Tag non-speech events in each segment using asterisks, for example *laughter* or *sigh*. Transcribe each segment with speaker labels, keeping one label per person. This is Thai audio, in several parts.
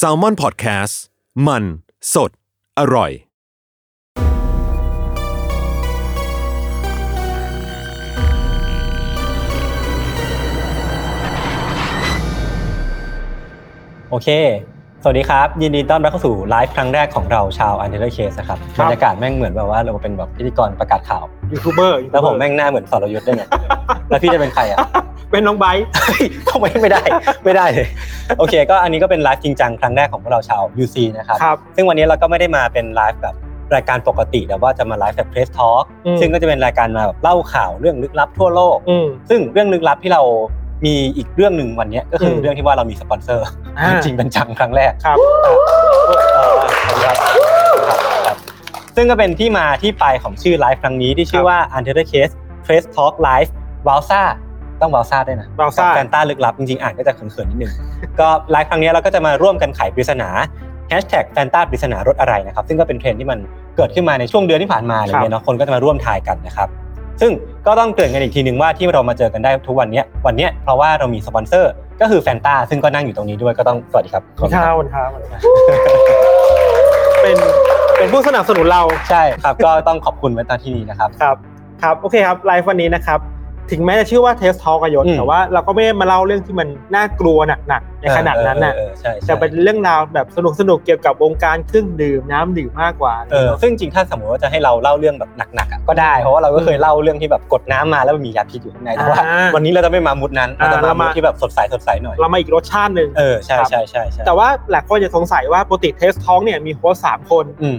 Speaker 1: s a l m o n PODCAST มัน สด อร่อย
Speaker 2: โอเค สวัสดีครับ ยินดีต้อนรับเข้าสู่ไลฟ์ครั้งแรกของเราชาวอันเดอร์เคสครับบรรยากาศแม่งเหมือนแบบว่าเราเป็นแบบพิธีกรประกาศข่าว
Speaker 3: ยูทูบเบอร์ยูทูบเบอร์
Speaker 2: แล้วผมแม่งหน้าเหมือนสรยุทธ์ด้วย
Speaker 3: *laughs*
Speaker 2: เนี่ย แล้วพี่จะเป็นใครอ่ะ
Speaker 3: เป็นน้องไบร์ท
Speaker 2: ทำไมไม่ได้ ไม่ได้เลยโอเค ก็อันนี้ก็เป็นไลฟ์จริงจังครั้งแรกของพวกเราชาว UC นะครับ
Speaker 3: ครับ
Speaker 2: ซึ่งวันนี้เราก็ไม่ได้มาเป็นไลฟ์แบบรายการปกติแต่ว่าจะมาไลฟ์แบบเพรสทอล์ก
Speaker 3: อืม
Speaker 2: ซึ่งก็จะเป็นรายการมาแบบเล่าข่าวเรื่องลึกลับทั่วโลก
Speaker 3: อืม
Speaker 2: ซึ่งเรื่องลึกลับที่เรามีอีกเรื่องหนึ่งวันเนี้ยก็คืออ
Speaker 3: ม
Speaker 2: เรื่องที่ว่าเรามีสปอนเซอร์
Speaker 3: อ่า
Speaker 2: *laughs* จริงเป็นจังครั้งแรก
Speaker 3: ครับ
Speaker 2: ครับครับซึ่งก็เป็นที่มาที่ไปของชื่อไลฟ์ครั้งนี้ที่ชื่อว่า u n t e r Case Press Talk Live w a l s a ต้อง w a l s a ด้วยนะ
Speaker 3: Walsa
Speaker 2: แฟนต้าลึกลับจริงๆ อ่านก็จะเขินๆนิดนึง ก็ไลฟ์ครั้งนี้เราก็จะมาร่วมกันไขปริศนาแฮชแท็กแฟนต้าปริศนารถอะไรนะครับ ซึ่งก็เป็นเทรนด์ที่มันเกิดขึ้นมาในช่วงเดือนที่ผ่านมาอะไรเงี้ยเนาะคนก็จะมาร่วมทายกันนะครับ ซึ่งก็ต้องเกริ่นกันอีกทีหนึ่งว่าที่เรามาเจอกันได้ทุกวันเนี้ยวันเนี้ยเพราะว่าเรามีสปอนเซอร์ก็คือแฟนต้าซึ่งก็นั่งอยู่ตรงนี้ด้วยก็ต้องสวัสดีครับ
Speaker 3: คุณท้าวันท้าวันท้าเป็นเป็นผู้สนับสนุนเรา
Speaker 2: ใช่ครับ ก็ต้องขอบคุณไว้ตอนที่นี้นะครับ
Speaker 3: ครับ ครับโอเคครับไลฟ์วันนี้นะครับ ถึงแม้จะชื่อว่าเทสทอลกบยศ
Speaker 2: อืม
Speaker 3: แต่ว่าเราก็ไม่ได้มาเล่าเรื่องที่มันน่ากลัวหนักๆในขนาดนั้นน่ะ
Speaker 2: เออเออใช่
Speaker 3: แต่เป็นเรื่องราวแบบสนุกสนุกๆเกี่ยวกับวงการเครื่องดื่มน้ำดื่มมากกว่า
Speaker 2: เออซึ่งจริงถ้าสมมติว่าจะให้เราเล่าเรื่องแบบหนักๆอ่ะก็ได้เพราะว่าเราก็เคยเล่าเรื่องที่แบบกดน้ำมาแล้วมันมียาพิษอยู่ข้างในแต่ว่า
Speaker 3: อ่
Speaker 2: วันนี้เราจะไม่มามุดนั้นเราจะมา
Speaker 3: อ่าเรา
Speaker 2: มุ
Speaker 3: มา
Speaker 2: ดที่แบบสดใสสดใสหน่อย
Speaker 3: เรามาอีกรสชาติหนึ่ง
Speaker 2: เออใช่
Speaker 3: ครับ
Speaker 2: ใช่ใช่ใช่
Speaker 3: แต่ว่าหลายคนจะสงสัยว่าปกติเทสท้องเนี่ยมีโฮสต์สามคน
Speaker 2: อืม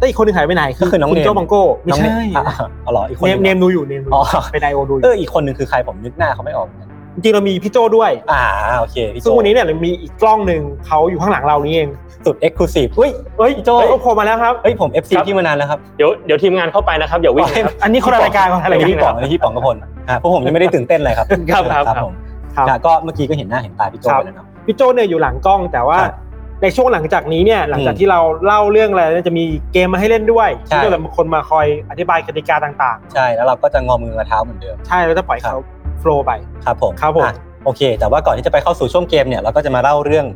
Speaker 3: แต่อีกคนหนึงหายไปไหน
Speaker 2: ก็คือน้อง
Speaker 3: คุณ
Speaker 2: เนม
Speaker 3: โจบังโก้ไม่
Speaker 2: น้อ
Speaker 3: ใช่
Speaker 2: งเนมอ่ะ *laughs* อ๋อเหรออีกคนห
Speaker 3: เน
Speaker 2: นึ่ง
Speaker 3: มเนมดูอยู่เนมดู
Speaker 2: อ๋ *laughs* อ
Speaker 3: เป็นไอโอดูอ
Speaker 2: เอยู่ ออีกคนหนึ่งคือใครผมนึกหน้าเขาไม่ออกเหมือนกัน
Speaker 3: จริงๆเรามีพี่โจด้วย
Speaker 2: อ่าโอเคพี่โจ
Speaker 3: ซึ่งวันนี้เนี่ยเรามีอีกกล้องหนึ่งเขาอยู่ข้างหลังเรานี่เอง
Speaker 2: สุดเอ็กซ์คลูซีฟเฮ้ย
Speaker 3: เฮ้ย
Speaker 2: พี่โจ้
Speaker 3: เฮ้ยเขาโผล่มาแล้วครับ
Speaker 2: เฮ้ยผมเอฟซี
Speaker 4: ครับ
Speaker 2: พี่มานานแล้วครับ
Speaker 4: เดี๋ยวเดี๋ยวทีมงานเข้าไปนะครับอย่าวิ่งนะครับ
Speaker 3: อันนี้คนละรายการคนละรายการ
Speaker 2: พี่ป๋องอันนี้พี่ป๋องกพลอ่ะพวกผมยังไม่ได้ตื่นเต้นเลยครับ
Speaker 4: ครับครับ
Speaker 2: ผม
Speaker 3: ครับ
Speaker 2: อ่ะก็เมื่อกี้ก็เห็นหน้าเห็นตาพี่โจ
Speaker 3: ครับ
Speaker 2: ไปแล้วเนาะ
Speaker 3: พี่โจเนี่ยอยู่หลังกล้องแต่ว่า
Speaker 2: ครับ
Speaker 3: ในช่วงหลังจากนี้เนี่ยหลังจากที่เราเล่าเรื่องอะไรเนี่ยจะมีเกมมาให้เล่นด้วย
Speaker 2: ใช่
Speaker 3: ที่เราบางคนมาคอยอธิบายกติกาต่าง
Speaker 2: ใช่แล้วเราก็จะงอมืองอเท้าเหมือนเดิม
Speaker 3: ๆ ใช่เราจะปล่อย
Speaker 2: ครับ
Speaker 3: เขาโฟล์ไป
Speaker 2: ครับผม
Speaker 3: ครับผม
Speaker 2: อ่ะโอเค แต่ว่าก่อนที่จะไปเข้าสู่ช่วงเกมเนี่ยเราก็จะมาเล่าเรื่อง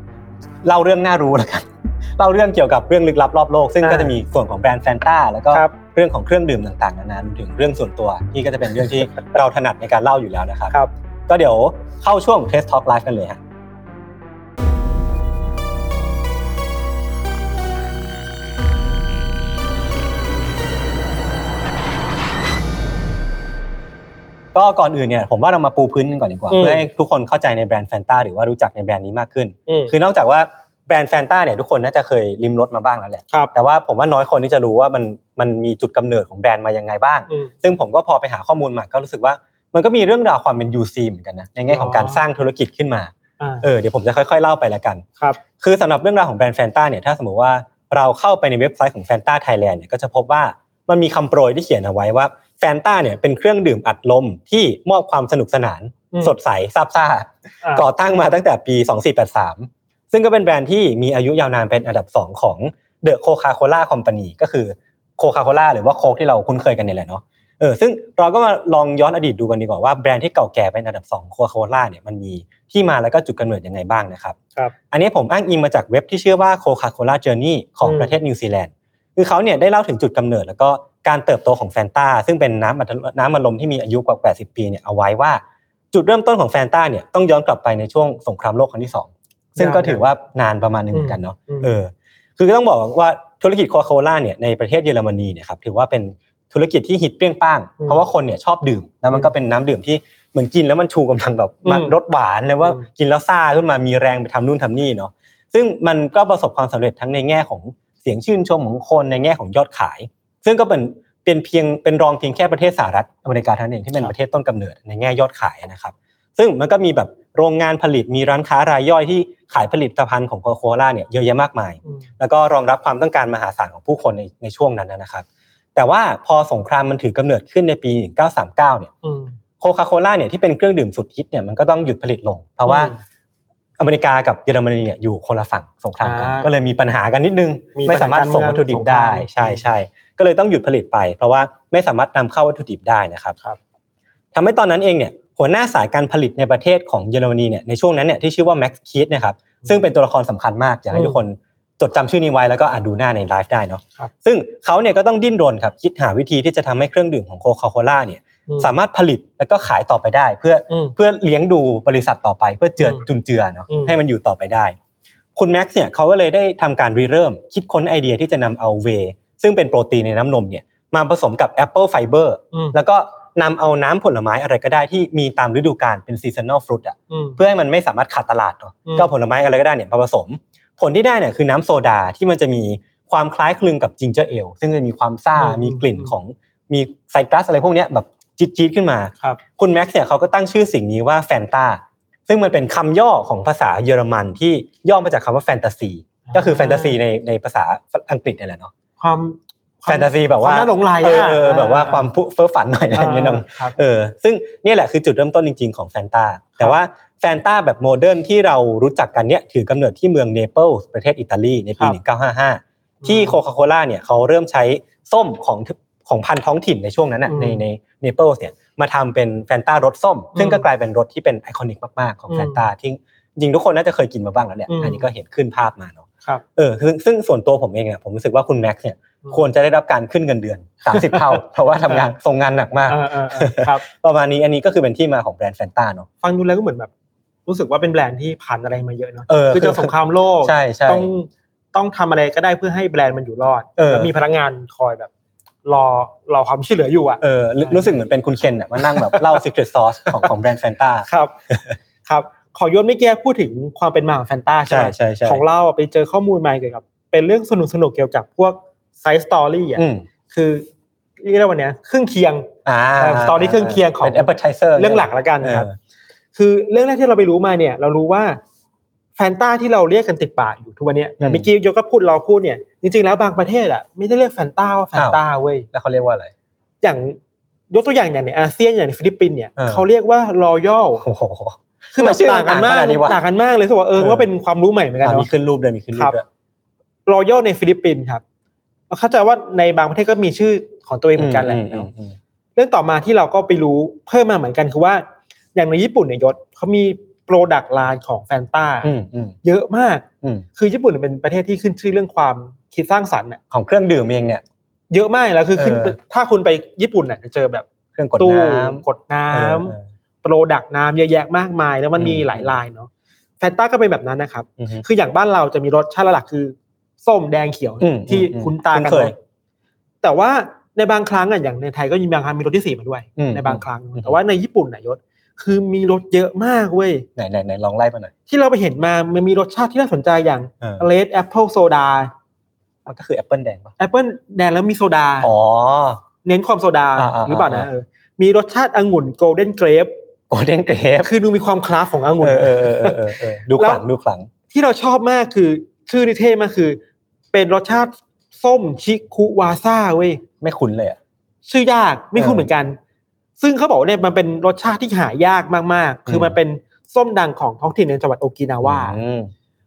Speaker 2: เล่าเรื่องน่ารู้แล้วกัน *laughs* เล่าเรื่องเกี่ยวกับเรื่องลึกลับรอบโลก ซึ่งก็จะมีส่วนของแบรนด์แฟนตาแล้วก็
Speaker 3: ครับ
Speaker 2: เรื่องของเครื่องดื่มต่างๆนานารวมถึงเรื่องส่วนตัวที่ก็จะเป็นเรื่องที่ เราถนัดในการเล่าอยู่แล้วนะครับ
Speaker 3: ครับ
Speaker 2: ก็เดี๋ยวเข้าช่วง Test Talk Live กันเลยฮะ ก็ก่อนอื่นเนี่ยผมว่าเรามาปูพื้นกันก่อนดีกว่า
Speaker 3: อืม
Speaker 2: เพื่อให้ทุกคนเข้าใจในแบรนด์แฟนตาหรือว่ารู้จักในแบรนด์นี้มากขึ้น
Speaker 3: อืม
Speaker 2: คือนอกจากว่าแบรนด์แฟนตาเนี่ยทุกคนน่าจะเคยลิมรสมาบ้างแล้วแหละ
Speaker 3: ครับ
Speaker 2: แต่ว่าผมว่าน้อยคนที่จะรู้ว่ามันมันมีจุดกำเนิดของแบรนด์มายังไงบ้าง
Speaker 3: อืม
Speaker 2: ซึ่งผมก็พอไปหาข้อมูลมาก็รู้สึกว่ามันก็มีเรื่องราวความเป็น UC เหมือนกันนะในแง่ของการ
Speaker 3: อ๋อ
Speaker 2: สร้างธุรกิจขึ้นมา
Speaker 3: อ่า
Speaker 2: เออเดี๋ยวผมจะค่อยๆเล่าไปละกัน
Speaker 3: ครับ
Speaker 2: คือสำหรับเรื่องราวของแบรนด์แฟนตาเนี่ยถ้าสมมติว่าเราเข้าไปในเว็บไซต์ของแฟนตาไทยแลนด์เนี่ยก็จะพบว่ามันมีคำโปรยที่เขียนเอาไว้ว่าแฟนตาเนี่ยเป็นเครื่องดื่มอัดลมที่มอบความสนุกสนาน
Speaker 3: อืม
Speaker 2: สดใสซาบซ่า
Speaker 3: อ่า
Speaker 2: ก่อตั้งมาตั้งแต่ปี 2483 ซึ่งก็เป็นแบรนด์ที่มีอายุยาวนานเป็นอันดับ 2 ของเดอะโคคาโคล่าคอมพานีก็คือโคคาโคล่าหรือว่าโคกที่เราคุ้นเคยกันเนี่ยแหละเนาะเออซึ่งเราก็มาลองย้อนอดีตดูกันดีกว่าว่าแบรนด์ที่เก่าแก่เป็นอันดับ 2 โคคาโคล่าเนี่ยมันมีที่มาแล้วก็จุดกำเนิดยังไงบ้างนะครับ
Speaker 3: ครับ
Speaker 2: อันนี้ผมอ้างอิงมาจากเว็บที่ชื่อว่า Coca-Cola Journey ของ
Speaker 3: อืม
Speaker 2: ประเทศนิวซีแลนด์คือเขาเนี่ยได้เล่าถึงจุดกำเนิด แล้วก็การเติบโตของแฟนตาซึ่งเป็นน้ำอัดน้ำมันลมที่มีอายุกว่า 80 ปีเนี่ยเอาไว้ว่า จุดเริ่มต้นของแฟนตาเนี่ยต้องย้อนกลับไปในช่วงสงครามโลกครั้งที่ 2 ซึ่งก็ถือว่านานประมาณหนึงเหมือนกันเนาะ
Speaker 3: อืม
Speaker 2: เออคือต้องบอกว่าธุรกิจโคคาโคล่าเนี่ยในประเทศเยอรมนีเนี่ยครับถือว่าเป็นธุรกิจที่ฮิตเปรี้ยงป้าง
Speaker 3: อืม
Speaker 2: เพราะว่าคนเนี่ยชอบดื่ม แล้วมันก็เป็นน้ำดื่มที่เหมือนกินแล้วมันชูกำลังแบบ
Speaker 3: อืม
Speaker 2: มันรสหวานเลยว่า
Speaker 3: อืม
Speaker 2: กินแล้วซ่าขึ้นมามีแรงไปทำนู่นทำนี่เนาะซึ่งมันก็ประสบความสำเร็จทั้งในแง่ของเสียงชื่นชมของคนในแง่ของยอดขาย ซึ่งก็เป็นเป็นเพียงเป็นรองเพียงแค่ประเทศสหรัฐอเมริกาเท่านั้นเองที่เป็นประเทศต้นกำเนิดในแง่ยอดขายนะครับ ซึ่งมันก็มีแบบโรงงานผลิตมีร้านค้ารายย่อยที่ ขายผลิตภัณฑ์ของโคโคล่าเนี่ยเยอะแยะมากมาย
Speaker 3: อืม
Speaker 2: แล้วก็รองรับความต้องการมหาศาลของผู้คนในในช่วงนั้นนะนะครับ แต่ว่าพอสงครามมันถือกำเนิดขึ้นในปี 1939 เนี่ย
Speaker 3: อืม
Speaker 2: โคคาโคล่าเนี่ยที่เป็นเครื่องดื่มสุดฮิตเนี่ยมันก็ต้องหยุดผลิตลง เพราะว่า
Speaker 3: อืม
Speaker 2: อเมริกากับเยอรมนีเนี่ยอยู่คนละฝั่งสงครามกัน
Speaker 3: อ่า
Speaker 2: ก็เลยมีปัญหากันนิดนึง
Speaker 3: มี
Speaker 2: ไม่สามารถส่ง
Speaker 3: ปัญหาการเมือง
Speaker 2: วัตถุดิบได้
Speaker 3: สงคราม
Speaker 2: ใช่ใช่ก็เลยต้องหยุดผลิตไป เพราะว่าไม่สามารถนำเข้าวัตถุดิบได้นะครับ
Speaker 3: ครับ
Speaker 2: ทำให้ตอนนั้นเองเนี่ยหัวหน้าสายการผลิตในประเทศของเยอรมนีเนี่ยในช่วงนั้นเนี่ยที่ชื่อว่าแม็กซ์คีดนะครับซึ่งเป็นตัวละครสำคัญมากอยากให้ทุกคน จดจำชื่อนี้ไว้แล้วก็อ่านดูหน้าในไลฟ์ได้เนาะ
Speaker 3: ครับ
Speaker 2: ซึ่งเขาเนี่ยก็ต้องดิ้นรนครับคิดหาวิธีที่จะทำให้เครื่องดื่มของโคคาโคล่าเนี่ย
Speaker 3: อื
Speaker 2: สามารถผลิตแล้วก็ขายต่อไปได้ เพื่อ
Speaker 3: อืม
Speaker 2: เพื่อเลี้ยงดูบริษัทต่อไปเพื่อเจืออ
Speaker 3: ม
Speaker 2: จุนเจือเนาะ
Speaker 3: อืม
Speaker 2: ให้มันอยู่ต่อไปได้ คุณแม็กซ์เนี่ยเขาก็เลยได้ทำการรีเริ่ม คิดค้นไอเดียที่จะนำเอาเวย์ซึ่งเป็นโปรตีนในน้ำนมเนี่ยมาผสมกับแอปเปิลไฟเบอร์
Speaker 3: อืม
Speaker 2: แล้วก็นำเอาน้ำผลไม้อะไรก็ได้ที่มีตามฤดูกาลเป็นซีซันอลฟรุตอ่ะ
Speaker 3: อืม
Speaker 2: เพื่อให้มันไม่สามารถขาดตลาดเนาะ
Speaker 3: อืม
Speaker 2: ก็เอาผลไม้อะไรก็ได้เนี่ยมาผสม ผลที่ได้เนี่ยคือน้ำโซดาที่มันจะมีความคล้ายคลึงกับจิงเจอร์เอลซึ่งจะมีความซ่า มีกลิ่นของมีไซตรัสอะไรพวกเนี้ยแบบจี๊ดๆขึ้นมา
Speaker 3: ครับ
Speaker 2: คุณแม็กซ์เนี่ยเขาก็ตั้งชื่อสิ่งนี้ว่าแฟนตาซึ่งมันเป็นคำย่อของภาษาเยอรมันที่ย่อมาจากคำว่าแฟนตาซีก็คือแฟนตาซีในในภาษาอังกฤษนี่แหละเนาะ
Speaker 3: ความควม
Speaker 2: แฟนตาซีแบบว่า
Speaker 3: ควมน่าหลงไหละ
Speaker 2: เออเออแบบว่าความเพ้อเฟ้อฝันหน่อยอะไรอย่างเงี้ยเนาะ
Speaker 3: ครับ
Speaker 2: เออซึ่งเนี่ยแหละคือจุดเริ่มต้นจริงๆของแฟนตาแต่ว่าแฟนตาแบบโมเดิร์นที่เรารู้จักกันเนี่ยถือกำเนิดที่เมืองเนเปิลส์ประเทศอิตาลีในปี
Speaker 3: ครับ
Speaker 2: 1955 ที่โคคาโคล่าเนี่ยเขาเริ่มใช้ส้มของของพันธุ์ท้องถิ่นในช่วงนั้นน่ะ
Speaker 3: อืม
Speaker 2: ในในเนเปิลส์เนี่ยมาทำเป็นแฟนตารสส้ม
Speaker 3: อืม
Speaker 2: ซึ่งก็กลายเป็นรสที่เป็นไอคอนิกมากๆของ
Speaker 3: อืม
Speaker 2: แฟนตาที่จริงทุกคนน่าจะเคยกินมาบ้างแล้วเนี่ย
Speaker 3: อืม
Speaker 2: อันนี้ก็เห็นขึ้นภาพมาเนาะ
Speaker 3: ครับ
Speaker 2: เออซึ่งซึ่งส่วนตัวผมเองเนี่ยผมรู้สึกว่าคุณแม็กซ์เนี่ยควรจะได้รับการขึ้นเงินเดือน 30
Speaker 3: *laughs*
Speaker 2: เท่า เพราะว่าทำงานส่งงานหนักมาก
Speaker 3: เออเออเออครับ
Speaker 2: ประมาณนี้อันนี้ก็คือเป็นที่มาของแบรนด์แฟนตาเนาะ
Speaker 3: ฟังดูแล้วก็เหมือนแบบ รู้สึกว่าเป็นแบรนด์ที่ผ่านอะไรมาเยอะเนาะ
Speaker 2: เออ
Speaker 3: คือเจอสงครามโลก
Speaker 2: ใช่ใช่
Speaker 3: ต้องต้องทำอะไรก็ได้เพื่อให้แบรนด์มันอยู่รอด
Speaker 2: เออ
Speaker 3: แล้วมีพนักงานคอยแบบ รอรอความช่วยเหลืออยู่อ่ะ
Speaker 2: เออรู้รู้สึกเหมือนเป็นคุณเคนอะมานั่งแบบ เล่า secret sauce ของของแบรนด์แฟนตา
Speaker 3: ครับ ครับ ขอย้อนไม่แก้พูดถึงความเป็นมาของแฟนตาใช่ไหม
Speaker 2: ใช่ใช่ใช่
Speaker 3: ของเราอะไปเจอข้อมูลมาเกี่ยวกับ เป็นเรื่องสนุกสนุกๆเกี่ยวกับพวกไซส์สตอรี่อ่ะ
Speaker 2: อืม
Speaker 3: คือเรียกได้ว่าเนี้ยเครื่องเคียง
Speaker 2: อ่า
Speaker 3: เออ story เครื่องเคียงของ
Speaker 2: เป็น appetizer
Speaker 3: เรื่องหลักละกัน
Speaker 2: เออ
Speaker 3: ครับ คือเรื่องแรกที่เราไปรู้มาเนี่ย เรารู้ว่าแฟนตาที่เราเรียกกันติดปากอยู่ทุกวันเนี้ย
Speaker 2: อืม
Speaker 3: เมื่อกี้ยกก็พูดเราพูดเนี่ยจริงๆแล้วบางประเทศอ่ะไม่ได้เรียกแฟนตาว่าแฟนตาเว้ย
Speaker 2: แล้วเขาเรียกว่าอะไร
Speaker 3: อย่างยกตัวอย่างอย่างในอาเซียนอย่างในฟิลิปปินส์เนี่ย
Speaker 2: เออ
Speaker 3: เขาเรียกว่ารอยัล
Speaker 2: โอ้โห
Speaker 3: คือแบบ
Speaker 2: ทำไมชื่อ
Speaker 3: ต่างกัน
Speaker 2: ต่าง
Speaker 3: มา
Speaker 2: ข
Speaker 3: ก
Speaker 2: นาดนี้วะ
Speaker 3: ต่างกันมากเลยสว่าเออ
Speaker 2: เออ
Speaker 3: ว่าเป็นความรู้ใหม่เหมือนกัน
Speaker 2: อ่ะมี
Speaker 3: เนาะ
Speaker 2: ขึ้นรูปเลยมีขึ้นรูป
Speaker 3: ครับ
Speaker 2: ด้วย
Speaker 3: รอยัลในฟิลิปปินส์ครับเข้าใจว่าในบางประเทศก็มีชื่อของตัวเองเหมือนกันแหละเนาะ เรื่องต่อมาที่เราก็ไปรู้เพิ่มมาเหมือนกันคือว่าอย่างในญี่ปุ่นเนี่ยยศเขามีโปรดักต์ไลน์ของแฟนตา
Speaker 2: อืมอืม
Speaker 3: เยอะมาก
Speaker 2: อืม
Speaker 3: คือญี่ปุ่นเป็นประเทศที่ขึ้นชื่อเรื่องความคิดสร้างสรรค์น่ะ
Speaker 2: ของเครื่องดื่มเองเนี่ย
Speaker 3: เยอะมากแล้วคือขึ้น
Speaker 2: เออ
Speaker 3: ถ้าคุณไปญี่ปุ่นน่ะจะเจอแบบ
Speaker 2: เครื่องกด
Speaker 3: ตู้
Speaker 2: น้
Speaker 3: กด
Speaker 2: ำ
Speaker 3: น้ำ
Speaker 2: เออ
Speaker 3: โปรดักต์น้ำเยอะแยะมากมายแล้วมันมี
Speaker 2: อืม
Speaker 3: หลายลายเนาะแฟนตาก็เป็นแบบนั้นนะครับ
Speaker 2: อืมฮึ
Speaker 3: คืออย่างบ้านเราจะมีรสชาติหลักๆคือ ส้มแดงเขียว
Speaker 2: อืม
Speaker 3: ที่
Speaker 2: อืม
Speaker 3: คุ้นตากั
Speaker 2: คุ้น
Speaker 3: น
Speaker 2: เคย
Speaker 3: เนอะแต่ว่าในบางครั้งอ่ะอย่างในไทยก็มีบางครั้งมีรสที่สี่มาด้วย
Speaker 2: อืม
Speaker 3: ในบางครั้ง
Speaker 2: อืม
Speaker 3: แต่ว่าในญี่ปุ่นน่ะยศคือมีรสเยอะมากเว้ย
Speaker 2: ไหนไหนไหนลองไล่มาหน่อย
Speaker 3: ที่เราไปเห็นมามันมีรสชาติที่น่าสนใจอย่าง
Speaker 2: เออ
Speaker 3: เลดแอปเปิลโซดา
Speaker 2: มันก็คือแอปเปิลแดงป่ะ
Speaker 3: แอปเปิลแดงแล้วมีโซดา
Speaker 2: อ๋อ
Speaker 3: เน้นความโซดา
Speaker 2: อ่าอ่า
Speaker 3: หรือเปล่านะ
Speaker 2: อ่า
Speaker 3: เออมีรสชาติองุ่นโกลเด้นเกรฟ
Speaker 2: โกลเด้นเกรฟ
Speaker 3: คือดูมีความคลาสขององุ่น
Speaker 2: เออเออเออเออเออเออดูขลัง
Speaker 3: แล้ว
Speaker 2: ดูขลัง
Speaker 3: ที่เราชอบมากคือชื่อนิเท่มากคือ เป็นรสชาติส้มชิคุวาซ่าเว้ย
Speaker 2: ไม่คุ้นเลยอ่ะ
Speaker 3: ชื่อยากไม่คุ้
Speaker 2: เอ
Speaker 3: น
Speaker 2: อ
Speaker 3: เหมือนกัน ซึ่งเขาบอกว่าเนี่ยมันเป็นรสชาติที่หายากมากๆ คือ
Speaker 2: ม
Speaker 3: มันเป็นส้มดังของท้องถิ่นในจังหวัดโอกินาว่า
Speaker 2: อืม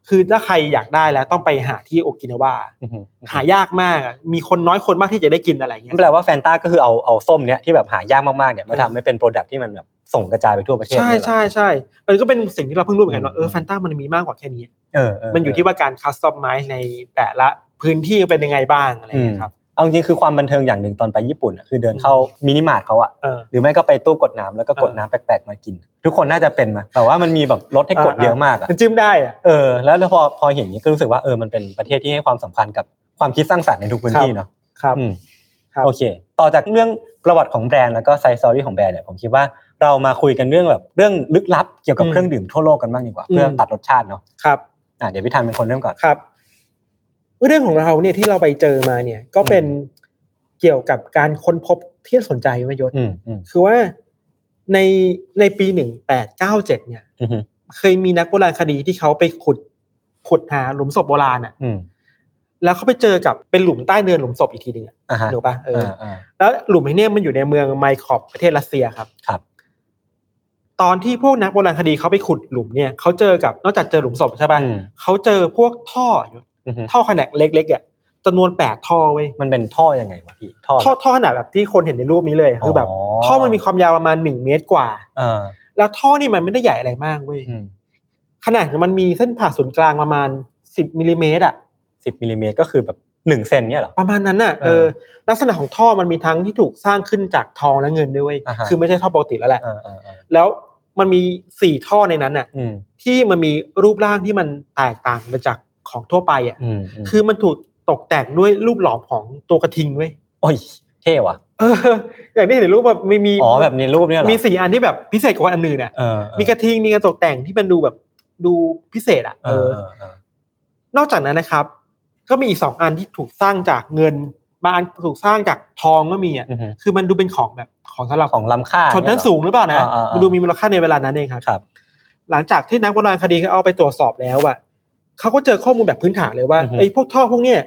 Speaker 3: คือถ้าใครอยากได้แล้วต้องไปหาที่โอกินาว่า
Speaker 2: อืมฮึ
Speaker 3: หายากมากอะมีคนน้อยคนมากที่จะได้กินอะไรเงี้
Speaker 2: นั่
Speaker 3: ย
Speaker 2: นแปลว่าแฟนตาก็คือเอาเอาส้มเนี้ยที่แบบหายากมากๆเนี่ยมาทำให้เป็นโปรดักที่มันแบบส่งกระจายไปทั่วประเทศ
Speaker 3: ใช่
Speaker 2: เนี่ยเหรอ
Speaker 3: ใช่ใช่มันก็เป็นสิ่งที่เราเพิ่งรู้เหมือนกันว่าเออ
Speaker 2: ม
Speaker 3: แฟนต้ามันมีมากกว่าแค่นี้
Speaker 2: เออเ
Speaker 3: มันอยู่ที่ว่าการคัสตอมไมซ์ในแต่ละพื้นที่เป็นยังไงบ้างอะไรเงี้ยครับ
Speaker 2: เอาจริงๆคือความบันเทิงอย่างหนึ่งตอนไปญี่ปุ่นอะคือเดินเข้ามินิมาร์ทเขาอะ
Speaker 3: เออ
Speaker 2: หรือไม่ก็ไปตู้กดน้ำแล้วก็กดน้ำแปลกๆมากิน ทุกคนน่าจะเป็นมาแต่ว่ามันมีแบบรถให้กด
Speaker 3: อ่า
Speaker 2: เยอะมากอะ
Speaker 3: มันจิ้มได้อะ
Speaker 2: เออแล้วพอพอเห็นอย่างนี้ก็รู้สึกว่าเออมันเป็นประเทศที่ให้ความสำคัญกับความคิดสร้างสรรค์ในทุกพื้นที่เนาะ
Speaker 3: ครับ
Speaker 2: อืม
Speaker 3: ครับ
Speaker 2: โอเค ต่อจากเรื่องประวัติของแบรนด์แล้วก็ไซส์ซอรี่ของแบรนด์เนี่ยผมคิดว่าเรามาคุยกันเรื่องแบบเรื่องลึกลับเกี่ยวกับ
Speaker 3: อืม
Speaker 2: เครื่องดื่มทั่วโลกกันบ้างดีกว่า
Speaker 3: อืม
Speaker 2: เพื่อตัดรสชาติเนาะ
Speaker 3: ครับ
Speaker 2: อ่ะเดี๋ยวพี่ธันเป็นคนเริ่มก่อน
Speaker 3: ครับ เรื่องของเราเนี่ยที่เราไปเจอมาเนี่ย ก็เป็นเกี่ยวกับการค้นพบที่น่าสนใจมายศ
Speaker 2: อืมอืม
Speaker 3: คือว่าในในปีหนึ่งแปดเก้าเจ็ดเนี่ย
Speaker 2: อืม
Speaker 3: เคยมีนักโบราณคดีที่เขาไปขุด ขุดหาหลุมศพโบราณอ่ะ
Speaker 2: อืม
Speaker 3: แล้วเขาไปเจอกับเป็นหลุมใต้เนินหลุมศพอีกทีหนึ่งอะ
Speaker 2: อ่าฮะ
Speaker 3: ถูกปะเอออา
Speaker 2: อ่า
Speaker 3: แล้วหลุมไอ้เนี่ยมันอยู่ในเมืองไมคอบประเทศรัสเซียครับ
Speaker 2: ครับ
Speaker 3: ตอนที่พวกนักโบราณคดีเขาไปขุดหลุมเนี่ยเขาเจอกับนอกจากเจอหลุมศพใช่ปะ
Speaker 2: อืม
Speaker 3: เขาเจอพวกท่ออยู่
Speaker 2: อือฮึ
Speaker 3: ท่อขนาดเล็กๆอ่ะจำนวนแปดท่อเว้ย
Speaker 2: มันเป็นท่อยังไงวะพี่ท่อ
Speaker 3: ท่อท่อขนาดแบบที่คนเห็นในรูปนี้เลยคือแบบ
Speaker 2: อ๋อ
Speaker 3: ท่อมันมีความยาวประมาณหนึ่งเมตรกว่า
Speaker 2: เออ
Speaker 3: แล้วท่อนี่มันไม่ได้ใหญ่อะไรมากเว้ยขนาดมันมีเส้นผ่าศูนย์กลางประมาณสิบมิลลิเมตรอ่ะ
Speaker 2: สิบมิลลิเมตรก็คือแบบหนึ่งเซนเนี่ยเหรอ
Speaker 3: ประมาณนั้นน่ะเอ
Speaker 2: เอ
Speaker 3: อ
Speaker 2: อ
Speaker 3: ลักษณะของท่อมันมีทั้งที่ถูกสร้างขึ้นจากทองและเงินด้วยเวย
Speaker 2: อ่าฮะ
Speaker 3: คือไม่ใช่ท่อปกติแล้วแหละ
Speaker 2: เออเออเออ
Speaker 3: แล้วมันมีสี่ท่อในนั้นน่ะ
Speaker 2: อืม
Speaker 3: ที่มันมีรูปร่างที่มันแตกต่างไปจากของทั่วไปอ่ะ
Speaker 2: อืมอืม
Speaker 3: คือมันถูกตกแต่งด้วยรูปหล่อของตัวกระทิงเว้ย
Speaker 2: โอ้ยเท่ว่ะ
Speaker 3: เออ อย่างที่เห็นในรูปแบบมีมี
Speaker 2: อ๋อแบบในรูปเนี่ยเหรอ
Speaker 3: มีสี่อันที่แบบพิเศษกว่าอันอื่นอ่ะ
Speaker 2: เออเออ
Speaker 3: มีกระทิงมีการตกแต่งที่มันดูแบบดูพิเศษอ่ะ
Speaker 2: เอ
Speaker 3: เอ
Speaker 2: อ
Speaker 3: อ
Speaker 2: เออเออน
Speaker 3: อกจากนั้นนะครับ ก็มีอีกสองอันที่ถูกสร้างจากเงินบางอันถูกสร้างจากทองก็มีอ่ะ
Speaker 2: อือฮึ
Speaker 3: คือมันดูเป็นของแบบของสำหรับ
Speaker 2: ของล้ำค่า
Speaker 3: ชนชั้
Speaker 2: เยเห
Speaker 3: น
Speaker 2: รอ
Speaker 3: สูงหรือเปล่านะ
Speaker 2: อ่าอ่าอ่ามั
Speaker 3: มันดูมีมูลค่าในเวลานั้นเองครับ
Speaker 2: ครับ
Speaker 3: หลังจากที่นักโบราณคดีเขาเอาไปตรวจสอบแล้วอะเขาก็เจอข้อมูลแบบพื้นฐานเลยว่า
Speaker 2: อือฮึ
Speaker 3: ไอ้พวกท่อพวกเนี้ย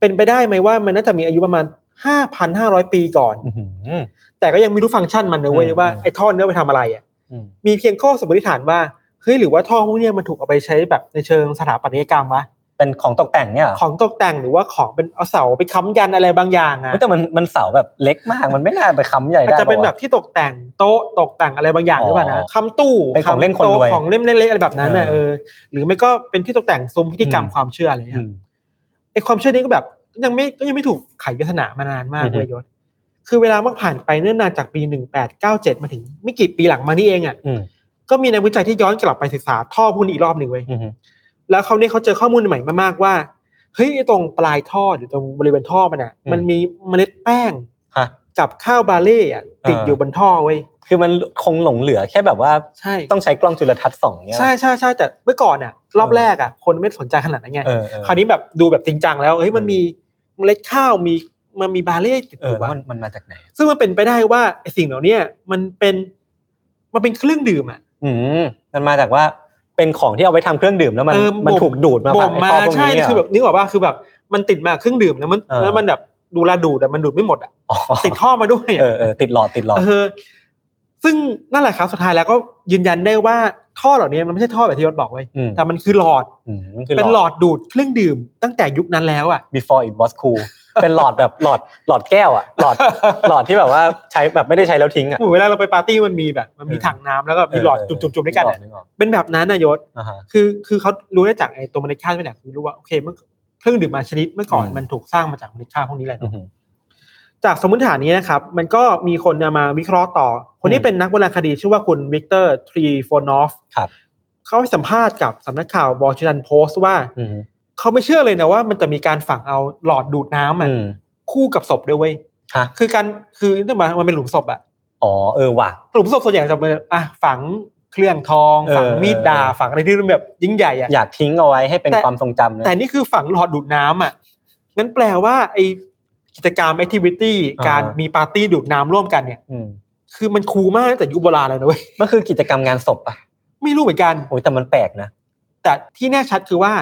Speaker 3: เป็นไปได้ไหมว่ามันน่าจะมีอายุประมาณห้าพันห้าร้อยปีก่อน
Speaker 2: อื้อหือ
Speaker 3: แต่ก็ยังไม่รู้ฟังก์ชันมันนะเว้ย
Speaker 2: อืม
Speaker 3: ว่า
Speaker 2: อืม
Speaker 3: ไอ้ท่อเนี้ยไปทำอะไรอะ
Speaker 2: อืม
Speaker 3: มีเพียงข้อสมมติฐานว่าเฮ้ยหรือว่าท่อพวกเนี้ยมันถูกเอาไปใช้แบบในเชิงสถาปัตยกรรมวะ
Speaker 2: เป็นของตกแต่งเนี่ยเหรอ
Speaker 3: ของตกแต่งหรือว่าของเป็นเอาเสาไปค้ำยันอะไรบางอย่างอะ
Speaker 2: เฮ้ยแต่มันมันเสาแบบเล็กมากมันไม่น่าไปค้ำใหญ่
Speaker 3: อาจ
Speaker 2: ได้
Speaker 3: จะเป็น
Speaker 2: ปว
Speaker 3: แบบที่ตกแต่งโต๊ะตกแต่งอะไรบางอย่าง
Speaker 2: อ๋
Speaker 3: ห
Speaker 2: อ
Speaker 3: รือเปล่านะคำตู้
Speaker 2: เป็นของเล่นคน
Speaker 3: โต๊ะ
Speaker 2: รวย
Speaker 3: ของเล่นเล็กๆอะไรแบบนั้นน่ะเอ
Speaker 2: เอ
Speaker 3: อ
Speaker 2: อ
Speaker 3: หรือไม่ก็เป็นที่ตกแต่งซุ้มพิธีกรรม
Speaker 2: อืม
Speaker 3: ความเชื่ออะไร
Speaker 2: อื
Speaker 3: เงี้ย
Speaker 2: ม
Speaker 3: ไอความเชื่อนี้ก็แบบยังไม่ก็ยังไม่ถูกไขปริศนามานานมาก
Speaker 2: อือฮึ
Speaker 3: เลยยศคือเวลามันผ่านไปเนื่องนานจากปีหนึ่งแปดเก้าเจ็ดมาถึงไม่กี่ปีหลังมานี่เองอ่ะ
Speaker 2: อืม
Speaker 3: ก็มีนักวิจัยที่ย้อนกลับไปศึกษาท่อพวกนี้อีกรอบหนึ่งเว้ย
Speaker 2: อืม
Speaker 3: แล้วเขาวเนี่ยเขาเจอข้อมูลใหม่มากๆว่าเฮ้ยไอ้ตรงปลายท่อหรือตรงบริเวณท่อมันอ่ะ มันมีเมล็ดแป้ง
Speaker 2: ฮะ
Speaker 3: กับข้าวบาเล่อะติด
Speaker 2: เออ
Speaker 3: อ
Speaker 2: อ
Speaker 3: ยู่บนท่อเว้ย
Speaker 2: คือมันคงหลงเหลือแค่แบบว่า
Speaker 3: ใช่
Speaker 2: ต้องใช้กล้องจุลทรรศน์ส่องเนี่ย
Speaker 3: ใช่ใช่ใช่แต่เมื่อก่อนอ่ะรอบแรกอ่ะคนไม่สนใจขนาดนั้นไง
Speaker 2: เออเออ
Speaker 3: คราวนี้แบบดูแบบจริงจังแล้วเฮ้ยมันมีเมล็ดข้าวมีมันมีบาเล่ติด
Speaker 2: เออ
Speaker 3: อ
Speaker 2: ยู่ แล้ว
Speaker 3: ว่ะ
Speaker 2: มันมันมาจากไหน
Speaker 3: ซึ่งมันเป็นไปได้ว่าไอ้สิ่งเหล่าเนี้ยมันเป็นมันเป็นเครื่องดื่มอ่ะ
Speaker 2: อืมมันมาจากว่าเป็นของที่เอาไว้ทำเครื่องดื่มแล้วมัน
Speaker 3: เออ
Speaker 2: มัน
Speaker 3: บ่
Speaker 2: ถูกดูดมา
Speaker 3: บ่
Speaker 2: ผ่าม นไอ้
Speaker 3: มา
Speaker 2: ท่อพวก
Speaker 3: ใช่
Speaker 2: นี้เนี่ย
Speaker 3: คือแบบนึกออกป่ะคือแบบมันติดมาเครื่องดื่มแล้วมัน
Speaker 2: เออ
Speaker 3: แล้วมันแบบดูแลดูดแต่มันดูดไม่หมดอ่ะ
Speaker 2: อ๋อ
Speaker 3: ติดท่อมาด้วย
Speaker 2: เออเออติดหลอดติดหลอด
Speaker 3: เออซึ่งนั่นแหละครับสุดท้ายแล้วก็ยืนยันได้ว่าท่อเหล่านี้มันไม่ใช่ท่อแบบที่ยศบอกไว้ย
Speaker 2: อืม
Speaker 3: แต่มันคือหลอด
Speaker 2: มคือ
Speaker 3: เป็นหลอดดูดเครื่องดื่มตั้งแต่ยุคนั้นแล้วอ่ะ
Speaker 2: ด before it was cool เป็นหลอดแบบหลอดหลอดแก้วอะหลอดหลอดที่แบบว่าใช้แบบไม่ได้ใช้แล้วทิ้งอะ
Speaker 3: เหมือนเวลาเราไปปาร์ตี้มันมีแบบ มันมี
Speaker 2: เออ
Speaker 3: ถังน้ำแล้วก็มีหลอดจุ่มๆๆด้วยกันอะ
Speaker 2: นึออก
Speaker 3: เป็นแบบนั้นนายศ
Speaker 2: อ่าฮะ
Speaker 3: คือคือเขารู้ได้จากไอ้ตัวเมล็ดข้าวนี่แหละคือรู้ว่าโอเคเมื่อเครื่องดื่มมางชนิดเมื่อก่อน
Speaker 2: อืม
Speaker 3: มันถูกสร้างมาจากเมล็ดข้าวพวกนี้แหละ
Speaker 2: อื
Speaker 3: เนอะ
Speaker 2: อหือ
Speaker 3: จากสมมติฐานนี้นะครับ มันก็มีคนนำมาวิเคราะห์ต่อ คน
Speaker 2: อื
Speaker 3: ที่
Speaker 2: ม
Speaker 3: เป็นนักโบราณคดีชื่อว่าคุณวิกเตอร์ทรีโฟนอฟ
Speaker 2: ครับ
Speaker 3: เขาให้สัมภาษณ์กับสำนักข่าววอชิงตันโพสต์ว่า
Speaker 2: อือหือ
Speaker 3: เขาไม่เชื่อเลยนะว่ามันจะมีการฝังเอาหลอดดูดน้ำอะ
Speaker 2: อืม
Speaker 3: คู่กับศพด้วยเว้ย
Speaker 2: ฮะ
Speaker 3: คือการคือนี่มามันเป็นหลุมศพอะ
Speaker 2: อ๋อเออว่ะ
Speaker 3: หลุมศพส่วนใหญ่จะเป็นอ่ะฝังเครื่องทอง
Speaker 2: เออ
Speaker 3: ฝังมีดดาบ
Speaker 2: เออ
Speaker 3: ฝังอะไรที่มันแบบยิ่งใหญ่อะ
Speaker 2: อยากทิ้งเอาไว้ให้เป็น
Speaker 3: แต่
Speaker 2: ความทรงจำนะ
Speaker 3: แต่นี่คือฝังหลอดดูดน้ำอะงั้นแปลว่าไอกิจกรรมแอคทิวิตี้
Speaker 2: อ่า
Speaker 3: การมีปาร์ตี้ดูดน้ำร่วมกันเนี่ย
Speaker 2: อืม
Speaker 3: คือมันคูลมากตั้งแต่ยุคโบราณแล้วนะเว้ย
Speaker 2: มันคือกิจกรรมงานศพอะ
Speaker 3: ไม่รู้เหมือนกัน
Speaker 2: โอ้ยแต่มันแปลกนะ
Speaker 3: แต่ที่แน่ชัดคือว่า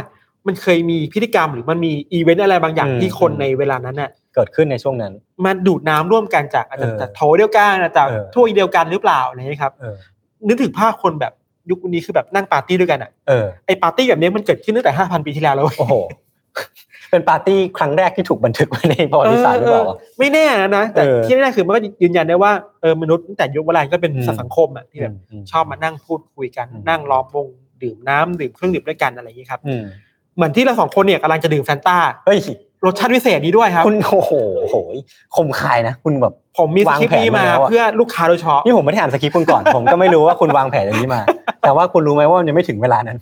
Speaker 3: มันเคยมีพิธีกรรมหรือมันมีอีเวนต์อะไรบางอย่าง
Speaker 2: อืม
Speaker 3: ที่คนในเวลานั้นน่ะ
Speaker 2: เกิดขึ้นในช่วงนั้น
Speaker 3: มาดูดน้ำร่วมกันจากอาจจะ
Speaker 2: เออ
Speaker 3: จากโถเดียวกันอาจจะ
Speaker 2: เออ
Speaker 3: ถ้วยเดียวกันหรือเปล่าอะไรอย่างเงี้ยครับ
Speaker 2: เออ
Speaker 3: นึกถึงภาพคนแบบยุคนี้คือแบบนั่งปาร์ตี้ด้วยกันอ่ะ
Speaker 2: เออ
Speaker 3: ไอปาร์ตี้แบบนี้มันเกิดขึ้นตั้งแต่ห้าพันปีที่แล้วแล้วเว้ย
Speaker 2: โอ้โห *laughs* เป็นปาร์ตี้ครั้งแรกที่ถูกบันทึกไว้ในประวัติศาสตร์หรือเปล่าวะ
Speaker 3: เออไม่แน่นะนะแต่
Speaker 2: เออ
Speaker 3: ที่แน่ๆคือมันก็ยืนยันได้ว่าเออมนุษย์ตั้งแต่ยุคโบราณก็เป็น
Speaker 2: อืม
Speaker 3: สัตว์สังคมอ่ะที่แบบ
Speaker 2: ม
Speaker 3: ชอบมานั่งพูดคุยกัน
Speaker 2: อืม
Speaker 3: นั่งล้อมวงดื่มน้ำดื่มเครื่องดื่มด้วยกันอะไรอย่างนี้ครับ
Speaker 2: อืม
Speaker 3: เหมือนที่เราสองคนเนี่ยกำลังจะดื่มแฟนต้า
Speaker 2: เฮ้ย
Speaker 3: รสชาติพิเศษนี้ด้วยครับ
Speaker 2: คุณโอ้โหโหยคมคายนะ คุณแบบ
Speaker 3: ผมมีสค
Speaker 2: วา
Speaker 3: ริป
Speaker 2: งแผ
Speaker 3: ต์
Speaker 2: น
Speaker 3: นี้มา
Speaker 2: ไว้แล้วอะ
Speaker 3: เพื่อลูกค้าโดยเฉพาะ
Speaker 2: นี่ผมไม่ได้อ่านสคริปต์คุณก่อน ผมก็ไม่รู้ว่าคุณวางแผนอย่างนี้มา แต่ว่าคุณรู้ไหมว่ามันยังไม่ถึงเวลานั้น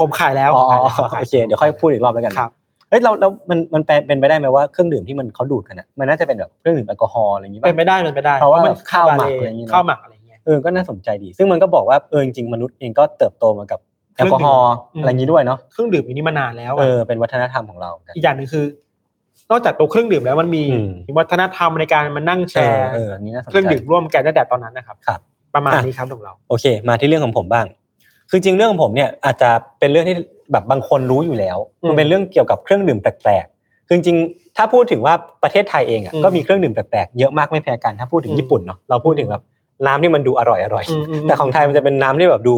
Speaker 3: ผมขายแล้ว
Speaker 2: อ๋อ
Speaker 3: ผมขา
Speaker 2: โอเค เดี๋ยวค่อยพูดอีกรอบแล้วกัน
Speaker 3: ครับ
Speaker 2: เฮ้ยเราเรามันมันแปลเป็นไปได้ไหมว่าเครื่องดื่มที่มันเขาดูดกันอ่ะมันน่าจะเป็นแบบเครื่องดื่มแอลกอฮอล์อะไรอย่างนี้
Speaker 3: เป็น
Speaker 2: ป่ะ
Speaker 3: ไปได้เป็นไปได้
Speaker 2: เพราะว่ามันข้าวหมักอะไรอย่างงี้เนอะ
Speaker 3: ข้าวหมักอะไรอย่างเงี้ย
Speaker 2: เออก็น่าสนใจดี ซึ่งมันก็บอกว่าเออจริงๆมนุษย์เองก็เติบโตมากับแอลกอฮอล์
Speaker 3: เครื่อง
Speaker 2: อะ
Speaker 3: ดื่ม
Speaker 2: ไรอย่างนี้ด้วยเนาะ
Speaker 3: เครื่องดื่มอันนี้มานานแล้ว
Speaker 2: เอ
Speaker 3: อะ
Speaker 2: อเป็นวัฒนธรรมของเราเหมือนกัน
Speaker 3: อีกอย่างหนึ่งคือ นอกจากตัวเครื่องดื่มแล้วมันมี
Speaker 2: อืม
Speaker 3: วัฒนธรรมในการมานั่งแช
Speaker 2: เออ
Speaker 3: ร์
Speaker 2: เอออันนี้น่าสนใจ
Speaker 3: เครื่องดื่มร่วมกันตั้งแต่ตอนนั้นนะครับ
Speaker 2: ครับ
Speaker 3: ประมาณ
Speaker 2: อ่ะ
Speaker 3: นี้ครับของเรา
Speaker 2: โอเค มาที่เรื่องของผมบ้าง คือจริงเรื่องของผมเนี่ยอาจจะเป็นเรื่องที่ แบบบางคนรู้อยู่แล้ว
Speaker 3: อืม
Speaker 2: มันเป็นเรื่องเกี่ยวกับเครื่องดื่มแปลกๆคือจริงๆถ้าพูดถึงว่าประเทศไทยเองอ่ะ
Speaker 3: อืม
Speaker 2: ก็มีเครื่องดื่มแปลกๆเยอะมากไม่แพ้กันถ้าพูดถึง
Speaker 3: อืม
Speaker 2: ญี่ปุ่นเนาะเราพูดถึงแบบน้ำที่มันดูอร่อยอร่อยๆ
Speaker 3: อืมอืม
Speaker 2: แต่ของไทยมันจะเป็นน้ำที่แบบดู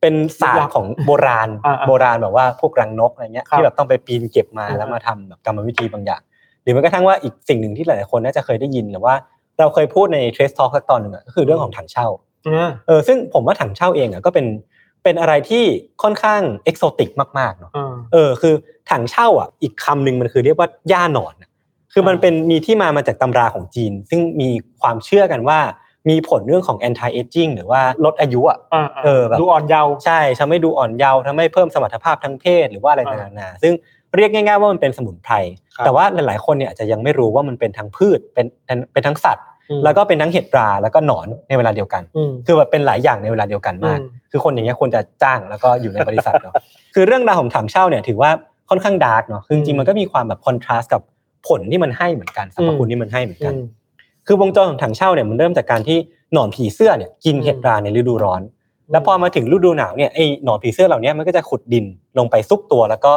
Speaker 2: เป็นศาสตร์ของโบราณ
Speaker 3: อ่าๆ
Speaker 2: โบราณแบบว่าพวกรังนกอะไรเงี้ย
Speaker 3: ครับ
Speaker 2: ที่แบบต้องไปปีนเก็บมา
Speaker 3: อืม
Speaker 2: แล้วมาทำแบบกรรมวิธีบางอย่าง หรือแม้กระทั่งว่าอีกสิ่งหนึ่งที่หลายๆคนน่าจะเคยได้ยินหรือว่าเราเคยพูดในเทรสทอสักตอนหนึ่งอะก็คือเรื่องของถังเช่า
Speaker 3: อ่า
Speaker 2: เออซึ่งผมว่าถังเช่าเองอ่ะก็เป็นเป็นอะไรที่ค่อนข้างเอกโซติกมากๆเนาะเออคือถังเช่าอ่ะอีกคำหนึ่งมันคือเรียกว่าย่าหนอนอะคือมันเป็นมีที่มามาจากตำราของจีน ซึ่งมีความเชื่อกันว่ามีผลเรื่องของ anti aging หรือว่าลดอายุอ่ะ
Speaker 3: อ่า
Speaker 2: เออแบบ
Speaker 3: ดูอ่อนเยาว์
Speaker 2: ใช่ทำให้ดูอ่อนเยาว์ทำให้เพิ่มสมรรถภาพทางเพศหรือว่าอะไรต่างๆซึ่งเรียกง่าย ๆว่ามันเป็นสมุนไพร
Speaker 3: ครับ
Speaker 2: แต่ว่าหลายๆคนเนี่ยอาจจะยังไม่รู้ว่ามันเป็นทั้งพืชเป็นเป็นเป็นทั้งสัตว์
Speaker 3: อืม
Speaker 2: แล้วก็เป็นทั้งเห็ดปลาแล้วก็หนอนในเวลาเดียวกัน
Speaker 3: อืม
Speaker 2: คือแบบเป็นหลายอย่างในเวลาเดียวกันมาก
Speaker 3: อืม
Speaker 2: คือคนอย่างเงี้ยควรจะจ้างแล้วก็อยู่ในบริษัทเนาะ *laughs* คือเรื่องราวของถังเช่าเนี่ยถือว่าค่อนข้างดาร์กเนาะ คือจริงๆมันก็มีความแบบคอนทราสต์กับผลที่มันให้เหมือนกันสรรพคุณที่มันให้เหมือน
Speaker 3: อื
Speaker 2: กัน
Speaker 3: ม
Speaker 2: คือวงจรของถังเช่าเนี่ยมันเริ่มจากการที่หนอนผีเสื้อเนี่ยกินเห็ดราในฤดูร้อน แล้วพอมาถึงฤดูหนาวเนี่ยไอ้หนอนผีเสื้อเหล่าเนี้ยมันก็จะขุดดินลงไปซุกตัว แล้วก็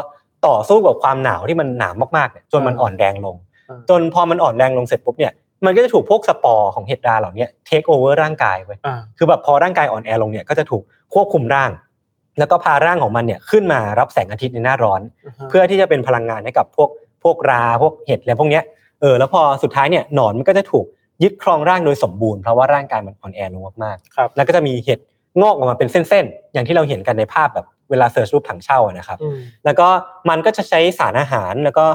Speaker 2: ต่อสู้กับความหนาวที่มันหนาวมากๆเนี่ยจนมัน
Speaker 3: อ่า
Speaker 2: อ่อนแรงลง
Speaker 3: อ่า
Speaker 2: จนพอมันอ่อนแรงลงเสร็จปุ๊บเนี่ยมันก็จะถูกพวกสปอร์ของเห็ดราเหล่าเนี้เทคโอเวอร์ร่างกายไว้ย
Speaker 3: อ่า
Speaker 2: คือแบบพอร่างกายอ่อนแอลงเนี่ยก็จะถูกควบคุมร่าง แล้วก็พาร่างของมันเนี่ยขึ้นมารับแสงอาทิตย์ในหน้าร้อน เพื่อที่จะเป็นพลังงานให้กับพวกพวกราพวกเห็ดอะไรพวกเนี้ยเออแล้วพอสุดท้ายเนี่ยหนอนมันก็จะถูกยึดครองร่างโดยสมบูรณ์เพราะว่าร่างกายมันอ่อนแอลงมาก
Speaker 3: ครับ
Speaker 2: แล้วก็จะมีเห็ดงอกออกมาเป็นเส้นๆอย่างที่เราเห็นกันในภาพแบบเวลาเสิร์ชรูปถังเช่าอะนะครับ
Speaker 3: อืม
Speaker 2: แล้วก็มันก็จะใช้สารอาหารแล้วก็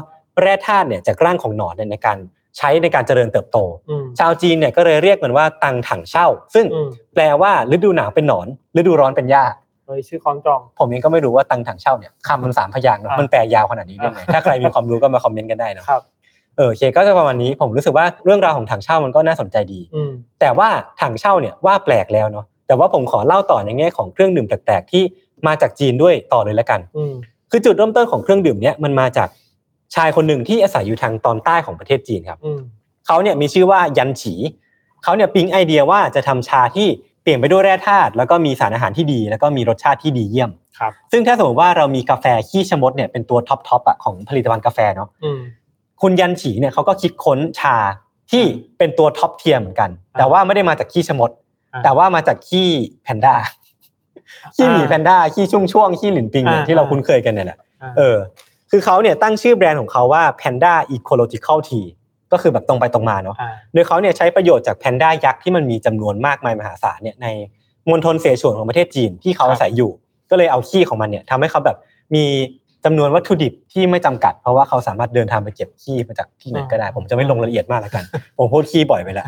Speaker 2: แร่ธาตุเนี่ยจากร่างของหนอนเนี่ยในการใช้ในการเจริญเติบโต
Speaker 3: อืม
Speaker 2: ชาวจีนเนี่ยก็เลยเรียกมันว่าตังถังเช่า ซึ่ง
Speaker 3: อืม
Speaker 2: แปลว่าฤดูหนาวเป็นหนอน ฤดูร้อนเป็นหญ้า
Speaker 3: เฮ้ยชื่อคล้องจอง
Speaker 2: ผมเองก็ไม่รู้ว่าตังถังเช่าเนี่ยคำมันสามพยางค์เนอะ
Speaker 3: อ่ะ
Speaker 2: มันแปลยาวขนาดนี้ได้ไง
Speaker 3: อ่ะ
Speaker 2: ถ้าใครมีความรู้ก็มาคอมเมนต์กันได้เนอะ
Speaker 3: ครับ
Speaker 2: เออโอเคก็จะประมาณนี้ผมรู้สึกว่าเรื่องราวของถังเช่ามันก็น่าสนใจดี
Speaker 3: อืม
Speaker 2: แต่ว่าถังเช่าเนี่ยว่าแปลกแล้วเนาะแต่ว่าผมขอเล่าต่อในแง่ของเครื่องดื่มแปลกๆที่มาจากจีนด้วยต่อเลยละกัน
Speaker 3: อืม
Speaker 2: คือจุดเริ่มต้นของเครื่องดื่มเนี่ยมันมาจากชายคนหนึ่งที่อาศัยอยู่ทางตอนใต้ของประเทศจีนครับ
Speaker 3: อืม
Speaker 2: เขาเนี่ยมีชื่อว่ายันฉี เขาเนี่ยปิ๊งไอเดียว่าจะทำชาที่เปลี่ยนไปด้วยแร่ธาตุแล้วก็มีสารอาหารที่ดี แล้วก็มีรสชาติที่ดีเยี่ยม
Speaker 3: ครับ
Speaker 2: ซึ่งถ้าสมมติว่าเรามีกาแฟขี้ชะมดเนี่ยเป็นตัวท็อปทอปอะของผลิตภัณฑ์กาแฟเนาะ
Speaker 3: อืม
Speaker 2: คุณยันฉีเนี่ยเขาก็คิดค้นชาที่เป็นตัวท็อปเทียมเหมือนกัน แต่ว่าไม่ได้มาจากขี้ชะมด
Speaker 3: อ่า
Speaker 2: แต่ว่ามาจากขี้แพนด้า ขี้หมีแพนด้า ขี้ชุ่งช่วง ขี้หลินปิงเนี่ย
Speaker 3: อ่า
Speaker 2: ที่เราคุ้นเคยกันเนี่ยแหละ
Speaker 3: อ่า
Speaker 2: เออ คือเขาเนี่ยตั้งชื่อแบรนด์ของเขาว่า Panda Ecological Tea ก็คือแบบตรงไปตรงมาเนาะ
Speaker 3: อ่า
Speaker 2: โดยเขาเนี่ยใช้ประโยชน์จากแพนด้ายักษ์ที่มันมีจำนวนมากมายมหาศาลเนี่ยในมณฑลเสฉวนของประเทศจีนที่เขา
Speaker 3: ครับ
Speaker 2: อาศัยอยู่ ก็เลยเอาขี้ของมันเนี่ยทำให้เขาแบบมีจำนวนวัตถุดิบที่ไม่จำกัด เพราะว่าเขาสามารถเดินทางไปเก็บขี้มาจากที่ไหนก็ได้ ผมจะไม่ลงรายละเอียดมากแล้วกัน ผมพูดขี้บ่อยไปแล้ว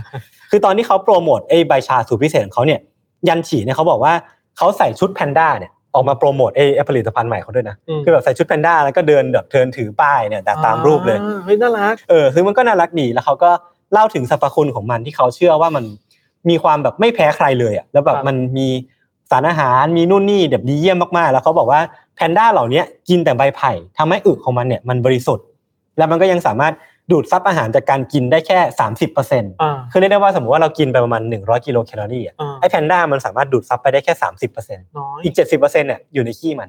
Speaker 2: คือตอนที่เขาโปรโมทไอ้ใบชาสูตรพิเศษของเขาเนี่ยยันฉีเนี่ยเขาบอกว่าเขาใส่ชุดแพนด้าเนี่ยออกมาโปรโมทไอ้ไอ้ผลิตภัณฑ์ใหม่เขาด้วยนะ
Speaker 3: ม
Speaker 2: คือแบบใส่ชุดแพนด้าแล้วก็เดินแบบเทินถือป้ายเนี่ยตามรูปเลย
Speaker 3: อ่าเฮ้ยน่ารัก
Speaker 2: เออคือมันก็น่ารักดี แล้วเขาก็เล่าถึงสรรพคุณของมันที่เขาเชื่อว่ามันมีความแบบไม่แพ้ใครเลยอ่ะ แล้วแบบ
Speaker 3: ครับ
Speaker 2: มันมีสารอาหาร มีนู่นนี่แบบดีเยี่ยมมากๆ แล้วเขาบอกว่าแพนด้าเหล่าเนี้ยกินแต่ใบไผ่ทำให้อึของมันเนี่ยมันบริสุทธิ์ แล้วมันก็ยังสามารถดูดซับอาหารจากการกินได้แค่ 30%
Speaker 3: อ่า
Speaker 2: คือเรียกได้ว่าสมมติว่าเรากินไปประมาณ 100กิโลแคลอรี่อ่ะ
Speaker 3: อ่า
Speaker 2: ไอ้แพนด้ามันสามารถดูดซับไปได้แค่ 30%
Speaker 3: น้อย
Speaker 2: อีก 70%เนี่ยอยู่ในขี้มัน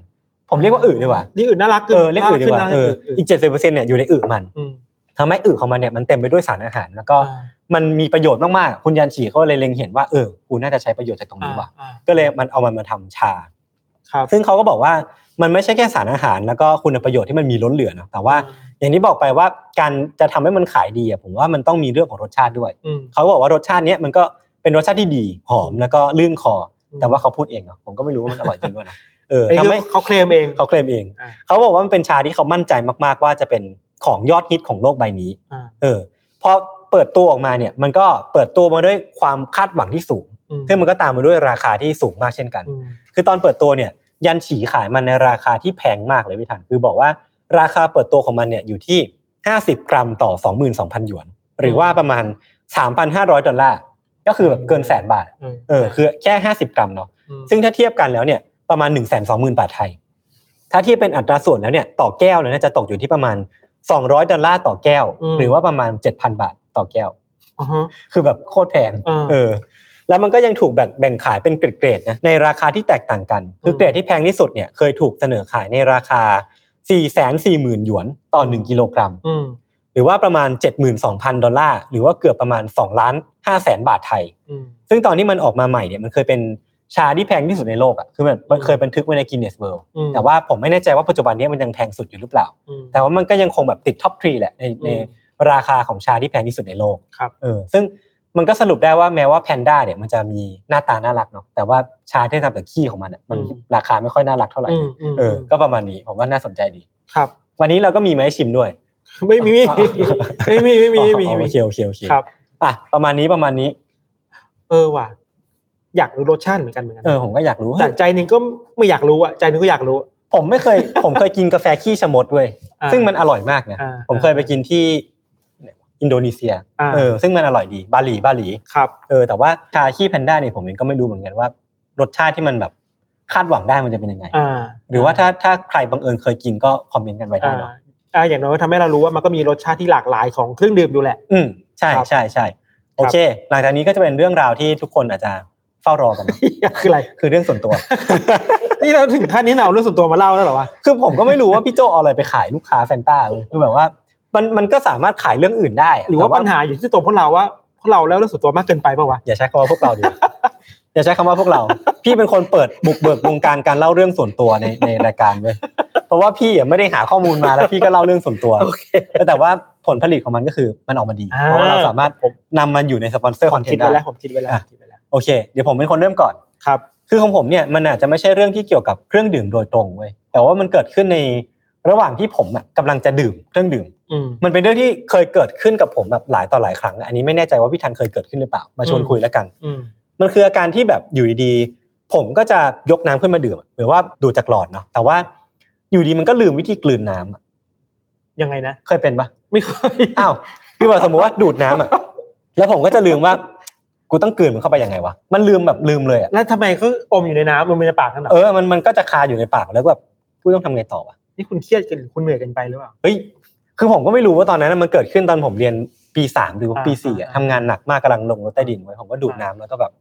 Speaker 2: ผมเรียกว่าอึดีกว่า
Speaker 3: นี่อื่นน่ารัก
Speaker 2: เออเรียกอึดีกว่า
Speaker 3: น่รั
Speaker 2: เออ
Speaker 3: ขึ้นน่รั
Speaker 2: อีก 70%เนี่ยอยู่ในอึมัน
Speaker 3: อืม
Speaker 2: ทำให้อึของมันเนี่ยมันเต็มไปด้วยสารอาหาร แล้วก็
Speaker 3: อ่า
Speaker 2: มันมีประโยชน์มากๆ คุณยันฉีเขาเลยเล็งเห็นว่าเออกูน่าจะใช้ประโยชน์จากตรงนี้ว่ะ
Speaker 3: อ่า
Speaker 2: ก็เลยมันเอามันมาทำชา
Speaker 3: ครับ
Speaker 2: ซึ่งเขาก็บอกว่ามันไม่ใช่แค่สารอาหาร แล้วก็คุณประโยชน์ที่มันมีล้นเหลือนะแต่ว่าอย่างที่บอกไปว่าการจะทำให้มันขายดีอะผมว่ามันต้องมีเรื่องของรสชาติด้วย
Speaker 3: อืม
Speaker 2: เขาบอกว่ารสชาติเนี้ยมันก็เป็นรสชาติที่ดีหอมแล้วก็ลื่นคอ แต่ว่าเขาพูดเองเนาะผมก็ไม่รู้ว่ามันอร่อยจริงด้วยนะเออ
Speaker 3: ไอ้
Speaker 2: ทำ
Speaker 3: เรื่
Speaker 2: ให้
Speaker 3: องเขาเคลมเอง
Speaker 2: เขาเคลมเอง
Speaker 3: อ่า
Speaker 2: เขาบอกว่ามันเป็นชาที่เขามั่นใจมากๆว่าจะเป็นของยอดฮิตของโลกใบนี้
Speaker 3: อ่า
Speaker 2: เออพอเปิดตัวออกมาเนี่ยมันก็เปิดตัวมาด้วยความคาดหวังที่สูง
Speaker 3: อืม
Speaker 2: ซึ่งมันก็ตามมาด้วยราคาที่สูงมากเช่นกัน
Speaker 3: อืม
Speaker 2: คือตอนเปิดตัวเนี่ยยันฉีขายมันในราคาที่แพงมากเลยพี่ทันคือบอกว่าราคาเปิดตัวของมันเนี่ยอยู่ที่ 50 กรัมต่อ 22,000 หยวน หรือว่าประมาณ 3,500 ดอลลาร์ก็คือแบบเกินแสนบาท
Speaker 3: เออ
Speaker 2: เออคือแค่ 50 กรัมเนาะ
Speaker 3: ม
Speaker 2: ซึ่งถ้าเทียบกันแล้วเนี่ยประมาณ 1 2 0 0 0 0 บาทไทย ถ้าเทียบเป็นอัตราส่วนแล้วเนี่ยต่อแก้วเนี่ยน่าจะตกอยู่ที่ประมาณ 200 ดอลลาร์ต่อแก้ว หรือว่าประมาณ 7,000 บาทต่อแก้ว
Speaker 3: อ่าฮะ
Speaker 2: คือแบบโคตรแพง
Speaker 3: อ่า
Speaker 2: เออ แล้วมันก็ยังถูกแบ่งแบ่งขายเป็นเกรดๆนะในราคาที่แตกต่างกัน คือเกรดที่แพงที่สุดเนี่ยเคยถูกเสนอขายในราคา 440,000 หยวนต่อ 1 กิโลกรัม
Speaker 3: อืม
Speaker 2: หรือว่าประมาณ 72,000 ดอลลาร์ หรือว่าเกือบประมาณ2ล้าน5แสนบาทไทย
Speaker 3: อืม
Speaker 2: ซึ่งตอนที่มันออกมาใหม่เนี่ยมันเคยเป็นชาที่แพงที่สุดในโลกอ่ะคือมันมันเคยบันทึกไว้ในกินเนสเวิลด์
Speaker 3: อืม
Speaker 2: แต่ว่าผมไม่แน่ใจว่าปัจจุบันนี้มันยังแพงสุดอยู่หรือเปล่า
Speaker 3: อืม
Speaker 2: แต่ว่ามันก็ยังคงแบบติดท็อปทรีแหละในใน
Speaker 3: อืม
Speaker 2: ราคาของชาที่แพงที่สุดในโลก
Speaker 3: ครับ
Speaker 2: เออซึ่งมันก็สรุปได้ว่าแม้ว่าแพนด้าเนี่ยมันจะมีหน้าตาน่ารักเนาะแต่ว่าชาที่ทำจากขี้ของมันอะมันราคาไม่ค่อยน่ารักเท่าไหร่
Speaker 3: อืมอืม
Speaker 2: เออก็ประมาณนี้ผมว่าน่าสนใจดี
Speaker 3: ครับ
Speaker 2: วันนี้เราก็มีมาให้ชิมด้วย
Speaker 3: ไม่มีไม่มีไม่มีไม่มี
Speaker 2: อ๋อโอ
Speaker 3: ไม่มี
Speaker 2: เคโอเคโอเค
Speaker 3: ครับ
Speaker 2: อ่ะประมาณนี้ประมาณนี้
Speaker 3: เออว่ะอยากรู้รสชาติเหมือนกันเหมือนกัน
Speaker 2: เออผมก็อยากรู้
Speaker 3: แต่
Speaker 2: เฮ้ย
Speaker 3: ใจหนึงก็ไม่อยากรู้อ่ะใจหนึงก็อยากรู้
Speaker 2: ผมไม่เคย ผมเคยกินกาแฟขี้ชะมดเว้ย
Speaker 3: อ่า
Speaker 2: ซึ่งมันอร่อยมากนะ
Speaker 3: อ่า
Speaker 2: ผมเคยไปกินที่อินโดนีเซีย
Speaker 3: อ่า
Speaker 2: เออซึ่งมันอร่อยดีบาหลีบาหลี
Speaker 3: ครับ
Speaker 2: เออแต่ว่าชาขี้แพนด้าเนี่ยผมเองก็ไม่รู้เหมือนกันว่ารสชาติที่มันแบบคาดหวังได้มันจะเป็นยังไง
Speaker 3: อ่า
Speaker 2: หรือว่าถ้าถ้าใครบังเอิญเคยกินก็คอมเมนต์กันไว้ได้
Speaker 3: อ่า
Speaker 2: เนาะ
Speaker 3: อ่าอย่างน้อยก็ทำให้เรารู้ว่ามันก็มีรสชาติที่หลากหลายของเครื่องดื่มอยู่แหละ *laughs*
Speaker 2: อืมใช่
Speaker 3: ครับ
Speaker 2: ใช่ใช่โอเค หลังจากนี้ก็จะเป็นเรื่องราวที่ทุกคนอาจจะเฝ้ารอกัน *laughs*
Speaker 3: คืออะไร *laughs*
Speaker 2: คือเรื่องส่วนตัว *laughs*
Speaker 3: นี่เราถึงขั้นนี้เราเอาเรื่องส่วนตัวมาเล่าแล้วเหรอวะ
Speaker 2: คือผมก็ไม่รู้ว่าพี่โจเอาอะไรไปขายลูกค้าแฟนต้าเลยคือแบบว่า มันมันก็สามารถขายเรื่องอื่นได้ะ
Speaker 3: หรือว่า
Speaker 2: แต่
Speaker 3: ปัญหาอยู่ที่ตัวพวกเราว่าพวกเราแล้วเรื่องส่วนตัวมากเกินไปปะวะ
Speaker 2: อย่าใช้คำว่าพวกเราดีก *laughs* ว่า อย่าใช้คำว่าพวกเรา พี่เป็นคนเปิดบุกเบิกวงการการเล่าเรื่องส่วนตัวในในรายการเว้ยเพราะว่าพี่อ่ะไม่ได้หาข้อมูลมาแล้วพี่ก็เล่าเรื่องส่วน
Speaker 3: *laughs*
Speaker 2: ตัวแต่ว่าผลผลิตของมันก็คือมันออกมาดี
Speaker 3: อ่า
Speaker 2: เพราะว่าเราสามารถนำมันอยู่ในสปอนเซอร์
Speaker 3: ผ
Speaker 2: คอ
Speaker 3: ม
Speaker 2: นเทน
Speaker 3: คิด
Speaker 2: ต์
Speaker 3: ไว้แล้ว
Speaker 2: ได้
Speaker 3: ผมคิดไว้แล้ว
Speaker 2: อ่ะ
Speaker 3: ผมคิดไว้แล้ว
Speaker 2: โอเค เดี๋ยวผมเป็นคนเริ่มก่อน
Speaker 3: ครับ
Speaker 2: คือของผมเนี่ยมันอาจจะไม่ใช่เรื่องที่เกี่ยวกับเครื่องดื่มโดยตรงเว้ยแต่ว่ามันเกิดขึ้นในระหว่างที่ผมอ่ะกำลังจะดื่มเครื่องดื่ม
Speaker 3: อืม
Speaker 2: มันเป็นเรื่องที่เคยเกิดขึ้นกับผมแบบหลายต่อหลายครั้งอันนี้ไม่แน่ใจว่าพี่ทันเคยเกิดขึ้นหรือเปล่ามาชวน
Speaker 3: อืม
Speaker 2: คุยแล้วกัน
Speaker 3: อืม
Speaker 2: มันคืออาการที่แบบอยู่ดีๆผมก็จะยกน้ำขึ้นมาดื่มหรือว่าดูดจากหลอดเนาะแต่ว่าอยู่ดีมันก็ลืมวิธีกลืนน้ำอะ
Speaker 3: ยังไงนะ
Speaker 2: เคยเป็นปะ
Speaker 3: ไม่เคย
Speaker 2: อ้าวคือแบบสมมติว่าดูดน้ำอ่ะแล้วผมก็จะลืมว่ากูต้องกลืนมันเข้าไปยังไงวะมันลืมแบบลืมเลยอ่ะ
Speaker 3: *laughs* แล้วทำไมเขาอมอยู่ในน้ำมันมีในปากนั่นหรอ
Speaker 2: เออมันมันก็จะคาอยู่ในปากแล้วก็แบบกูต้องทำไงต่อวะ
Speaker 3: นี่คุณเครียดกันหรือคุณเหนื่อยกันไปหรือเปล่า
Speaker 2: เฮ้ยคือผมก็ไม่รู้ว่าตอนนั้นนะมันเกิดขึ้นตอนผมเรียนปีสามหรือว่าปีสี่อะ
Speaker 3: อ่า
Speaker 2: ทำงานหนักมากกำลังลงรถใต้ดินไว้ผมก็ดูดน้ำแล้วก็แบบ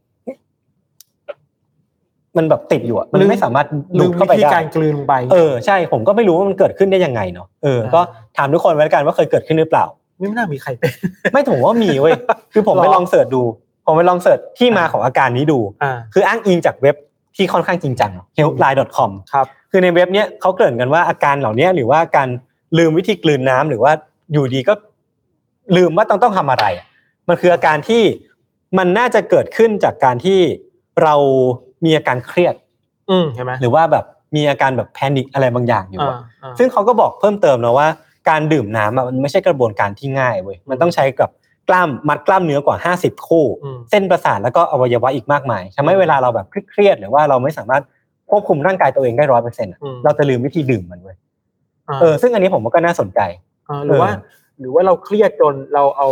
Speaker 2: มันแบบติดอยู่อะมันไม่สามารถ
Speaker 3: ลื
Speaker 2: ดูด
Speaker 3: มวิ
Speaker 2: เข้าไป
Speaker 3: ธี
Speaker 2: ได้
Speaker 3: การกลืนลงไป
Speaker 2: เออใช่ผมก็ไม่รู้ว่ามันเกิดขึ้นได้ยังไงเนาะเออ
Speaker 3: อ่า
Speaker 2: ก็ถามทุกคนไว้แล้วกันว่าเคยเกิดขึ้นหรือเปล่า
Speaker 3: ไม่น่ามีใครเป็น
Speaker 2: ไม่ถูกว่ามีเว้
Speaker 3: *laughs*
Speaker 2: ยคือผม
Speaker 3: หรอ
Speaker 2: ไปลองเสิร์ชดู ผมไปลองเสิร์ชที่มาของอาการนี้ดู
Speaker 3: อ่า
Speaker 2: คืออ้างอิงจากเว็บที่ค่อนข้างจริงจัง healthline.com
Speaker 3: ครับ
Speaker 2: คือในเว็บเนี้ยเขาเกริ่นกันว่าอาการเหล่าเนี้ยหรือว่าการลืมวิธีกลืนน้ำหรือว่าอยู่ดีก็ลืมว่าต้องต้องทำอะไรอะมันคืออาการที่มันน่าจะเกิดขึ้นจากการที่เรามีอาการเครียด
Speaker 3: อืมเห็นไหม
Speaker 2: หรือว่าแบบมีอาการแบบแพนิคอะไรบางอย่างอยู่อะ
Speaker 3: อ่าอ่า
Speaker 2: ซึ่งเขาก็บอกเพิ่มเติมนะว่าการดื่มน้ำอะมันไม่ใช่กระบวนการที่ง่ายเว้ยมันต้องใช้กับกล้ามมัดกล้ามเนื้อกว่า 50 คู่
Speaker 3: อืม
Speaker 2: เส้นประสาทแล้วก็อวัยวะอีกมากมายทำให้เวลาเราแบบเครียดๆหรือว่าเราไม่สามารถควบคุมร่างกายตัวเองได้ร้อยเปอร์เซ็นต์
Speaker 3: อืม
Speaker 2: เราจะลืมวิธีดื่มมันเว้ย
Speaker 3: า
Speaker 2: เออซึ่งอันนี้ผมว่าก็น่าสนใจ
Speaker 3: อ่าหรือว่า
Speaker 2: เออ
Speaker 3: หรือว่าเราเครียดจนเราเอา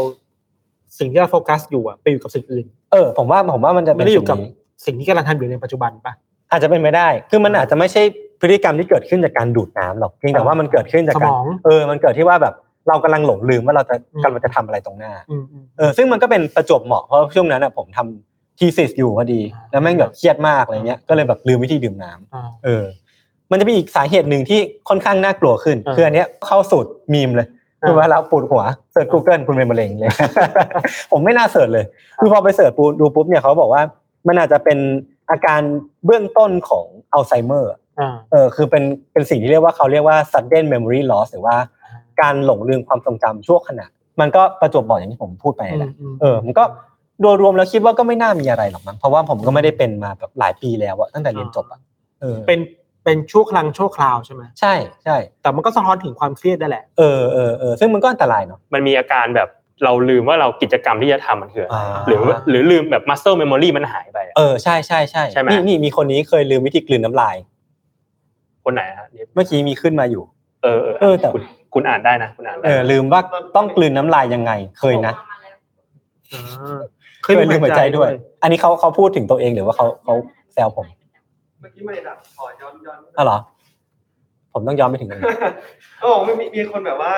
Speaker 3: สิ่งที่เราโฟกัสอยู่อะไปอยู่กับสิ่งอื่น
Speaker 2: เออผมว่าผมว่ามันจะเป็
Speaker 3: ไม่
Speaker 2: น
Speaker 3: ได้อยู่กับ
Speaker 2: สิ่งนี้
Speaker 3: สิ่งที่กำลังทำอยู่ในปัจจุบันปะ
Speaker 2: อาจจะเป็นไปได้ คือมันอาจจะไม่ใช่พฤติกรรมที่เกิดขึ้นจากการดูดน้ำหรอกเพียงแต่ว่ามันเกิดขึ้นจาก
Speaker 3: ส
Speaker 2: กาม ร
Speaker 3: อง
Speaker 2: เออมันเกิดที่ว่าแบบเรากำลังหลงลืมว่าเราจะ
Speaker 3: อืม
Speaker 2: กำลังจะทำอะไรตรงหน้า
Speaker 3: อืมอืม
Speaker 2: เออซึ่งมันก็เป็นประจวบเหมาะเพราะช่วงนั้นอ่ะผมทำทีสิสอยู่พอดี แล้วแม่งแบบเครียดมากอะไรเงี้ยก็เลยแบบลืมวิธีดื่มน้ำ
Speaker 3: อ่า
Speaker 2: เออ มันจะมีอีกสาเหตุหนึ่งที่ค่อนข้างน่ากลัวขึ้น
Speaker 3: อ่า
Speaker 2: คืออันเนี้ยเข้าสูตรมีมเลย
Speaker 3: อ่า
Speaker 2: คือว่าเราปวดหัวเสิร์ช Google คุณเป็นมะเร็งเลย *laughs* ผมไม่น่าเสิร์ชเลย คือพอไปเสิร์ชปูดูปุ๊บเนี่ยเขาบอกว่า มันอาจจะเป็นอาการเบื้องต้นของอัลไซเมอร์
Speaker 3: อ่า
Speaker 2: เออคือเป็นเป็นสิ่งที่เรียกว่าเขาเรียกว่า sudden memory loss หรือว่าการหลงลืมความทรงจำชั่วขณะ มันก็ประจวบเหมาะอย่างที่ผมพูดไปนั่นแหละ
Speaker 3: มม
Speaker 2: เออ มันก็โดยรวมแล้วคิดว่าก็ไม่น่ามีอะไรหรอกมั้ง เพราะว่าผมก็ไม่ได้เป็นมาแบบหลายปีแล้วอะตั้งแต่เรียนจบอะเออ
Speaker 3: เป็นเป็นชั่วครั้งชั่วคราวใช่ไหม
Speaker 2: ใช่ใช่
Speaker 3: แต่มันก็สะท้อนถึงความเครียดได้แหละ
Speaker 2: เออเออเออ ซึ่งมันก็อันตรายเนาะ
Speaker 4: มันมีอาการแบบเราลืมว่าเรากิจกรรมที่จะทำมันคืออะไร
Speaker 2: อ่า
Speaker 4: หรือว่าหรือลืมแบบ muscle memory มันหายไปอะ
Speaker 2: เออ ใช่ใช่ใช่
Speaker 4: ใช่ไหม
Speaker 2: นี่นี่มีคนนี้เคยลืมวิธีกลืนน้ำลาย
Speaker 4: คนไหนฮะเนี่ย
Speaker 2: เมื่อกี้มีขึ้นมาอยู่
Speaker 4: เออเออ
Speaker 2: เออแต่
Speaker 4: คุณคุณอ่านได้นะ คุณอ่านได้
Speaker 2: เออ ลืมว่าต้องกลืนน้ำลายยังไง เคยนะลืมหายใจด้วย อันนี้เขาเขาพูดถึงตัวเองหรือว่าเขาเขาแซวผม
Speaker 5: เมื่อกี้ไม่ดับขอย้อนย้อน
Speaker 2: อ้าวเหรอ ผมต้องย้อนไปถึงตรงนั้น
Speaker 5: ก็บอกว่ามีมีคนแบบว่า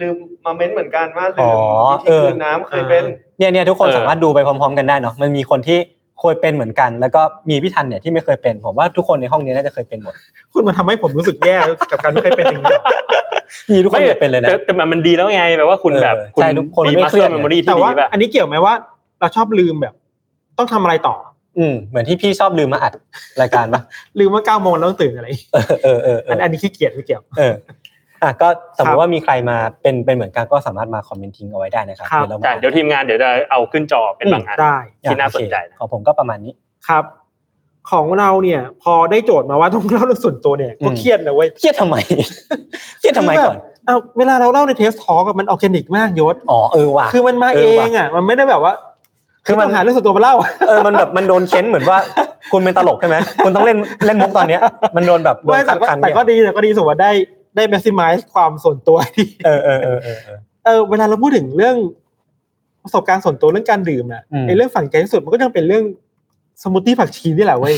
Speaker 5: ลืมมาเม้นเหมือนกันว่าลื
Speaker 2: อ๋
Speaker 5: ม
Speaker 2: อ
Speaker 5: วิธี
Speaker 2: เออ
Speaker 5: กลืนน้ำเคยเป็น
Speaker 2: เนี่ยเนี่ยทุกคนสามารถดูไปพร้อมๆกันได้เนาะมันมีคนที่ เคยเป็นเหมือนกัน แล้วก็มีพี่ทันเนี่ยที่ไม่เคยเป็น ผมว่าทุกคนในห้องนี้น่าจะเคยเป็นหมด
Speaker 3: คุณมันทำให้ผมรู้สึกแย่ กับการไม่เคยเป็นอย่า
Speaker 2: *laughs*
Speaker 3: งนี้
Speaker 2: มีทุกคนเคยเป็นเลยนะ
Speaker 4: แต่แต่มันดีแล้วไงแปลว่าคุณแบบ
Speaker 2: เออ
Speaker 4: คุณ
Speaker 2: ใช่ทุกคน
Speaker 4: มี
Speaker 2: ไม่
Speaker 4: มาส
Speaker 2: เครี
Speaker 4: เตอ
Speaker 2: ด
Speaker 4: ยร์เมมโมรี
Speaker 3: แต่
Speaker 4: ที่ดี
Speaker 3: ว่า
Speaker 4: แบบ
Speaker 3: อันนี้เกี่ยวไหมว่า เราชอบลืมแบบ ต้องทำอะไรต่อ
Speaker 2: อืมเหมือนที่พี่ชอบลืมมาอัดรายการปะ
Speaker 3: ลืมว่าเก้าโมงแล้วต้องตื่นอะไร
Speaker 2: เออเออเออเอ
Speaker 3: อั
Speaker 2: อน
Speaker 3: อันนี้ขี้เกียจไม่เกี่ยว
Speaker 2: เอออ่ะก็สมม
Speaker 3: ครับ
Speaker 2: ติว่ามีใครมาเป็นเป็นเหมือนกันก็สามารถมาคอมเมนต์ทิ้งเอาไว้ได้นะครับ
Speaker 3: ครับ
Speaker 2: เดี๋ยวเรามา
Speaker 4: ใช่เดี๋ยวทีมงานเดี๋ยวจะเอาขึ้นจอเป็นบางอัน
Speaker 3: ได้
Speaker 2: อ่ะ
Speaker 4: ที่น่าสนใจนะ
Speaker 2: โอเคของผมก็ประมาณนี้
Speaker 3: ครับ ของเราเนี่ย พอได้โจทย์มาว่าต้องเล่าเรื่องส่วนตัวเนี่ย ก็
Speaker 2: อืม
Speaker 3: เครียดเลยเว้ย
Speaker 2: เครียดทำไม *laughs* เครียดทำไมก่อน
Speaker 3: คืแบบเอาเวลาเราเล่าในเทสทอกับมันออร์แกนิกมากยศ
Speaker 2: อ๋อเออว่ะ
Speaker 3: คือมันมา
Speaker 2: เอ
Speaker 3: เอ
Speaker 2: อว่ะ
Speaker 3: งอ่ะ มันไม่ได้แบบว่า
Speaker 2: คือมัน
Speaker 3: ต้งหาเรื่องส่วนตัวมาเล่า
Speaker 2: เออมันแบบมันโดนเค้นเหมือนว่า *laughs* คุณเป็นตลกใช่ไหมคุณต้องเล่นเล่นมุกตอนเนี้ย มันโดนแบบโดน
Speaker 3: ไม่แต่
Speaker 2: คัด
Speaker 3: ก็
Speaker 2: คัน
Speaker 3: แต่
Speaker 2: เนี่ย
Speaker 3: ก็ดีแต่ก็ดีสมมติว่าได้ได้ maximize ความส่วน *laughs* ตัวที่
Speaker 2: เออเออเออเออเออ
Speaker 3: เออเวลาเราพูดถึงเรื่องประสบการณ์ส่วนตัวเรื่องการดื่มอ่ะ
Speaker 2: อืม
Speaker 3: ไอ้เรื่องฝังใจที่สุดมันก็ยังเป็นเรื่องสมูทตี้ผักชีนี่แหละเว้ย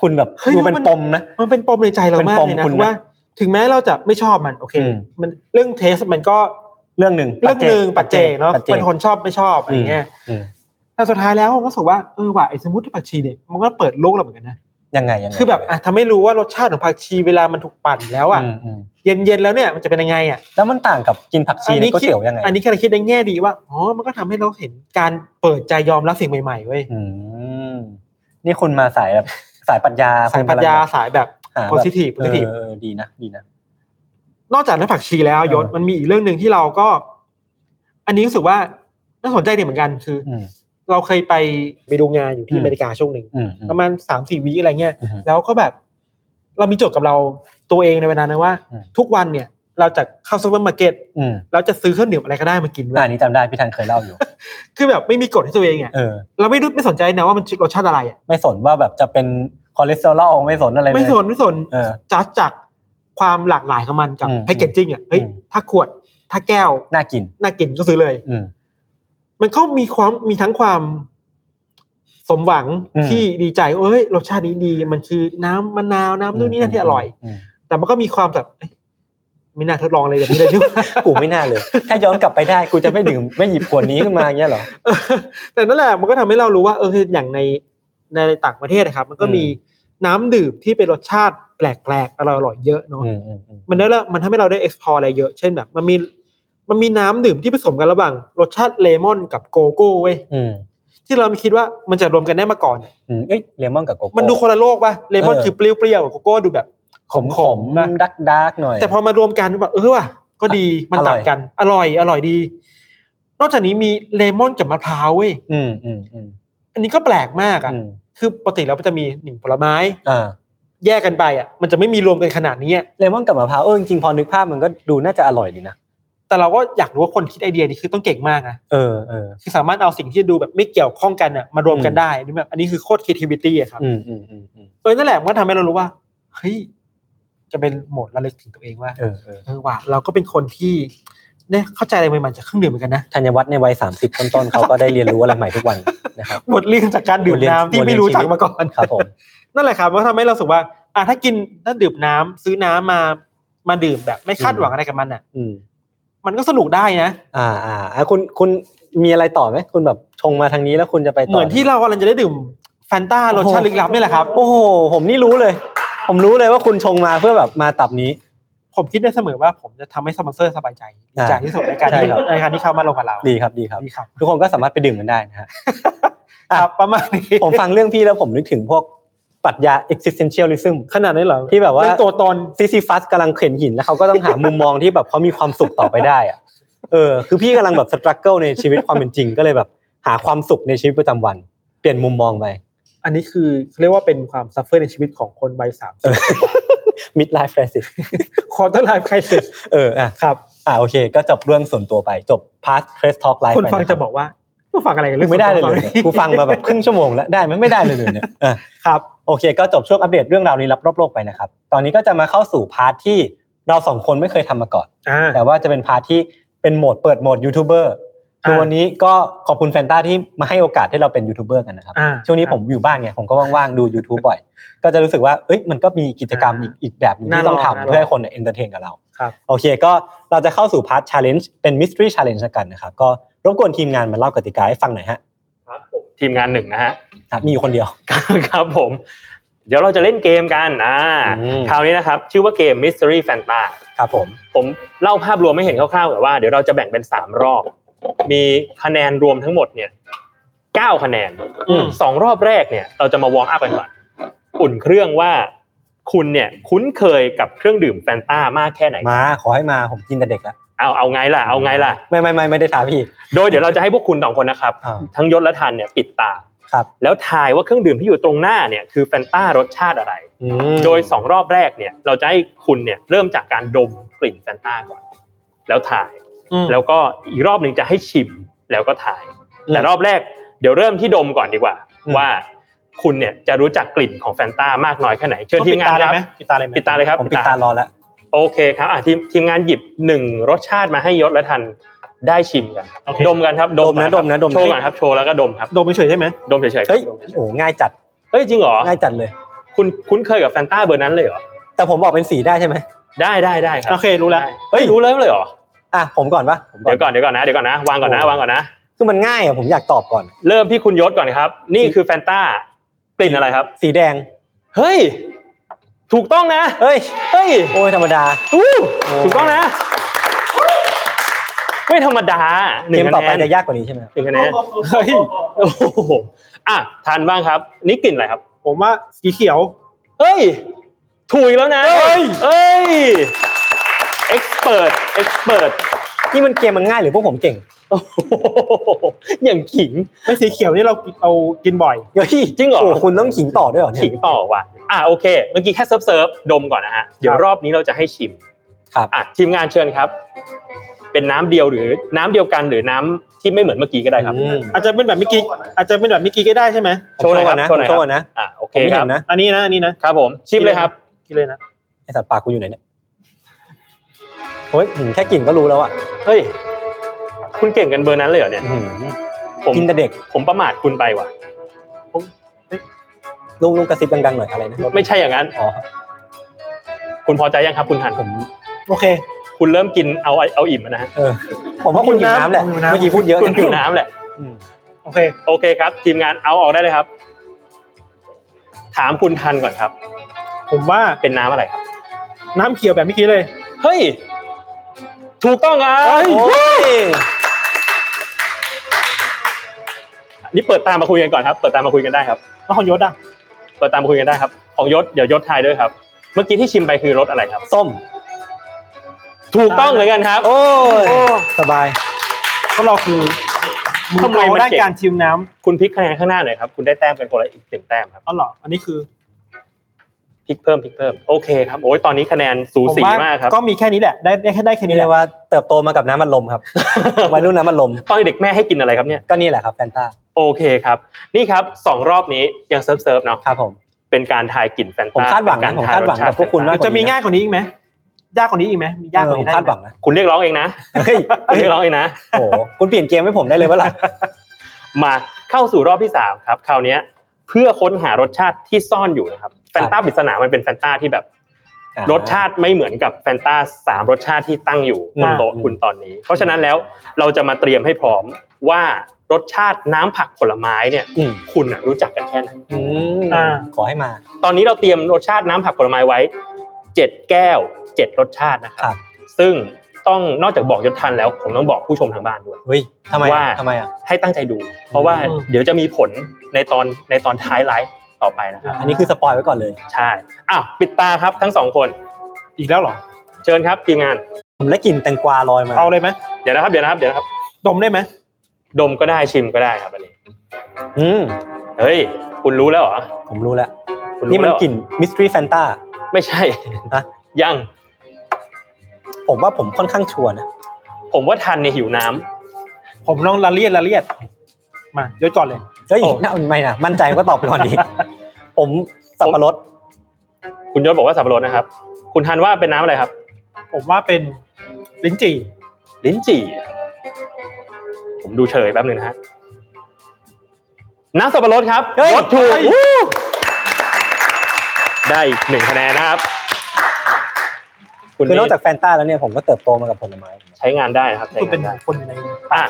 Speaker 2: คุณแบบ
Speaker 3: เฮ้ย
Speaker 2: ดูเป็น
Speaker 3: มัน
Speaker 2: ปมนะ
Speaker 3: มันเป็นปมในใจเรามาก
Speaker 2: เป็นปม
Speaker 3: เลยนะ
Speaker 2: คุณนะ
Speaker 3: ว่า ถึงแม้เราจะไม่ชอบมันโอเค
Speaker 2: อืม
Speaker 3: มันเรื่องเทสมันก็
Speaker 2: เรื่องหนึ่ง
Speaker 3: เรื่องหนึ่งปัจเจกเนาะ
Speaker 2: ปัจจก
Speaker 3: เป็นคนชอบไม่ชอบอะไรเงี้ย
Speaker 2: อืม
Speaker 3: แต่สุดท้ายแล้วมันก็รู้สึกว่าเออว่ะไอ้สมูทตี้ผักชีเนี่ยมันก็เปิดโลกเราเหมือนกันนะ
Speaker 2: ยังไงยังไง
Speaker 3: คือแบบอ่ะทำให้รู้ว่ารสชาติของผักชีเวลามันถูกปั่นแล้วอ่ะ
Speaker 2: อืมอืม
Speaker 3: เย็นๆแล้วเนี่ยมันจะเป็นยังไงอ่ะ
Speaker 2: แล้วมันต่างกับกินผักชีในก๋วยเตี๋ยวยังไง
Speaker 3: อันนี้แค่คิดในแง่ดีว่า อ๋อ มันก็ทำให้เราเห็นการเปิดใจยอมรับสิ่งใหม่ๆเว้ย
Speaker 2: อืมนี่คุณมาสายแบบสายปรัชญา
Speaker 3: *laughs* สายปรัชญาสายแบบ
Speaker 2: โพ
Speaker 3: positive positive
Speaker 2: เออดีนะดีนะ
Speaker 3: นอกจากเรื่องผักชีแล้ว
Speaker 2: เออ
Speaker 3: ยศ มันมีอีกเรื่องหนึ่งที่เราก็ อันนี้รู้สึกว่าน่าสนใจดีเหมือนกันคืออ
Speaker 2: อืม
Speaker 3: เราเคยไปไปดูงานอยู่ที่
Speaker 2: อืม
Speaker 3: อเมริกาช่วงหนึ่ง
Speaker 2: อืม
Speaker 3: ประมาณสามสี่วิอะไรเงี้ย
Speaker 2: อืม
Speaker 3: แล้วก็แบบ เรามีโจทย์กับเราตัวเองในเวลานั้นว่า
Speaker 2: อืม
Speaker 3: ทุกวันเนี่ย เราจะเข้าซูเปอร์มาร์เก็ต
Speaker 2: อืม
Speaker 3: เราจะซื้อเครื่องดื่มอะไรก็ได้มากินเว้
Speaker 2: อ่าย อันนี้จำได้พี่ทันเคยเล่า
Speaker 3: *laughs*
Speaker 2: อยู่
Speaker 3: คือแบบไม่มีกฎให้ตัวเองอ่ะ
Speaker 2: เออ
Speaker 3: เราไม่รู้ไม่สนใจนะว่ามันรสชาติอะไรอ่ะ
Speaker 2: ไม่สนว่าแบบจะเป็นคอเลสเตอรอลไม่สนอะไรเลย
Speaker 3: ไม่สนไม่สน
Speaker 2: เออ
Speaker 3: จัดจากความหลากหลายของมันกับ
Speaker 2: อืม
Speaker 3: แพ c เกจจิ้งอ่ะเฮ้ย
Speaker 2: อืม
Speaker 3: ถ้าขวด ถ้าแก้ว
Speaker 2: น่ากิน
Speaker 3: น่ากินก็ซื้อเลย
Speaker 2: อืม
Speaker 3: มันก็มีความมีทั้งความสมหวัง
Speaker 2: อืม
Speaker 3: ที่ดีใจเอ้ยรสชาตินี้ดี มันคือน้ำมะนาวน้ำนู่นนี่นั่นที่อร่อย
Speaker 2: ม
Speaker 3: แต่มันก็มีความแบบเอ้ยไม่น่าทดลองเลยแบบนี้เลยด้วย *laughs*
Speaker 2: กูไม่น่าเลย ถ้าย้อนกลับไปได้กูจะไม่ดื่ *laughs* มไม่หยิบขวดนี้ขึ้นมาอย่างเงี้ยเหรอ
Speaker 3: แต่นั่นแหละมันก็ทำให้เรารู้ว่าเอออย่างในในต่างประเทศนะครับ มันก็
Speaker 2: อืม
Speaker 3: มีน้ำดื่มที่เป็นรสชาติแปลกๆอร่อยๆเยอะเนาะ
Speaker 2: อืมอืมอืม
Speaker 3: มันได้ละมันทำให้เราได้ explore อะไรเยอะ เช่นแบบ มันมี มันมีน้ำดื่มที่ผสมกันระหว่างรสชาติเลมอนกับโกโก้เว้ย
Speaker 2: อืม
Speaker 3: ที่เราไม่คิดว่ามันจะรวมกันได้มาก่อน
Speaker 2: อืมเอ้ยเลมอนกับโกโก้
Speaker 3: มันดูคนละโลกป่ะ เลมอน
Speaker 2: เออ
Speaker 3: คือเปรี้ยวๆโกโก้ดูแบบ
Speaker 2: ขมขม
Speaker 3: ๆนะ
Speaker 2: ดักดักๆหน่อย
Speaker 3: แต่พอมารวมกันแบบเออว่ะก็ดี มัน
Speaker 2: อร่
Speaker 3: ต่า
Speaker 2: อย
Speaker 3: งกัน อร่อย อร่อยดี นอกจากนี้มีเลมอนกับมะพร้าวเว้ย
Speaker 2: อืมอืมอืม
Speaker 3: อันนี้ก็แปลกมากอ่ะ
Speaker 2: อืม
Speaker 3: คือปกติแล้วมันจะมีหนึ่งผลไม้
Speaker 2: อ่า
Speaker 3: แยกกันไปอ่ะ มันจะไม่มีรวมกันขนาดนี้อะ
Speaker 2: เลมอนกับมะพร้าวเออจริงๆพอนึกภาพมันก็ดูน่าจะอร่อยดีนะ
Speaker 3: แต่เราก็อยากรู้ว่าคนคิดไอเดียนี้คือต้องเก่งมากนะ
Speaker 2: เออเออ
Speaker 3: คือสามารถเอาสิ่งที่ดูแบบไม่เกี่ยวข้องกันอ่ะมารวมกันได้นี่แบบอันนี้คือโคตร creativity อะครับ
Speaker 2: อืมอืมอืมอืม
Speaker 3: เออนั่นแหละมันก็ทำให้เรารู้ว่าเฮ้ยจะเป็นโหมดระลึกถึงตัวเองว่า
Speaker 2: เออเออ
Speaker 3: เออว่ะเราก็เป็นคนที่ได้เข้าใจอะไรใหม่ๆจากเครื่องดื่มเหมือนกันนะ
Speaker 2: ธัญวัฒน์ในวัยสามสิบต้นๆเขาก็ได้เรียนรู้อะไรใหม่ทุก
Speaker 3: *laughs*
Speaker 2: วันนะครับ
Speaker 3: บทเรียนจากการดื่มน้ำที่ไม่รู้จักมาก่อน
Speaker 2: ครับผม
Speaker 3: นั่นแหละครับมันก็ทำให้เรารู้สึกว่าอ่ะถ้ากินถ้าดื่มน้ำซื้อน้ำมามาดื่มแบบ ไม่คาดหวังอะไรกับมันอ่ะ
Speaker 2: อืม
Speaker 3: มันก็สนุกได้นะ
Speaker 2: อ่าอ่าอ่ะคุณคุณมีอะไรต่อไหมคุณแบบชงมาทางนี้แล้วคุณจะไปต่อ
Speaker 3: เหมือนที่เรากำลังจะได้ดื่มแฟน
Speaker 2: *laughs*
Speaker 3: ตารสชาติลึกลับนี่แหละครับ
Speaker 2: โอ้โห ผมนี่รู้เลย ผมรู้เลยว่าคุณชงมาเพื่อแบบมาตับนี้
Speaker 3: ผมคิดได้เสมอว่าผมจะทำให้สปอนเซอร์สบายใจดีใจที่สุดในการที่
Speaker 2: ใช่ครับ
Speaker 3: ในการที่เขามาลงกับเรา
Speaker 2: ดีครับดีครับ
Speaker 3: ดีครับ
Speaker 2: ทุกคนก็สามารถไปดื่มกันได้นะฮะ
Speaker 3: ครับประมาณนี้
Speaker 2: ผมฟังเรื่องพี่แล้วผมนึกถึงพวกปรัชญา existentialism
Speaker 3: ขนาดนี้เหรอ
Speaker 2: ที่แบบว่า
Speaker 3: เรื่องตัวตน
Speaker 2: ซิซิฟัสกำลังเข็นหินแล้วเขาก็ต้องหามุมมองที่แบบเขามีความสุขต่อไปได้อะเออคือพี่กำลังแบบสครัลเกิลในชีวิตความเป็นจริง ก็เลยแบบหาความสุขในชีวิตประจำวัน เปลี่ยนมุมมองไป
Speaker 3: อันนี้คือเรียกว่าเป็นความซัฟเฟอร์ในชีวิตของคนวัยสาม
Speaker 2: *laughs*
Speaker 3: สิบ
Speaker 2: midlife crisis
Speaker 3: คอร์เตอร์ไลฟ์ไครสิส
Speaker 2: เอออ่ะ
Speaker 3: ครับ
Speaker 2: อ่าโอเคก็จบเรื่องส่วนตัวไปจบพาร์ทเทรสทอล์กไลฟ์
Speaker 3: คุณฟังจะบอกว่าคุณฟังอะไรกัน
Speaker 2: กู
Speaker 3: เรื่อง
Speaker 2: ไม่ได้เลยเล
Speaker 3: ส่วย น
Speaker 2: เนี่ย
Speaker 3: ตัว
Speaker 2: กูฟังมาแบบครึ่งชั่วโมงแล้วได้ไหมไม่ได้เลยเลยเนี่ยอ่ะ
Speaker 3: ครับ
Speaker 2: โอเค ก็จบช่วงอัปเดตเรื่องราวลี้ลับรอบโลกไปนะครับ ตอนนี้ก็จะมาเข้าสู่พาร์ทที่เราสองคนไม่เคยทำมาก่อน
Speaker 3: อ่า
Speaker 2: แต่ว่าจะเป็นพาร์ทที่เป็นโหมดเปิดโหมดยูทูบเบอร์คือ
Speaker 3: อ่า
Speaker 2: วันนี้ก็ขอบคุณแฟนต้าที่มาให้โอกาสให้เราเป็นยูทูบเบอร์กันนะครับ
Speaker 3: อ่า
Speaker 2: ช่วงนี้ผมอยู่บ้านไงผมก็ว่างๆดู YouTube บ่อย ก็จะรู้สึกว่าเอ้ยมันก็มีกิจกรรมอีกอีกแบบหนึงที่ต้อง
Speaker 3: น่าลอง
Speaker 2: ทำ
Speaker 3: น่าลอง
Speaker 2: เพื่อให้คนเอนเตอร์เทนกับเรา
Speaker 3: ครับ
Speaker 2: โอเคก็เราจะเข้าสู่พาร์ทชาเลนจ์เป็นมิสทรีชาเลนจ์กันนะครับ ก็รบกวนทีมงานมาเล่ากติกาให้ฟังหน่อยฮะ
Speaker 4: ครับผม ทีมงานหนึ่งนะฮ *laughs* ะ
Speaker 2: ครับมีอยู่คนเดียว
Speaker 4: ครับผม เดี๋ยวเราจะเล่นเกมกันอ่า
Speaker 2: อืม
Speaker 4: คราวนี้นะครับ ชื่อว่าเกม Mystery Fanta
Speaker 2: ครับผม
Speaker 4: ผมเล่าภาพรวมให้เห็นคร่าวๆแต่อนว่าเดี๋ยวเราจะแบ่งเป็น 3 รอบ มีคะแนนรวมทั้งหมดเนี่ย9คะแนน
Speaker 3: อืม
Speaker 4: สองรอบแรกเนี่ย เราจะมาวอร์มอัพกันก่อนอุ่นเครื่องว่าคุณเนี่ยคุ้นเคยกับเครื่องดื่มแฟนต้ามากแค่ไหน
Speaker 2: มาขอให้มาผมกินแต่เด็กแล้ว
Speaker 4: เอาเอาไงล่ะเอาไงล่ะ
Speaker 2: ไม่ไม่ไม่ไม่ได้ถามพี่
Speaker 4: โดยเดี๋ยวเราจะให้พวกคุณสองคนนะครับ
Speaker 2: อ่า
Speaker 4: ทั้งยศและทันเนี่ยปิดตา
Speaker 2: ครับ
Speaker 4: แล้วทายว่าเครื่องดื่มที่อยู่ตรงหน้าเนี่ยคือแฟนต้ารสชาติอะไร
Speaker 2: อืม
Speaker 4: โดยสองรอบแรกเนี่ย เราจะให้คุณเนี่ยเริ่มจากการดมกลิ่นแฟนต้าก่อน แล้วถ่าย
Speaker 3: อืม
Speaker 4: แล้วก็อีกรอบหนึ่งจะให้ชิมแล้วก็ถ่าย แต่รอบแรกเดี๋ยวเริ่มที่ดมก่อนดีกว่า ว่าคุณเนี่ยจะรู้จักกลิ่นของแฟนต้ามากน้อยแค่ไหนเชิญ
Speaker 3: ต้อง
Speaker 4: ที
Speaker 3: ปิด
Speaker 4: มงา
Speaker 3: ตาน เลย
Speaker 4: ครับ
Speaker 3: ไหมปิดตาเลยไหม
Speaker 4: ปิดตาเลยครับ
Speaker 2: ผมปิดตารอแล้ว
Speaker 4: โอเคครับอ่ะทีมทีมงานหยิบหนึ่งรสชาติมาให้ยศและทันได้ชิมกัน
Speaker 3: โอเค
Speaker 4: ดมกันครับ
Speaker 2: ดมนะ
Speaker 4: ก่อ
Speaker 2: ดมนะดม
Speaker 4: โชว์ก่อนครับโชว์แล้วก็ดมครับ
Speaker 3: ดมเฉยๆใช่ไหม
Speaker 4: ดมเฉยๆครับ
Speaker 2: เฮ้ยโอ้ง่ายจัด
Speaker 4: เฮ้ยจริงเหรอ
Speaker 2: ง่ายจัดเลย
Speaker 4: คุณคุ้นเคยกับแฟนต้าเบอร์นั้นเลยเหรอ
Speaker 2: แต่ผมบอกเป็นสีได้ใช่ไหม
Speaker 4: ได้ได้ได้ครั
Speaker 3: โอเครู้แล้ว
Speaker 4: ได้เฮ้ยรู้เริ่มเลยเหรอ
Speaker 2: อ่ะผมก่อนปะผมก่อ
Speaker 4: เดี๋ย
Speaker 2: น
Speaker 4: วก่อนเดี๋ยวก่อนนะเดี๋ยวก่อนนะวางก่อนนะ
Speaker 2: โอ้
Speaker 4: วางก่อนนะ
Speaker 2: คือมันง่ายอ่ะผมอยากตอบก่อน
Speaker 4: เริ่มที่คุณยศก่อนครับ นี่คือแฟนต้ากลิ่นอะไรครับ
Speaker 2: สีแดง
Speaker 4: เฮ้ย ถูกต้องนะ
Speaker 2: เอ้ย
Speaker 4: เฮ้ย
Speaker 2: โอ้ยธรรมดา
Speaker 4: อู้ถูกต้องนะ ไม่ธรรมดาห
Speaker 2: เก
Speaker 4: นึ่ง
Speaker 2: มต่อ
Speaker 4: คะ
Speaker 2: ไป
Speaker 4: แนน
Speaker 2: จะยากกว่านี้ใช่ไหมครับ
Speaker 4: หนึ่งคะแนนเฮ้ยโอ้โหอ่ะทานบ้างครับ นี่กลิ่นอะไรครับ
Speaker 3: ผมว่าสีเขียว
Speaker 4: เฮ้ย ถูกอีกแล้วนะ เฮ้ย เอ้ย เอ็กซ์เปิดเอ็กซ์เปิด
Speaker 2: นี่มันเกมมันง่ายหรือพวกผมเก่ง
Speaker 4: อย่างขิง
Speaker 3: ไม่สีเขียวนี่เราเอากินบ่อย
Speaker 2: เฮ้ย
Speaker 4: จริงเหรอ
Speaker 2: โคุณต้องขิงต่อด้วยเหรอเนี่ย
Speaker 4: ขิงต่อว่ะ อ่ะโอเค เมื่อกี้แค่เซิร์ฟเซิร์ฟดมก่อนนะฮะ เดี๋ยวรอบนี้เราจะให้ชิม
Speaker 2: ครับ
Speaker 4: อ่ะทีมงานเชิญครับ เป็นน้ำเดียวหรือน้ำเดียวกันหรือน้ำที่ไม่เหมือนเมื่อกี้ก็ได้ครับ
Speaker 2: อืม
Speaker 3: อาจจะเป็นแบบเมิกี้อาจจะเป็นแบบเมิกี้ก็ได้ใช่ไหม
Speaker 2: โชว์หน่อยก่อนนะ
Speaker 4: โชว์หน่อย
Speaker 2: โช
Speaker 4: ครับ
Speaker 2: ว์ก่อนนะ
Speaker 4: อ่ะโอเค
Speaker 2: ผมไม่
Speaker 4: ค
Speaker 2: เห็
Speaker 4: รับ
Speaker 2: นนะ
Speaker 3: อันนี้นะอันนี้นะครับ
Speaker 4: ผม ชิมเลยครับ
Speaker 3: กินเลยนะ
Speaker 2: ไอสัตว์ปากกูอยู่ไหนเนี่ยเฮ้ยเห็นแค่กลิ่นก็รู้แล้วอ่ะ
Speaker 4: เฮ้ย คุณเก่งกันเบอร์นั้นเลยเหรอเนี่ย
Speaker 2: อื้อหือ
Speaker 4: ผม
Speaker 2: กินแต่เด็ก
Speaker 4: ผมประมาทคุณไปว่ะ
Speaker 2: ลุงลุงกระซิบดังๆหน่อยอะไรนะ
Speaker 4: ไม่ใช่อย่างนั้น
Speaker 2: อ๋อ
Speaker 4: คุณพอใจยังครับ คุณหัน
Speaker 2: ผม
Speaker 3: โอเค
Speaker 4: คุณเริ่มกินเอาเอาอิ่มแล้วนะฮะ
Speaker 2: เออ ผมว่าคุณหิวน้ำแหละ
Speaker 3: หิวน้ำ
Speaker 2: เมื่อกี้พูดเยอะ
Speaker 4: คุณกินน้ำแหละ
Speaker 2: อืม
Speaker 3: โอเค
Speaker 4: โอเคครับ ทีมงานเอาออกได้เลยครับ ถามคุณทันก่อนครับ
Speaker 3: ผมว่า
Speaker 4: เป็นน้ำอะไรครับ
Speaker 3: น้ำเขียวแบบเมิกี้เลย
Speaker 4: เฮ้ย ถูกต้องอ่ะ
Speaker 2: โอ้ย
Speaker 4: นี่เปิดตามมาคุยกันก่อนครับ เปิดตามมาคุยกันได้ครับ
Speaker 3: แล้วของยศอ่ะ
Speaker 4: เปิดตามมาคุยกันได้ครับ ของยศ เดี๋ยวยศทายด้วยครับ เมื่อกี้ที่ชิมไปคือรสอะไรครับ
Speaker 2: ส้ม
Speaker 4: ถูกต้องเหมือนกันครับ
Speaker 2: โอ้ยสบาย
Speaker 3: เพราะเราคือ
Speaker 4: ทำไมมัน
Speaker 3: เรา
Speaker 4: เก่ง
Speaker 3: ด้านการชิมน้ำ
Speaker 4: คุณพลิกคะแนนข้างหน้าหน่อยครับ คุณได้แต้มกันคนละอีกหนึ่งแต้มครับ
Speaker 3: อ๋อเหรออันนี้คือ
Speaker 4: พลิกเพิ่มพลิกเพิ่ม โอเคครับ โอ้ยตอนนี้คะแนนสู
Speaker 3: ผม
Speaker 4: สี
Speaker 3: ว่
Speaker 4: มากครับ
Speaker 3: ก็มีแค่นี้แหละ ได้ได้แค่ได้แค่
Speaker 2: นี่
Speaker 3: นี้แห
Speaker 2: เรี
Speaker 3: ละ
Speaker 2: ยกว่าเติบโตมากับน้ำมันลมครับ
Speaker 4: *laughs*
Speaker 2: วัยรุ่นน้ำมันลม
Speaker 4: ตอนเด็กแม่ให้กินอะไรครับเนี่ย
Speaker 2: ก็นี่แหละครับแฟนตา
Speaker 4: โอเคครับ นี่ครับสองรอบนี้ยังเซิร์ฟเซิร์ฟๆเนาะ
Speaker 2: ครับผม
Speaker 4: เป็นการทายกลิ่นแฟน
Speaker 2: ผม
Speaker 4: ตา
Speaker 2: คาดหวังนะผมคาดหวังกับพวกคุณมาก
Speaker 3: จะมีง่ายกว่านี้อีกไหมยากกว่านี้อีกไหมมียากก
Speaker 2: เออผ
Speaker 3: ว่านี้
Speaker 2: ม
Speaker 3: ได้
Speaker 2: คาด
Speaker 3: ไห
Speaker 2: ห
Speaker 3: ม
Speaker 2: วังนะ
Speaker 4: คุณเรียกร้องเองนะ
Speaker 2: เฮ้ย
Speaker 4: คุณเรียกร้องเองนะ
Speaker 2: โอ้โหคุณเปลี่ยนเกมให้ผมได้เลยวะล่ะ
Speaker 4: มาเข้าสู่รอบที่สามครับคราวเนี้ยเพื่อค้นหารสชาติที่ซ่อนอยู่นะครับแฟนตาปริศนามันเป็นแฟนตาที่แบบรสชาติไม่เหมือนกับแฟนตาสามรสชาติที่ตั้งอยู่บนโต๊ะคุณตอนนี้ *laughs* เพราะฉะนั้นแล้วเราจะมาเตรียมให้พร้อมว่ารสชาติน้ำผักผลไม้เนี่ย
Speaker 2: อืม
Speaker 4: คุณน่ะรู้จักกันแค่ไหน
Speaker 2: อืมขอให้มา
Speaker 4: ตอนนี้เราเตรียมรสชาติน้ำผักผลไม้ไว้เจ็ดแก้วเจ็ดรสชาตินะค
Speaker 2: ครั
Speaker 4: รับ บซึ่งต้องนอกจากบอกยศทันแล้วผมต้องบอกผู้ชมทางบ้านด้วย
Speaker 2: เฮ้ยทำไม
Speaker 4: ว่า
Speaker 2: อ่ะทำไมอ่ะ
Speaker 4: ให้ตั้งใจดู เพราะว่า
Speaker 2: อืม
Speaker 4: เดี๋ยวจะมีผลในตอนในตอนท้ายไลฟ์ต่อไปนะครับ
Speaker 2: อันนี้คือสปอยไว้ก่อนเลย
Speaker 4: ใช่อ้าวปิดตาครับทั้งสองคน
Speaker 3: อีกแล้วเหรอ
Speaker 4: เชิญครับทีมงาน
Speaker 2: ผมได้กลิ่นแตงกวาลอยมา
Speaker 3: เอาเลยไหม
Speaker 4: เดี๋ยวนะครับเดี๋ยวนะครับเดี๋ยวนะครับ
Speaker 3: ดมได้ไหม
Speaker 4: ดมก็ได้ชิมก็ได้ครับอันนี้
Speaker 2: อืม
Speaker 4: เฮ้ย คุณรู้แล้วเหรอ
Speaker 2: ผมรู้แล้ว
Speaker 4: คุณ
Speaker 2: นี่
Speaker 4: รู้
Speaker 2: มัน
Speaker 4: แล้วเหรอก
Speaker 2: ลิ่นมิสทรีแฟนตา
Speaker 4: ไม่ใช่
Speaker 2: ฮะ
Speaker 4: ยัง
Speaker 2: ผมว่าผมค่อนข้างชัวร์นะ
Speaker 4: ผมว่าทันเนี่ยหิวน้ำ
Speaker 3: ผมลองละเลียดละเลียดมายศก่อนเลย
Speaker 2: เฮ้ยน่าไม่นะมั่นใจก็ตอบไปก่
Speaker 4: *laughs*
Speaker 2: อนดี ผมสับปะรด
Speaker 4: คุณยศบอกว่าสับปะรดนะครับ คุณทันว่าเป็นน้ำอะไรครับ
Speaker 3: ผมว่าเป็นลิ้นจี่
Speaker 4: ลิ้นจี่ ผมดูเฉยแป๊บหนึงนะฮะน้ำสับปะรดครับรสถูกอู้ได้อีกหนึ่งคะแนนนะครับ คุณ
Speaker 2: คือนอก
Speaker 4: นี่
Speaker 2: จากแฟนตาแล้วเนี่ยผมก็เติบโตมากับผลไม้
Speaker 4: ใช้งานได้นะครับใช้
Speaker 3: คุณเป็
Speaker 4: งาน นได้
Speaker 3: คนอยู่ใน
Speaker 4: อ่ะ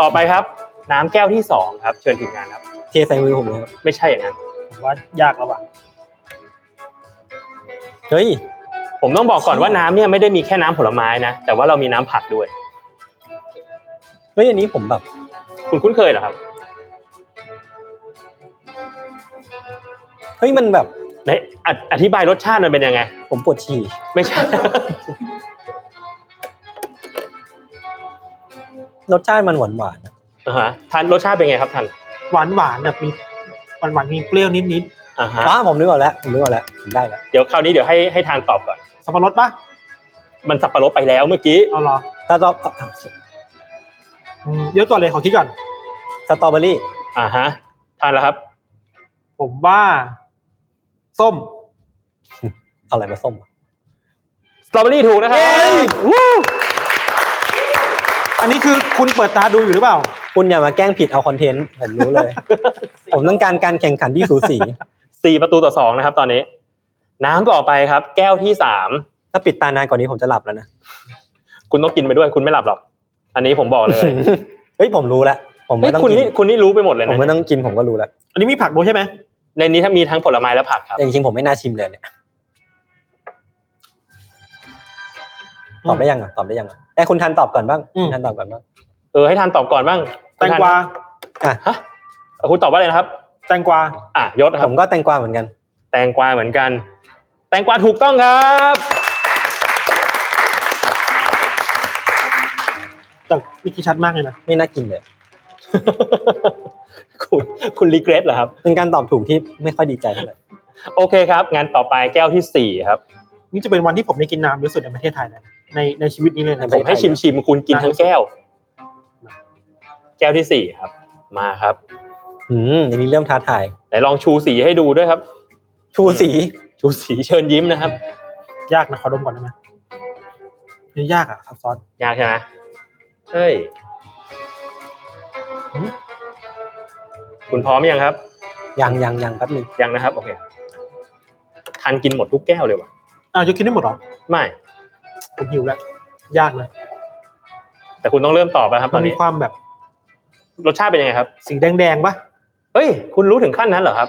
Speaker 4: ต่อไปครับ น้ำแก้วที่สองครับ เชิญทีมงานครับ
Speaker 2: เทใส่มือผมเลยครับ
Speaker 4: ไม่ใช่อย่างนั้น
Speaker 3: ผมว่ายากแล้วว่ะ
Speaker 2: เฮ้ย
Speaker 4: ผมต้องบอกก่อนว่าน้ำเนี่ยไม่ได้มีแค่น้ำผลไม้นะ แต่ว่าเรามีน้ำผักด้วย
Speaker 2: เฮ้ยอันนี้ผมแบบ
Speaker 4: คุณคุ้นเคยเหรอครับ
Speaker 2: เฮ้ยมันแบบ
Speaker 4: ไหนออธิบายรสชาติมันเป็นยังไง
Speaker 2: ผมปวดฉี่
Speaker 4: ไม่ใช่ *laughs*
Speaker 2: รสชาติมันหวานหวานๆนะ
Speaker 4: อ่าฮะทานรสชาติเป็นไงครับท่าน
Speaker 3: หวานหวานๆแบบมีหวานหวานๆมีเปรี้ยวนิดนิด
Speaker 4: อ่าฮะ
Speaker 2: อ้าผมนึกออกแล้วผมนึกออกแล้วผมได้แล้ว
Speaker 4: เดี๋ยวคราวนี้เดี๋ยวให้ให้ทานตอบก่อน
Speaker 3: ๆสับปะรดปะ
Speaker 4: มันสับปะรดไปแล้วเมื่อกี้
Speaker 3: เอาเหรอ
Speaker 2: สตรอ
Speaker 3: อืมเดี๋ยวก่อนเลยขอคิดก่อน
Speaker 2: สตรอเบอรี่
Speaker 4: อ่าฮะทานแล้วครับ
Speaker 3: ผมว่า ส้ม
Speaker 2: เอาอะไรมาส้มวะ
Speaker 4: สตรอเบอรี่ถูกนะครับ
Speaker 3: อันนี้คือคุณเปิดตาดูอยู่หรือเปล่า
Speaker 2: คุณอย่ามาแกล้งผิดเอาคอนเทนต์ผมรู้
Speaker 4: *laughs*
Speaker 2: เลย ผมต้องการการแข่งขันที่สูสี
Speaker 4: สี่ประตูต่อสองนะครับ ตอนนี้ น้ำต่อไปครับ แก้วที่สาม
Speaker 2: ถ้าปิดตานานกว่านี้ผมจะหลับแล้วนะ
Speaker 4: คุณต้องกินไปด้วย คุณไม่หลับหรอก อันนี้ผมบอก
Speaker 3: *laughs*
Speaker 4: เลย
Speaker 2: เฮ้ยผมรู้แล้วผม
Speaker 4: เฮ้
Speaker 2: ไม่
Speaker 4: ย
Speaker 2: ต้อง
Speaker 4: คุณ
Speaker 2: กิ
Speaker 4: นี่
Speaker 2: น
Speaker 4: คุณนี่รู้ไปหมดเลย
Speaker 2: ผม
Speaker 4: นะ
Speaker 2: ไม่ต้องกินผมก็รู้แล้ว
Speaker 3: อันนี้มีผักด้วยใช่ไหม
Speaker 4: ในนี้ถ้ามีทั้งผลไม้และผักครับ
Speaker 2: แต่จริงๆผมไม่น่าชิมเลยเนี่ยตอบได้ยังอ่ะตอบได้ยังอ่ะไอ้ยคุณทันตอบก่อนบ้างคุณทันตอบก่อนบ้าง
Speaker 4: เออให้ทานตอบก่อนบ้าง
Speaker 3: แตงกวา
Speaker 4: ฮะเออคุณตอบว่าอะไรนะครับ
Speaker 3: แตงกวา
Speaker 4: อ่ะยศค
Speaker 2: ผ
Speaker 4: รับ
Speaker 2: มก็แตงกวาเหมือนกัน
Speaker 4: แตงกวาเหมือนกัน แตงกวาถูกต้องครับ *laughs*
Speaker 3: แต่วิธีชัดมากเลยนะ
Speaker 2: ไม่น่ากินเลย
Speaker 4: คุณคุณรีเกรสเหรอครับ
Speaker 2: เป็นการตอบถูกที่ไม่ค่อยดีใจเท่าไหร่
Speaker 4: โอเคครับ งานต่อไปแก้วที่สี่ครับ
Speaker 3: นี่จะเป็นวันที่ผมได้กินน้ำเยอะสุดในประเทศไทยนะในในชีวิตนี้เลยนะ
Speaker 2: ใน
Speaker 4: ผ
Speaker 2: ประเท
Speaker 4: ม
Speaker 2: ศ
Speaker 4: ให้ชิมชิมๆคุณกินทั้งแก้ว แก้วที่สี่ครับ มาครับ
Speaker 2: อืมอันนี้เริ่มท้าทาย
Speaker 4: ไหนลองชูสีให้ดูด้วยครับ
Speaker 2: ชูสี
Speaker 4: ชูสีเชิญยิ้มนะครับ
Speaker 3: ยากนะขอดมก่อนได้ไหมนี่ยากอ่ะครับซอส
Speaker 4: ยากใช่ไหมใช่หึคุณพร้อมยังครับ
Speaker 2: ยังยังยังแป๊บนึง
Speaker 4: ยังนะครับ โอเคทานกินหมดทุกแก้วเลยวะ
Speaker 3: อ้าวยกกินได้หมดเหรอ
Speaker 4: ไม่
Speaker 3: ผมหิวแล้วยากนะ
Speaker 4: แต่คุณต้องเริ่มตอบนะครับ ต
Speaker 3: มั
Speaker 4: อน น
Speaker 3: มี
Speaker 4: นี้
Speaker 3: ความแบบ
Speaker 4: รสชาติเป็นยังไงครับ
Speaker 3: สีแดงๆปะ
Speaker 4: เฮ้ย คุณรู้ถึงขั้นนั้นเหรอครับ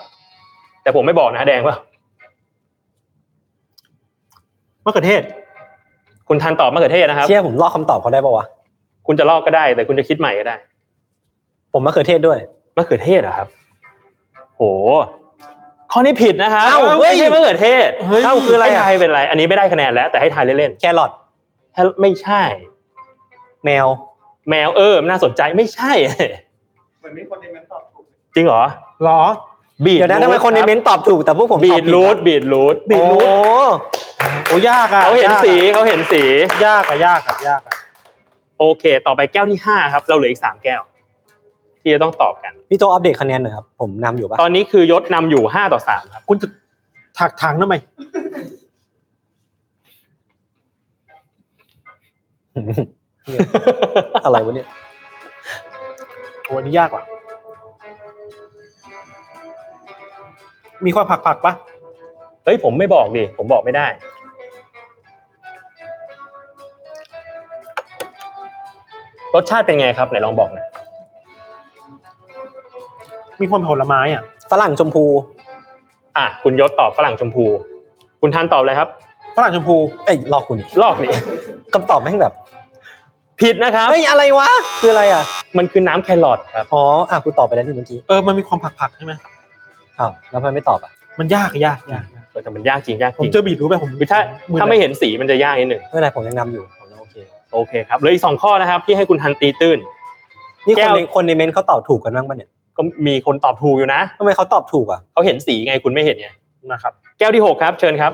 Speaker 4: แต่ผมไม่บอกนะแดงว่า
Speaker 3: มะเขือเทศ
Speaker 4: คุณทานตอบมะเขือเทศนะครับ
Speaker 2: เชื่อผมลอกคำตอบเขาได้ปะวะ
Speaker 4: คุณจะลอกก็ได้ แต่คุณจะคิดใหม่ก็ได้
Speaker 2: ผมมะเขือเทศด้วย
Speaker 4: มะเขือเทศเหรอครับ โห ข้อนี้ผิดนะครับ
Speaker 2: เอ้าเฮ้ย
Speaker 4: ไม่ใช่มะเขือเทศ
Speaker 2: เฮ้ย
Speaker 4: เอ้าคืออะไร
Speaker 2: ไม่ได้
Speaker 4: ให้ทายเป็นไร อันนี้ไม่ได้คะแนนแล้ว แต่ให้ทายเล่น
Speaker 2: แครอท
Speaker 4: ๆถ้าไม่ใช่
Speaker 2: แมว
Speaker 4: แมวเออน่าสนใจไม่ใช่
Speaker 5: เหมือนมีคนในเมนต์ตอบถูก
Speaker 4: จริงเหรอ
Speaker 3: หรอ
Speaker 4: บีด
Speaker 2: เดี๋ยวนะทำไมคนในเมนต์ตอบถูกแต่พวกผม
Speaker 4: บี
Speaker 2: ตอ
Speaker 4: ด
Speaker 2: ผิ
Speaker 4: รูทบีดรูท
Speaker 3: บีทรูท
Speaker 2: โอ้
Speaker 3: โอ้ยากอ่ะ
Speaker 4: เขาเห็น
Speaker 3: ยกอะ
Speaker 4: สีเขาเห็นสี
Speaker 3: ยากอ่ะยากอ่ะยากอ่ะ
Speaker 4: โอเค ต่อไปแก้วที่ห้าครับ เราเหลืออีกสามแก้ว ที่จะต้องตอบกัน
Speaker 2: พี่โตอัปเดตคะแนนหน่อยครับ ผมนำอยู่ปะ
Speaker 4: ตอนนี้คือยศนำอยู่ห้าต่อสามครับ
Speaker 3: คุณจะถักถังทำไม
Speaker 2: เนี่ยอะไรวะเนี่ย
Speaker 3: โอ้อันนี้ยากว่ะมีความผักผักๆปะ
Speaker 4: เฮ้ยผมไม่บอกดิผมบอกไม่ได้ รสชาติเป็นไงครับไหนลองบอกหน่อย
Speaker 3: มีความผลไม้อ่ะ
Speaker 2: ฝรั่งชมพู
Speaker 4: อ่ะคุณยศตอบฝรั่งชมพู คุณทันตอบอะไรครับ
Speaker 3: ฝรั่งชมพู
Speaker 2: เอ้ยลอกคุณอีก
Speaker 4: ลอกนี่ *laughs*
Speaker 2: คำตอบแม่งแบบ
Speaker 4: ผิดนะครับ
Speaker 2: เฮ้ยอะไรวะคืออะไรอ่ะ
Speaker 4: มันคือน้ำแครอทครับ
Speaker 2: อ๋ออ่ะกูตอบไปแล้วนี่เมื่อกี้
Speaker 3: เออมันมีความผักผักๆใช่ไหม
Speaker 2: อ้าวแล้วทำไมไม่ตอบอ่ะ
Speaker 3: มันยากอะยากยากยาก
Speaker 4: แต่มันยากจริงยาก
Speaker 3: ผ
Speaker 4: จ
Speaker 3: ม
Speaker 4: ริง
Speaker 3: เจอบีทรู้ไปผม
Speaker 4: คือถ้า
Speaker 3: อ
Speaker 4: ถ้าไม่เห็นสีมันจะยากนิดหนึ่ง
Speaker 2: ไม่เป็นไรผมยังนำอยู่ผมยังโอเค
Speaker 4: โอเคครับเหลืออีกสองข้อนะครับ ที่ให้คุณทันตีตื้น
Speaker 2: นี่
Speaker 4: แก้
Speaker 2: คน
Speaker 4: ว
Speaker 2: ในคนในเมนต์เขาตอบถูกกันบ้างปะเนี่ย
Speaker 4: ก็มีคนตอบถูกอยู่นะ
Speaker 2: ทำไมเขาตอบถูกอ่ะ
Speaker 4: เขาเห็นสีไงคุณไม่เห็นไง
Speaker 3: นะครับ
Speaker 4: แก้วที่หกครับ เชิญครับ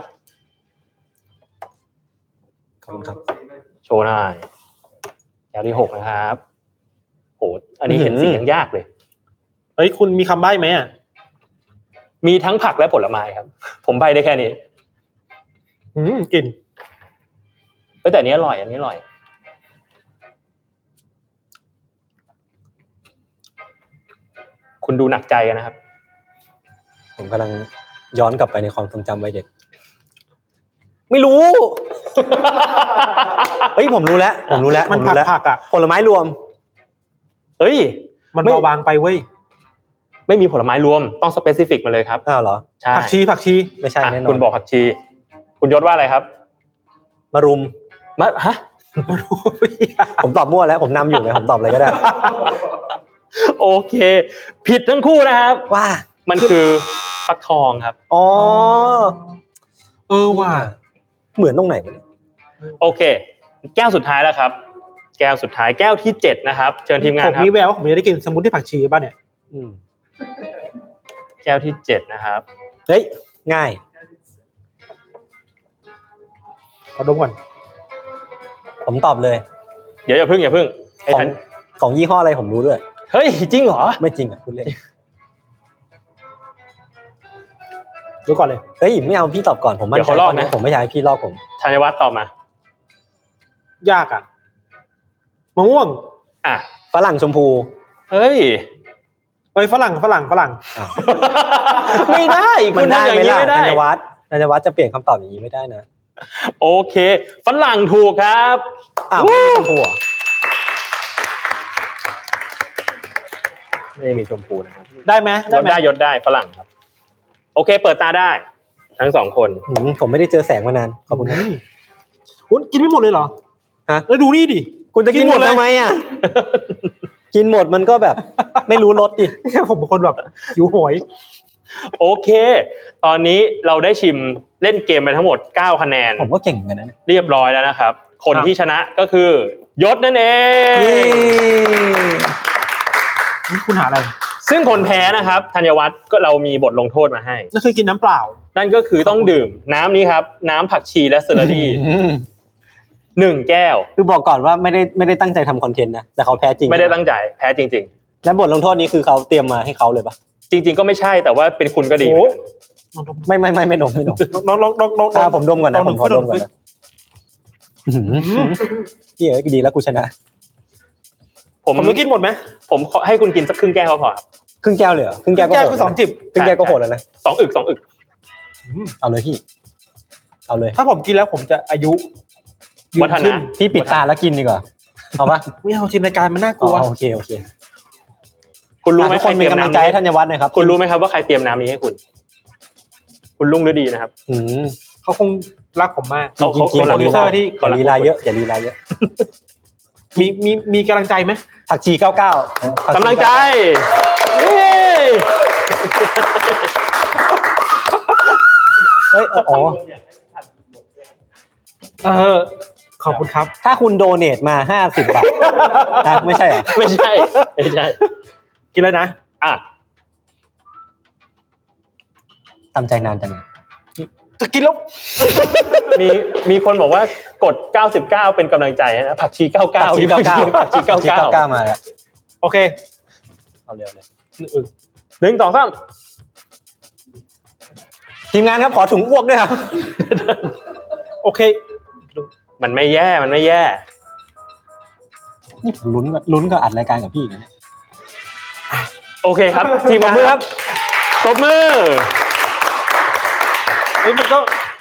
Speaker 2: ขอบคุณครับ
Speaker 4: โชว์หน่อยแก้วที่หกนะครับโหอันนี้เห็นสียังยากเลย
Speaker 3: เฮ้ยคุณมีคำใบ้ไหมอ่ะ
Speaker 4: มีทั้งผักและผลไม้ครับ ผมใบได้แค่นี้
Speaker 3: อืมกลิ่น
Speaker 4: เอ้ยแต่อันนี้อร่อยอันนี้อร่อย คุณดูหนักใจกันนะครับ
Speaker 2: ผมกำลังย้อนกลับไปในความทรงจำวัยเด็ก ไม่รู้ เฮ้ยผมรู้แล้ว ผมรู้แล้ว
Speaker 3: มัน
Speaker 2: ผ
Speaker 3: ผั
Speaker 2: รู้
Speaker 3: ก
Speaker 2: แล้ว
Speaker 3: ผักๆอ่ะ
Speaker 2: ผลไม้รวม
Speaker 4: *laughs* เฮ้ย
Speaker 3: มัน
Speaker 4: ไม่
Speaker 3: เบาบางไปเว้ย
Speaker 4: ไม่มีผลไม้รวมต้องสเปซิฟิกมาเลยครับ
Speaker 2: อ้าวเหรอ
Speaker 4: ใช่
Speaker 3: ผักชีผักชี
Speaker 2: ไม่ใช่
Speaker 4: อ่ะ
Speaker 2: แน่นอน
Speaker 4: คุณบอกผักชี คุณยศว่าอะไรครับ
Speaker 2: มารุม
Speaker 4: มะฮะ
Speaker 2: ผมตอบมั่วแล้วผมนำ
Speaker 4: *laughs*
Speaker 2: อยู่ไงผมตอบอะไรก็ได้
Speaker 4: โอเค ผิดทั้งคู่นะครับ
Speaker 2: ว่า
Speaker 4: มันคือฟักทองครับ
Speaker 2: อ๋อ
Speaker 3: เออว่ะ
Speaker 2: เหมือนตรงไหนวะเนี่ย
Speaker 4: โอเค แก้วสุดท้ายแล้วครับ แก้วสุดท้ายแก้วที่เจ็ดนะครับ เชิญทีมงาน
Speaker 3: ผม
Speaker 4: ครับ
Speaker 3: มีแววว่าผมจะได้กินสมูทที่ผักชีบ้างเนี่ย
Speaker 2: อืม
Speaker 4: แก้วที่เจ็ดนะครับ
Speaker 2: เฮ้ยง่าย
Speaker 3: ขอดมก่อน
Speaker 2: ผมตอบเลย
Speaker 4: เดี๋ยวอย่าพึ่งอย่าพึ่งให้
Speaker 2: ของ
Speaker 4: ทัน
Speaker 2: ของยี่ห้ออะไรผมรู้ด้วย
Speaker 4: เฮ้ย จริงเหรอ
Speaker 2: ไม่จริงอ่ะคุณเล่น
Speaker 3: ดูก่อนเลย
Speaker 2: เฮ้ยไม่เอาพี่ตอบก่อนผมมั่น
Speaker 4: เดี๋ยว
Speaker 2: ใจ
Speaker 4: เขาลอกนะ
Speaker 2: ผมไม่อยากให้พี่ลอกผม
Speaker 4: ธัญวัฒน์ตอบมา
Speaker 3: ยากอ่ะมะม่วง
Speaker 4: อ่ะ
Speaker 2: ฝรั่งชมพู
Speaker 4: เฮ้ย
Speaker 3: เอ้ยฝรั่งฝรั่งฝรั่ง
Speaker 4: ไม่ได้คุณทำอย่างนี้
Speaker 2: ล่ะ
Speaker 4: ไม่ได้
Speaker 2: นายวัฒน์นายวัฒน์จะเปลี่ยนคำตอบอย่างนี้ไม่ได้นะ
Speaker 4: โอเคฝรั่งถูกครับ
Speaker 2: อ้าว
Speaker 4: วู้
Speaker 2: ชมพูเหรอ
Speaker 4: ไม่มีชมพูนะครับ
Speaker 3: ได้ไหม
Speaker 4: ย
Speaker 3: ได้
Speaker 4: ศ
Speaker 3: ไหม
Speaker 4: ได้ยศได้ฝรั่งครับ โอเค เปิดตาได้ ทั้งสองคน
Speaker 2: อืมผมไม่ได้เจอแสงมานานขอบคุณครับ
Speaker 3: ยคุณกินไม่หมดเลยเหรอ
Speaker 2: ฮะ
Speaker 3: แล้วดูนี่ดิ
Speaker 2: คุณจะกินหมด
Speaker 3: กินหมดเลย
Speaker 2: ทำไมอ่ะ กินหมดมันก็แบบ ไม่รู้รสดิ
Speaker 3: ผมเป็นคนแบบหิวโหย
Speaker 4: โอเค ตอนนี้เราได้ชิมเล่นเกมไปทั้งหมด 9 คะแนน
Speaker 2: ผมก็เก่งเหมือนกันนะเนี่ย
Speaker 4: เรียบร้อยแล้วนะครับ คนที่ชนะก็คือยศนั่นเอง
Speaker 3: นี่คุณหาอะไร
Speaker 4: ซึ่งคนแพ้นะครับธัญวัฒน์ก็เรามีบทลงโทษมาให้
Speaker 3: นั่นคือกินน้ำเปล่า
Speaker 4: นั่นก็คือต้องดื่ม น้ำนี้ครับ น้ำผักชีและเซอร์รี่
Speaker 2: อืม
Speaker 4: หนึ่งแก้ว
Speaker 2: คือบอกก่อนว่าไม่ได้ไม่ได้ตั้งใจทำคอนเทนต์นะแต่เขาแพ้จริง
Speaker 4: ไม่ได้ตั้งใจแพ้จริง
Speaker 2: และบทลงโทษนี้คือเขาเตรียมมาให้เขาเลยปะ
Speaker 4: ๆ จริง ๆ ก็ไม่ใช่แต่ว่าเป็นคุณก็ดี
Speaker 3: โอ้
Speaker 2: ไม่ไม่ไม่ไม่ดมไม่ดม
Speaker 3: น้องน้องน้องน้อง
Speaker 2: อ่าผมดมก่อนนะผมขอดมก่อน
Speaker 3: ง
Speaker 2: นะอื้อหือเหี้ยดีแล้วกูชนะ
Speaker 4: ผม
Speaker 3: ผมจะกินหมดไหม
Speaker 4: ผมขอให้คุณกินสักครึ่งแก้วก็พอครับ
Speaker 2: ครึ่งแก้วเลยเหรอครึ่งแก้วก็
Speaker 3: แก้ว
Speaker 2: โหด
Speaker 3: ก็
Speaker 2: แล้ว
Speaker 3: สอง
Speaker 2: นะ
Speaker 3: จิบ
Speaker 2: ครึ่งแก้วก็โหดแล้วนะ
Speaker 4: สองอึกสองอึก
Speaker 2: เอาเลยพี่ เอาเลย
Speaker 3: ถ้าผมกินแล้วผมจะอายุยื
Speaker 4: วัฒ
Speaker 3: ขึ้
Speaker 4: นะ
Speaker 2: พี่ปิดตาแล้วกินดีกว่าเอาปะ
Speaker 3: ไม่เอาทีมรายการมันน่าก
Speaker 2: อ๋
Speaker 3: ลัว
Speaker 2: อโอเคโอเค
Speaker 4: คุณรู้ไหม
Speaker 2: อ่ะทุกค
Speaker 4: ใคร
Speaker 2: น
Speaker 4: เต
Speaker 2: มี
Speaker 4: รียม
Speaker 2: กำลัง
Speaker 4: น้ำ
Speaker 2: ใจ
Speaker 4: นี้
Speaker 2: ให้ธัญวัฒน์นะครับ
Speaker 4: คุณรู้ไหมครับว่าใครเตรียมน้ำนี้ให้คุณ คุณลุงฤดีนะครับ
Speaker 2: อืม
Speaker 3: เขาคงรักผมมาก
Speaker 2: เขา
Speaker 4: เขา
Speaker 2: กินโป
Speaker 4: เขา
Speaker 2: รดิวเซอร์ที่
Speaker 4: เขารัก
Speaker 2: ลีลาเยอะอย่าลีลาเยอะ
Speaker 3: มีมีมีกำลังใจไหม
Speaker 2: ผักชีเก้าเก้าก
Speaker 4: ำลังใจเย้
Speaker 2: เอ้ยอ๋อ
Speaker 3: เออ ขอบคุณครับ
Speaker 2: ถ้าคุณโดเนทมาห้าสิ
Speaker 3: *laughs*
Speaker 2: บบาทนะไม่ใช่เหรอ
Speaker 4: ไม่ใช่ ไม่ใช่
Speaker 3: กินแล้วนะ
Speaker 4: อ่ะ
Speaker 2: ทำใจนานจัง
Speaker 3: จะกินแล้ว
Speaker 4: มีมีคนบอกว่ากด 99 เป็นกำลังใจนะผักชี 99
Speaker 2: ผักชีเก้าเก้า *laughs*
Speaker 4: ผักชี
Speaker 2: ผักชีเก้าเก้า
Speaker 4: 99
Speaker 2: มาแล้ว
Speaker 3: โอเค
Speaker 2: เอาเร็วเลย
Speaker 4: หนึ่งสองสาม
Speaker 2: ทีมงานครับขอถุงอ้วกด้วยครับ
Speaker 3: โอเค
Speaker 4: มันไม่แย่มันไม่แย่
Speaker 2: นี่ผมลุ้นกับลุ้นก็อัดรายการกับพี่อีกนะ
Speaker 4: โอเค
Speaker 2: *laughs*
Speaker 4: ครับ ทีมงานครับตบมือ
Speaker 3: เอ้ยมันก็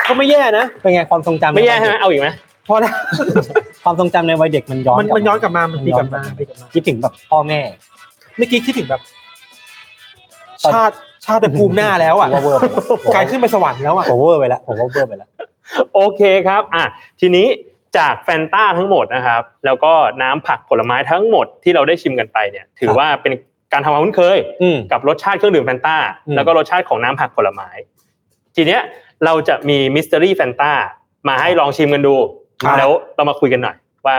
Speaker 3: ก็ไม่แย่นะ
Speaker 2: เป็นไงความทรงจำ
Speaker 4: ไม่แย่ใช่ไหมเอาอีกไหม
Speaker 2: พอแล้วความทรงจำในวัยเด็กมันย้อน
Speaker 3: มันมันย้อนกลับมามันตีกลับมาตีกลับมา
Speaker 2: คิดถึงแบบพ่อแม่
Speaker 3: เมื่อกี้คิดถึงแบบ
Speaker 2: ตอน
Speaker 3: ชาติชาติภูมิหน้าแล้วอ่ะ
Speaker 2: ผมว่าเวอร์ไป
Speaker 3: กลายขึ้นไปสวรรค์แล้วอ่ะ
Speaker 2: ผมว่าเวอร์ไปแล้วผมว่าเวอร์ไปแล้ว
Speaker 4: โอเคครับ อ่ะทีนี้จากแฟนต้าทั้งหมดนะครับ แล้วก็น้ำผักผลไม้ทั้งหมดที่เราได้ชิมกันไปเนี่ย ถือว่าเป็นการทำความคุ้นเคย
Speaker 2: อืม
Speaker 4: กับรสชาติเครื่องดื่มแฟนตา
Speaker 2: อืม
Speaker 4: แล้วก็รสชาติของน้ำผักผลไม้ ทีเนี้ยเราจะมีมิส t ตอรี่แฟนตามาให้ลองชิมกันดู
Speaker 2: ครับ
Speaker 4: แล้วเรามาคุยกันหน่อย ว่า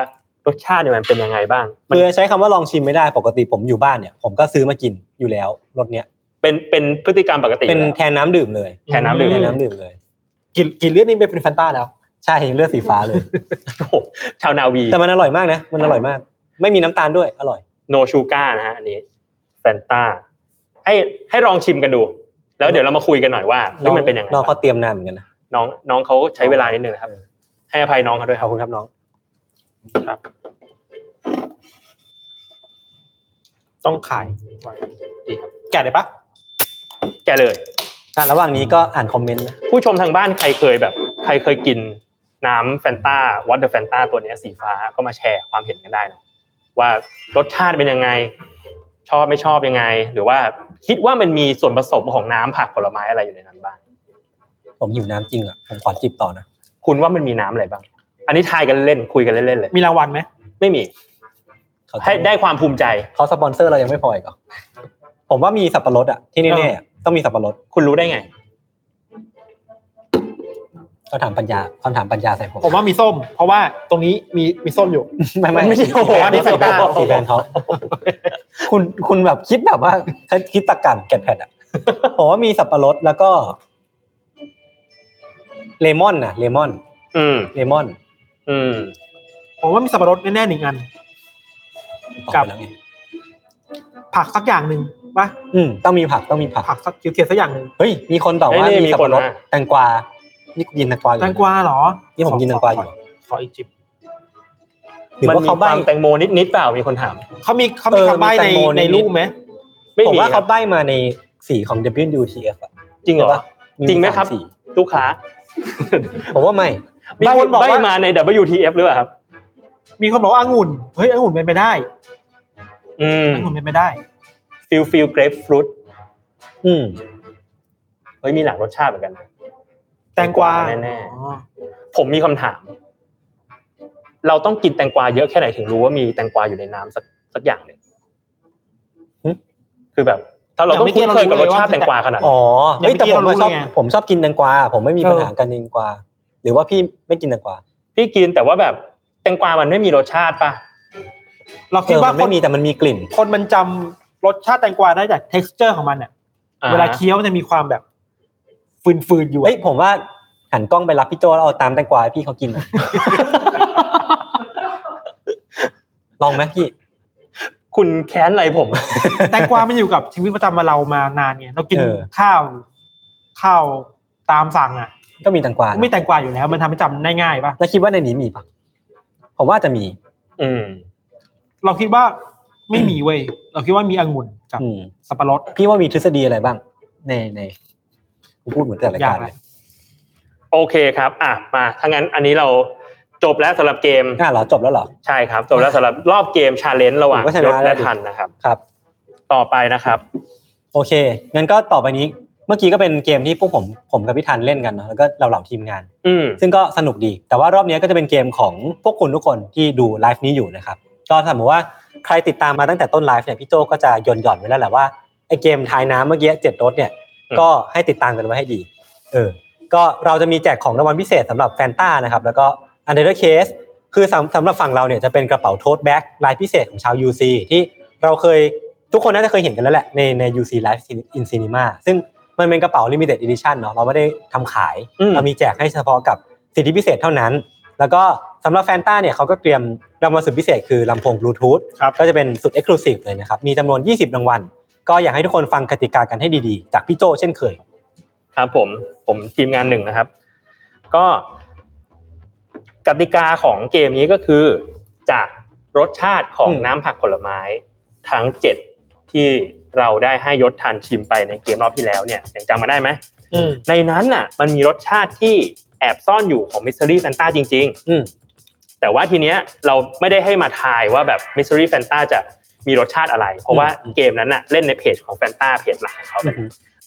Speaker 4: รสชาติเนี่ยมันเป็นยังไงบ้าง มัน
Speaker 2: คือใช้คำว่าลองชิมไม่ได้ปกติผมอยู่บ้านเนี่ย ผมก็ซื้อมากินอยู่แล้วรสเนี้ย
Speaker 4: เป็นเป็นพฤติกรรมปกติ
Speaker 2: เป็น
Speaker 4: อยู่แล้ว
Speaker 2: แทนน้ำดื่มเลย
Speaker 4: แทนน้ำดื่ม
Speaker 2: แทนน้ำดื่มเลย
Speaker 3: กินกินเลือดนี่ไปเป็นแฟนต้าแล้ว
Speaker 2: ใช่เลือดสีฟ้าเลย
Speaker 4: โอ้โหชาวนาวี
Speaker 2: *laughs* แต่มันอร่อยมากนะ มันอร่อยมาก ไม่มีน้ำตาลด้วย อร่อย
Speaker 4: โนชูก้านะฮะอันนี้แฟนตาให้ให้ลองชิมกันดู แล้วเดี๋ยวเรามาคุยกันหน่อยว่าเฮ้ยมันเป็นยังไง
Speaker 2: น้องเขา
Speaker 4: บ้าง
Speaker 2: เตรียมนานเหมือนกันนะ
Speaker 4: น้องน้องเขาใช้เวลานิดนึงนะครับ ให้อภัยน้องเขาด้วยขอบคุณครับน้อง
Speaker 3: ต้องขาย
Speaker 4: ดีครับ
Speaker 3: แกะได้ปะ
Speaker 4: แกเลย
Speaker 2: ระหว่างนี้ก็อ่านคอมเมนต์นะ
Speaker 4: ผู้ชมทางบ้านใครเคยแบบ ใครเคยกินน้ำแฟนตาวอเตอร์แฟนตาตัวเนี้ยสีฟ้าก็มาแชร์ความเห็นกันได้นะว่ารสชาติเป็นยังไง ชอบไม่ชอบยังไง หรือว่าคิดว่ามันมีส่วนผสมของน้ำผักผลไม้อะไรอยู่ในนั้นบ้าง
Speaker 2: ผมหิวน้ำจริงอ่ะผมขอจิบต่อนะ
Speaker 4: คุณว่ามันมีน้ำอะไรบ้าง อันนี้ทายกันเล่นคุยกันเล่นๆเลย
Speaker 3: มีรางวัลไหม
Speaker 4: ไม่มี
Speaker 2: เขาจะ
Speaker 4: ให้ได้ความภูมิใจ
Speaker 2: เขาสปอนเซอร์เรายังไม่พออีกเหรอผมว่ามีสับปะรดอ่ะที่แน่ๆอะต้องมีสับปะรด
Speaker 4: คุณรู้ได้ไง
Speaker 2: เขาถามปัญญาเขาถามปัญญาใส่ผม
Speaker 3: ผมว่ามีส้ม เพราะว่าตรงนี้มีมีส้มอยู่
Speaker 2: ไม่ไม่
Speaker 4: ไม่ใช่โอ้โหอันนี้
Speaker 2: สีแบรนด์
Speaker 4: ใส่ตา
Speaker 2: สีแบรนด์เขาคุณคุณแบบคิดแบบว่าคิดตะกันแกะแพดอ่ะผมว่ามีสับปะรดแล้วก็ เลมอนน่ะ เลมอน
Speaker 4: อืม
Speaker 2: เลมอน
Speaker 4: อืม
Speaker 3: ผมว่ามีสับปะรดแน่ๆหนึ่งอัน
Speaker 2: ตอบ
Speaker 3: ครับ
Speaker 2: ไปแล้วไง
Speaker 3: ผักสักอย่างหนึ่งปะ
Speaker 2: อืมต้องมีผักต้องมีผัก
Speaker 3: ผักสักเขียวๆสักอย่างหนึ่ง
Speaker 2: เฮ้ย มีคนตอบว่า
Speaker 4: เฮ้ยนี่
Speaker 2: มีสับปะรด
Speaker 4: มีคนมา
Speaker 2: แตงกวา นี่กินแตงกวาอยู่
Speaker 3: แตงกวาเหรอ
Speaker 2: นี่ผมกินแตงกวาอยู่
Speaker 3: ขออีกจิบ
Speaker 2: หรือ
Speaker 4: มั
Speaker 2: ว่า
Speaker 4: นมี
Speaker 2: เขา
Speaker 4: ค
Speaker 2: ใบ้
Speaker 4: วามแตงโมนิดๆเปล่ามีคนถาม
Speaker 3: เขามีเขามี
Speaker 2: เออ
Speaker 3: คำใบ้
Speaker 2: มี
Speaker 3: ใน
Speaker 2: แตงโมนิดๆ
Speaker 3: ในรูปไหม
Speaker 4: ไม่
Speaker 2: ผม
Speaker 4: มี
Speaker 2: ว่า
Speaker 4: ครั
Speaker 2: เขา
Speaker 4: บ
Speaker 2: ใบ้มาในสีของ WTF อะ
Speaker 4: จริงเหร
Speaker 2: ใช่
Speaker 4: อ
Speaker 2: ปะ
Speaker 4: จริงไหมครับ
Speaker 2: สาสี
Speaker 4: ลูกค้า
Speaker 2: ผมว่าไม่
Speaker 4: มีคนใบมาใน WTF หรือเปล่าครับ
Speaker 3: มีคนบอกว่าองุ่นเฮ้ยองุ่นเป็นไปได้
Speaker 4: อืม
Speaker 3: องุ่นเป็นไปได้
Speaker 4: ฟิลฟิลเกรฟฟรุต
Speaker 2: อืม
Speaker 4: เฮ้ยมีหลากรสชาติเหมือนกันนะ
Speaker 3: แตงกวา
Speaker 4: แน่
Speaker 3: อ๋อ
Speaker 4: ๆผมมีคำถาม เราต้องกินแตงกวาเยอะแค่ไหนถึงรู้ว่ามีแตงกวาอยู่ในน้ำสักสักอย่างหนึ่ง
Speaker 2: หึ
Speaker 4: คือแบบ ถ้าเราต้องคุ้นเคยกับรสชาติแตงกวาขนาดนั้น
Speaker 2: อ๋อเฮ้ย
Speaker 3: เดี๋
Speaker 2: แต่
Speaker 3: ยวเมื่อ
Speaker 2: ผม
Speaker 3: กี้
Speaker 2: ช
Speaker 3: เรารู้
Speaker 2: อบ
Speaker 3: ไง
Speaker 2: ผมชอบกินแตงกวา ผมไม่มี
Speaker 3: เออ
Speaker 2: ปัญหาการกินแตงกวา หรือว่าพี่ไม่กินแตงกวา
Speaker 4: พี่กินแต่ว่าแบบแตงกวามันไม่มีรสชาติป่ะ
Speaker 3: เรา
Speaker 2: เอ
Speaker 3: คิด
Speaker 2: อ
Speaker 3: ว่า
Speaker 2: มัน
Speaker 3: ค
Speaker 2: ไม่
Speaker 3: น
Speaker 2: มีแต่มันมีกลิ่น
Speaker 3: คนมันจำรสชาติแตงกวาได้จาก t e x t อร์ของมันอ่ะ เวลาเคี้ยวมันจะมีความแบบ ฟืนๆอยู่
Speaker 2: *laughs*
Speaker 3: อะ
Speaker 2: เฮ้ยผมว่าหันกล้องไปรับพี่โจแล้วเอาตามแตงกวาให้พี่เขากินหน่อย ลองไหมพี่
Speaker 4: คุณแค้นอะไรผม
Speaker 3: แตงกวามันอยู่กับชีวิตประจำวันเรามานานไงเรากิน
Speaker 2: เออ
Speaker 3: ข้าวข้าวตามสั่งอ่ะ
Speaker 2: ก็มีแตงกวานะ
Speaker 3: ไม่แตงกวาอยู่แล้ว มันทำให้จำได้ง่ายปะ
Speaker 2: แล้วคิดว่าในนี้มีปะผมว่าจะมี
Speaker 4: อืม
Speaker 3: เราคิดว่าไม่มีเว้ยเราคิดว่ามีองุ่นกับ
Speaker 2: อืม
Speaker 3: สับปะรด
Speaker 2: พี่ว่ามีทฤษฎีอะไรบ้าง ในในพูดเหมือนแต่รายการเลย
Speaker 4: โอเคครับ อ่ะมาถ้างั้นอันนี้เราจบแล้วสำหรับเกม
Speaker 2: อ่ะเหรอจบแล้วเหรอ
Speaker 4: ใช่ครับจบแล้วสำหรับรอบเกมชาเลนจ์ระหว่าง
Speaker 2: ผมก็ชนะ
Speaker 4: ยศ
Speaker 2: แล้
Speaker 4: และ
Speaker 2: วดิ
Speaker 4: ทันนะครับ
Speaker 2: ครับ
Speaker 4: ต่อไปนะครับ
Speaker 2: โอเคงั้นก็ต่อไปนี้ เมื่อกี้ก็เป็นเกมที่พวกผมผมกับพี่ทันเล่นกันเนาะแล้วก็เราเหล่าทีมงาน
Speaker 4: อืม
Speaker 2: ซึ่งก็สนุกดี แต่ว่ารอบนี้ก็จะเป็นเกมของพวกคุณทุกคนที่ดูไลฟ์นี้อยู่นะครับก็สมมติว่าใครติดตามมาตั้งแต่ต้นไลฟ์เนี่ยพี่โจก็จะหย่อนหย่อนๆไว้แล้วแหละว่าไอ้เกมทายน้ำเมื่อกี้เจ็ดรสเนี่ย
Speaker 4: อืม
Speaker 2: ก็ให้ติดตามกันไว้ให้ดี เออ ก็เราจะมีแจกของรางวัลพิเศษสำหรับแฟนต้านะครับ แล้วก็อันเดอร์เคสคือสำสำหรับฝั่งเราเนี่ยจะเป็นกระเป๋าโทสแบ็กลายพิเศษของชาว UC ที่เราเคยทุกคนน่าจะเคยเห็นกันแล้วแหละในใน UC Live in Cinema ซึ่งมันเป็นกระเป๋า Limited Edition เนาะเราไม่ได้ทำขาย
Speaker 4: อืม
Speaker 2: เรามีแจกให้เฉพาะกับสิทธิพิเศษเท่านั้น แล้วก็สำหรับแฟนต้าเนี่ยเขาก็เตรียมรางวัลสุดพิเศษคือลำโพงบลูทูธ
Speaker 3: ครับ
Speaker 2: ก็จะเป็นสุดเอ็กซ์คลูซีฟเลยนะครับมีจำนวน 20 รางวัลก็อยากให้ทุกคนฟังกติกากันให้ดีๆ จากพี่โจเช่นเคย
Speaker 4: ครับผมผมทีมงานหนึ่งนะครับ ก็กติกาของเกมนี้ก็คือจากรสชาติของ
Speaker 2: อืม
Speaker 4: น้ำผักผลไม้ทั้งเจ็ดที่เราได้ให้ยศทานชิมไปในเกมรอบที่แล้วเนี่ยยังจำมาได้ไหม
Speaker 3: อืม
Speaker 4: ในนั้นน่ะมันมีรสชาติที่แอบซ่อนอยู่ของมิสซิลี่แฟนตาจริง
Speaker 2: อืม
Speaker 4: ๆ แต่ว่าทีเนี้ยเราไม่ได้ให้มาทายว่าแบบมิสซิลี่แฟนตาจะมีรสชาติอะไร เพราะว่า
Speaker 2: อืม
Speaker 4: เกมนั้นน่ะเล่นในเพจของแฟนตาเพจหลักของเขานะ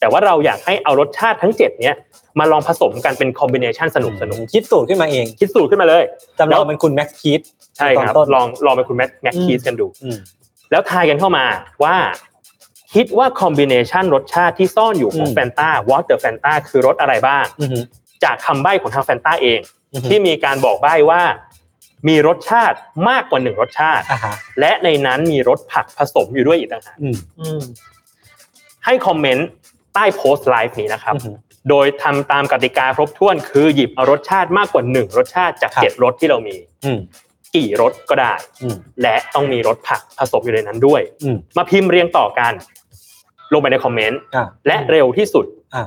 Speaker 4: แต่ว่าเราอยากให้เอารสชาติทั้งเจ็ดเนี้ยมาลองผสมกันเป็นคอมบิเนชันสนุกสนุก
Speaker 2: คิดสูตรขึ้นมาเอง
Speaker 4: ๆคิดสูตรขึ้นมาเลย
Speaker 2: จำลองเป็นคุณแม็กซ์คิด
Speaker 4: ใช่ครับ
Speaker 2: ตอนต้น
Speaker 4: ลองลองไปคุณแม็กแม็กคีสกันดู
Speaker 2: อืม
Speaker 4: แล้วทายกันเข้ามาว่าคิดว่าคอมบิเนชันรสชาติที่ซ่อนอยู่ของ
Speaker 2: อืม
Speaker 4: แฟนตาวอเตอร์แฟนตาคือรสอะไรบ้าง
Speaker 2: อืม
Speaker 4: จากคำใบ้ของทางแฟนตาเอง
Speaker 2: อืม
Speaker 4: ที่มีการบอกใบ้ว่า มีรสชาติมากกว่าหนึ่งรสชาติ
Speaker 2: อ่าฮะ
Speaker 4: และในนั้นมีรสผักผสมอยู่ด้วยอีกต่างหาก
Speaker 2: อืม
Speaker 3: อืม
Speaker 4: ให้คอมเมนต์ใต้โพสต์ไลฟ์นี้นะครับ
Speaker 2: อืม
Speaker 4: โดยทำตามกติกาครบถ้วนคือหยิบเอารสชาติมากกว่าหนึ่งรสชาติจาก
Speaker 2: ครับ
Speaker 4: เจ็ดรสที่เรามี
Speaker 2: อืม
Speaker 4: กี่รสก็ได้
Speaker 2: อืม
Speaker 4: และต้องมีรสผักผสมอยู่ในนั้นด้วย
Speaker 2: อืม
Speaker 4: มาพิมพ์เรียงต่อกัน ลงไปในคอมเมนต์
Speaker 2: อ่า
Speaker 4: และเร็วที่สุด
Speaker 2: อ่า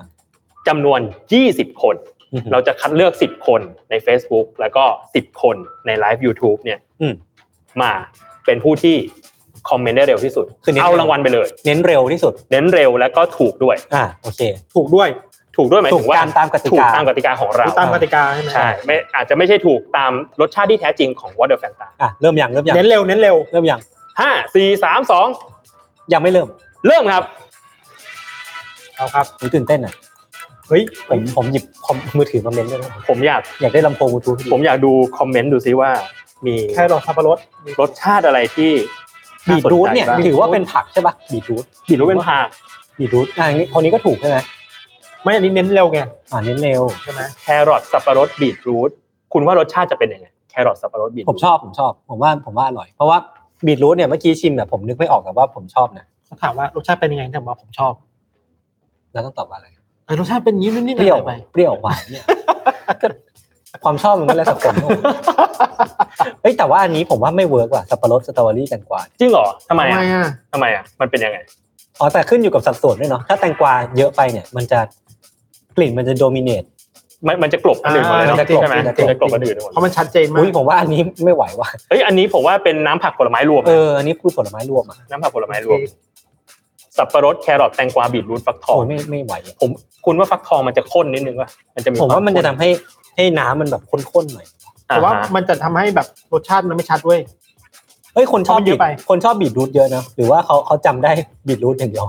Speaker 4: จำนวน 20 คน
Speaker 2: อืม
Speaker 4: เราจะคัดเลือก 10 คนใน Facebook แล้วก็ 10 คนในไลฟ์ YouTube เนี่ย
Speaker 2: อืม
Speaker 4: มาเป็นผู้ที่คอมเมนต์ได้เร็วที่สุด
Speaker 2: คือเน้น
Speaker 4: เอารางวัลไปเลย
Speaker 2: เน้นเร็วที่สุด
Speaker 4: เน้นเร็วแล้วก็ถูกด้วย
Speaker 2: อ่าโอเค
Speaker 3: ถูกด้วย
Speaker 4: ถูกด้วยหมาย
Speaker 2: ถู
Speaker 4: ถึ
Speaker 2: ก
Speaker 4: งว่า
Speaker 2: ตามตามกติกา
Speaker 4: ถูกตามกติกาของเรา
Speaker 3: ตามกติกาใช่ไหม
Speaker 4: ใช่ไม่อาจจะไม่ใช่ถูกตามรสชาติที่แท้จริงของ Water Fanta
Speaker 2: อ่ะเริ่มยังเริ่มยัง
Speaker 3: เน้นเร็วเน้นเร็ว
Speaker 2: เริ่มยัง
Speaker 4: ห้าสี่สามสอง
Speaker 2: ยังไม่เริ่ม
Speaker 4: เริ่มครับ
Speaker 3: เอาครับ
Speaker 2: หรือตื่นเต้นอ่ะ
Speaker 3: เฮ้ย
Speaker 2: ผมผมหยิบคอมมือถือมาเมนต์ด้วยนะ
Speaker 4: ผมอยาก
Speaker 2: อยากได้ลำโพงบลูทูธ
Speaker 4: ผมอยากดูคอมเมนต์ดูซิว่ามี
Speaker 3: แค่ดอกสับปะรด
Speaker 4: รสชาติอะไรที่
Speaker 2: บีทรูทเนี่ย
Speaker 4: าสใจบ้าง
Speaker 2: ถือว่าเป็นผักใช่ป่ะบีทรูท
Speaker 4: บีทรูทเป็นผัก
Speaker 2: บีทรูทอ่าอย่างงี้คนนี้ก็ถูกใช่ไหม
Speaker 3: ไม่อันนี้เน้นเร็วไง
Speaker 2: อ่าเน้นเร็ว
Speaker 3: ใช่ไหม
Speaker 4: แครอทสับปะรดบีทรูทคุณว่ารสชาติจะเป็นยังไงแครอทสับปะรดบีท
Speaker 2: ผมชอบผมชอบ ผมว่าผมว่าอร่อย เพราะว่าบีทรูทเนี่ยเมื่อกี้ชิมแบบผมนึกไม่ออกแต่ว่าผมชอบนะ
Speaker 3: เขาถามว่ารสชาติเป็นยังไงแต่บอกว่าผมชอบ
Speaker 2: แล้วต้องตอบว่าอะไร
Speaker 3: เออรสชาติเป็นอย่างนี้นิดๆ
Speaker 2: เปรี้ยว
Speaker 3: ไป
Speaker 2: เปรี้ยวหวานเนี่ยก็ความชอบมันก็แล้วแต่คน
Speaker 3: *laughs*
Speaker 2: เอ้ยแต่ว่าอันนี้ผมว่าไม่เวิร์กว่ะสับปะรดสตรอเบอรี่แตงกวา
Speaker 4: จริงเหรอทำไม
Speaker 3: ทำ
Speaker 4: อ่ะ
Speaker 3: ไมอ่ะ
Speaker 4: ทำไมอ่ะมันเป็นยังไง
Speaker 2: อ๋อแต่ขึ้นอยู่กับสัดส่วนด้วยเนาะถ้าแตงกวาเยอะไปเนี่ย มันจะกลิ่นมันจะโดมิเนต
Speaker 4: มันมันจะกลบอันอื่นหมดเลยเนอะ
Speaker 2: อ่ามันจะกลบ
Speaker 4: ใช่ไหม
Speaker 2: มันจะกลบ
Speaker 4: มันจะกลบอันอื่นหมด
Speaker 3: เพราะมันชัดเจนมา
Speaker 2: อุ้ย
Speaker 3: ก
Speaker 2: ผมว่าอันนี้ไม่ไหวว่ะ
Speaker 4: เอ้ยอันนี้ผมว่าเป็นน้ำผักผลไม้รวม
Speaker 2: เอออันนี้พูดผลไม้รวมอ่ะ
Speaker 4: น้ำผักผลไม้รวม สับปะรดแครอทแตงกวาบีทรูทฟักทอ
Speaker 2: โอ้
Speaker 4: ง
Speaker 2: ยไม่ไม่ไหวอะ
Speaker 4: ผมคุณว่าฟักทองมันจะข้นนิดนึงป่ะมันจะมี
Speaker 2: ผมว่ามันจะทำ
Speaker 4: ค
Speaker 2: ให้ให้น้ำมันแบบข้นๆหน่อย
Speaker 4: ข้น
Speaker 3: แต่ว่า
Speaker 4: อ่ฮะ
Speaker 3: มันจะทำให้แบบรสชาติมันไม่ชัดเว้ย
Speaker 2: เฮ้ยคนชอบ
Speaker 3: เพราะมันเย
Speaker 2: บี
Speaker 3: อะไป
Speaker 2: ทคนชอบบีทรูทเยอะนะหรือว่าเขาเขาจำได้บีทรูทอย่างเดียว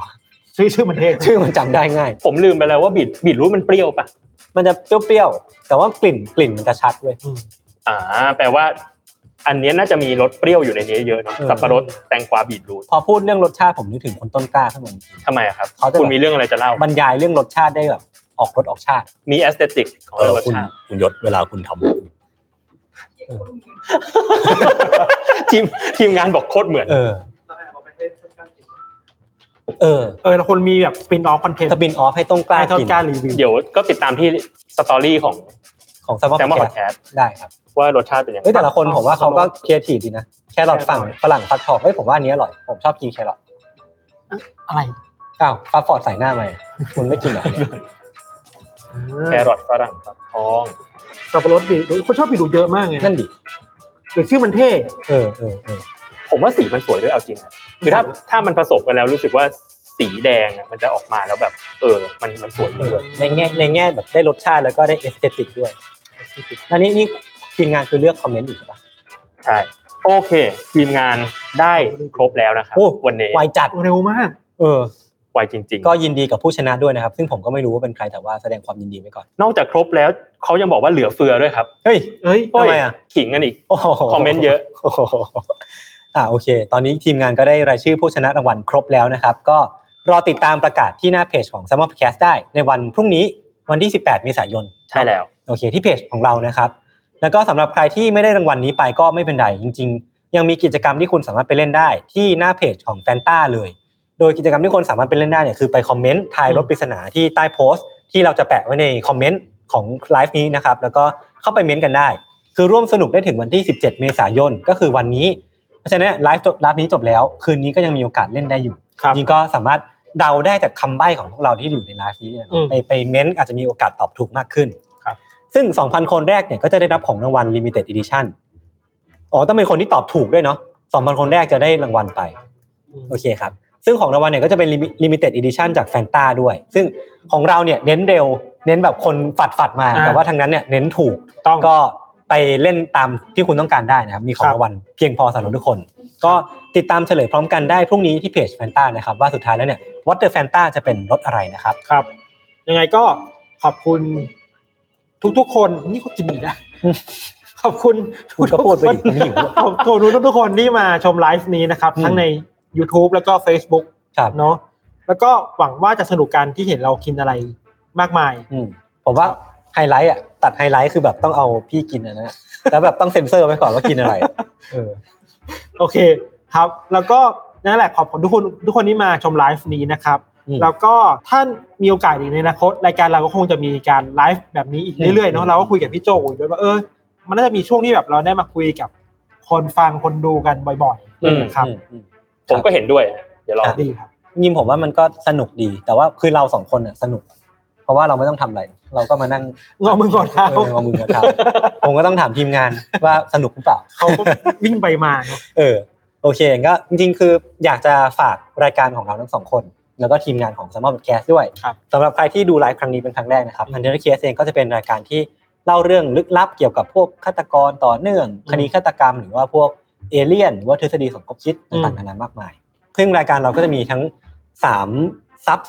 Speaker 3: ชื่อชื่อมันเท่
Speaker 2: ชื่อมันจำได้ง่าย
Speaker 4: ผมลืมไปแล้วว่าบีทบีทรูทมันเปรี้ยวป่ะ
Speaker 2: มันจะเปรี้ยวๆแต่ว่ากลิ่นกลิ่นมันจะชัดเว้ย
Speaker 4: อ่า แปลว่า อันเนี้ยน่าจะมีรสเปรี้ยวอยู่ในนี้เยอะเนอะ
Speaker 2: เออ
Speaker 4: สับปะรดแตงกวาบีทรูท
Speaker 2: พอพูดเรื่องรสชาติผมนึกถึงคนต้นกล้าขึ้นมาทันที
Speaker 4: ทำไมอะครับ
Speaker 2: เขาจะ
Speaker 4: คุณมีเรื่องอะไรจะเล่า
Speaker 2: บรรยายเรื่องรสชาติได้แบบออกรสออกชาติ
Speaker 4: มีแอสเตติกของเรื่องรสชาติ
Speaker 2: คุณยศเวลาคุณท
Speaker 4: *laughs* ทีมทีมงานบอกโคตรเหมือน
Speaker 2: ำเออ เออ
Speaker 3: เออเราควรมีแบบปินออฟคอนเทนต์
Speaker 2: สปินออฟให้ต้องกล้า
Speaker 3: ให้เขา
Speaker 2: กิน
Speaker 3: การรีวิว
Speaker 4: เดี๋ยวก็ติดตามที่สตอรี่ของ
Speaker 2: ของแซมมอน
Speaker 4: แซมมอ
Speaker 2: พ
Speaker 4: นพ
Speaker 2: อ
Speaker 4: อ
Speaker 2: ด
Speaker 4: ด
Speaker 2: แค
Speaker 4: แค
Speaker 2: สต์
Speaker 4: สต์
Speaker 2: ได้ครับ
Speaker 4: ว่ารสชาติเป็นยังไง
Speaker 2: เอ้ยแต่ละคนผมว่าเขาก็เคียร์ทีดีนะ แครอทฝั่งฝรั่งฟัดทองเฮ้ยผมว่าอันนี้อร่อย ผมชอบกินแครอท
Speaker 3: อะไร
Speaker 2: อ้าวฟาฟอร์ดใส่หน้าไหมาคุณไม่กินเหรอเนี่ย
Speaker 4: แครอทฝรั่งฟักทอง
Speaker 3: สับปะรดบีดูคนชอบบีดูเยอะมากไง
Speaker 2: นั่นดิ
Speaker 3: หรือชื่อมันเท่
Speaker 2: เออเออเออ
Speaker 4: ผมว่าสีมันสวยด้วยเอาจริงอะคือถ้าถ้ามันผสมกันแล้วรู้สึกว่าสีแดงอะมันจะออกมาแล้วแบบ เออ มันมันสวย
Speaker 2: เอ
Speaker 4: ดี
Speaker 2: อในแง่ในแง่แบบได้รสชาติแล้วก็ได้เอสเตติกด้วยอันนี้นี่ทีมงานคือเลือกคอมเมนต์อยู่ใช่ปะ
Speaker 4: ใช่โอเค ทีมงานได้ครบแล้วนะครับ
Speaker 2: โอ้
Speaker 4: วันนี้
Speaker 2: ไวจัด
Speaker 3: เร็วมาก
Speaker 2: เออ
Speaker 4: ไวจริง
Speaker 2: ก็ยินดีกับผู้ชนะด้วยนะครับ ซึ่งผมก็ไม่รู้ว่าเป็นใครแต่ว่าแสดงความยินดีไว้ก่อน
Speaker 4: ๆ นอกจากครบแล้วเขายังบอกว่าเหลือเฟือด้วยครับ
Speaker 2: เฮ้ย
Speaker 3: เอ้ย
Speaker 2: ทำไมอะ
Speaker 4: ขิงกันอีก
Speaker 2: โโห
Speaker 4: คอมเมนต์เยอะ
Speaker 2: โโหอ่าโอเค ตอนนี้ทีมงานก็ได้รายชื่อผู้ชนะรางวัลครบแล้วนะครับ ก็รอติดตามประกาศที่หน้าเพจของ s ซมมอนแคสได้ในวันพรุ่งนี้วันที่ 18 เมษายน
Speaker 4: ใช่แล้ว
Speaker 2: โอเคที่เพจของเรานะครับ แล้วก็สำหรับใครที่ไม่ได้รางวัลนี้ไปก็ไม่เป็นไรจริง ๆ ยังมีกิจกรรมที่คุณสามารถไปเล่นได้ที่หน้าเพจของแฟนต้าเลย โดยกิจกรรมที่คนสามารถไปเล่นได้เนี่ยคือไปคอมเมนต์ทายรถปริศนาที่ใต้โพสต์ ที่เราจะแปะไว้ในคอมเมนต์ของไลฟ์นี้นะครับแล้วก็เข้าไปเม้นต์กันได้ คือร่วมสนุกได้ถึงวันที่ 17 เมษายนก็คือวันนี้ เพราะฉะนั้นไลฟ์จบไลฟ์นี้จบแล้ว คืนนี้ก็ยังมีโอกาสเล่นได้อยู่
Speaker 3: ครับ
Speaker 2: นี่ก็สามารถเดาได้จากคำใบ้ของพวกเราที่อยู่ในไลฟ์นี้เนี่ย
Speaker 3: อืม
Speaker 2: ไปไปเม้นต์อาจจะมีโอกาสตอบถูกมากขึ้น
Speaker 3: ครับ
Speaker 2: ซึ่ง 2,000 คนแรกเนี่ยก็จะได้รับของรางวัล Limited Edition อ๋อต้องเป็นคนที่ตอบถูกด้วยเนาะ2,000 คนแรกจะได้รางวัลไป โอเคครับ ซึ่งของรางวัลเนี่ยก็จะเป็น Limi- Limited Edition จากแฟนตาด้วย ซึ่งของเราเนี่ยเน้นเร็ว เน้นแบบคนฝัดฝัดๆมา
Speaker 3: อ่า
Speaker 2: แต่ว่าทางนั้นเนี่ยเน้นถูก
Speaker 3: ต้อง
Speaker 2: ก็ไปเล่นตามที่คุณต้องการได้นะครับ มีของ
Speaker 3: ครับ
Speaker 2: รางวัลเพียงพอสำหรับทุกคน ก็ติดตามเฉลยพร้อมกันได้พรุ่งนี้ที่เพจแฟนตานะครับ ว่าสุดท้ายแล้วเนี่ยวอเตอร์แฟนตาจะเป็นรถอะไรนะครับ
Speaker 3: ครับ ยังไงก็ขอบคุณทุกๆ คนนี่เขากินอีกนะขอบคุณ
Speaker 2: คุณก็พูดไปดิผมหิว
Speaker 3: ขอบคุณทุกๆคนที่มาชมไลฟ์นี้นะครับ ทั้งใน YouTube แล้วก็ Facebook
Speaker 2: ครับ
Speaker 3: เนาะแล้วก็หวังว่าจะสนุกกันที่เห็นเรากินอะไรมากมาย
Speaker 2: อืมผมว่าไฮไลท์อ่ะตัดไฮไลท์คือแบบต้องเอาพี่กินอันนั้นอะแล้วแบบต้องเซ็นเซอร์ไว้ก่อนว่ากิน
Speaker 3: *laughs*
Speaker 2: อะไรเออ
Speaker 3: โอเคครับ แล้วก็นั่นแหละขอบคุณทุกคนทุกคนที่มาชมไลฟ์นี้นะครับ
Speaker 2: อืม
Speaker 3: แล้วก็ท่านมีโอกาสอีกในอนาคตรายการเราก็คงจะมีการไลฟ์แบบนี้อีกเรื่อยๆเนาะเราก็คุยกับพี่โจอยู่ด้วยว่าเออมันน่าจะมีช่วงที่แบบเราได้มาคุยกับคนฟังคนดูกันบ่อยๆนะครับ
Speaker 2: อืมอืม
Speaker 4: ผมก็เห็นด้วยนะเดี๋ยวลอง
Speaker 2: อ่ะ
Speaker 3: ดีครับ
Speaker 2: ยิมผมว่ามันก็สนุกดี แต่ว่าคือเราสองคนอ่ะสนุก เพราะว่าเราไม่ต้องทำอะไร เราก็มานั่ง
Speaker 3: งอมืองอเท้า
Speaker 2: อองอมืองอเท้าผมก็ต้องถามทีมงานว่าสนุกหรือเปล่า
Speaker 3: เขาก็วิ่งไปมาเนอะ
Speaker 2: เออโอเคก็จริงๆคืออยากจะฝากรายการของเราทั้งสองคน แล้วก็ทีมงานของ s ซมมอนแคสด้วย
Speaker 3: ครับ
Speaker 2: สำหรับใครที่ดูไลฟ์ครั้งนี้เป็นครั้งแรกนะครับอันเดอร์เคสเองก็จะเป็นรายการที่เล่าเรื่องลึกลับเกี่ยวกับพวกฆาตกรต่อเนื่อง
Speaker 3: อืม
Speaker 2: คดีฆาตกรรมหรือว่าพวกเอเลี่ยนหรือว่าทฤษฎีสมคบคิด
Speaker 3: อืม
Speaker 2: ต่างๆนานามากมาย ซึ่งรายการเราก็จะมีทั้งสามซับ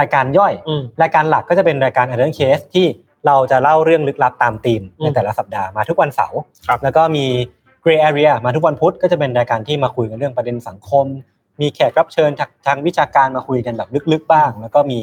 Speaker 2: รายการย่อย
Speaker 3: อืม
Speaker 2: รายการหลักก็จะเป็นรายการ i r o n Case ที่เราจะเล่าเรื่องลึกลับตามธีม
Speaker 3: อืม
Speaker 2: ในแต่ละสัปดาห์มาทุกวันเสาร์
Speaker 3: ครับ
Speaker 2: แล้วก็มี Gray Area มาทุกวันพุธก็จะเป็นรายการที่มาคุยกันเรื่องประเด็นสังคม มีแขกรับเชิญทางทางวิชาการมาคุยกันแบบลึกๆบ้าง แล้วก็มี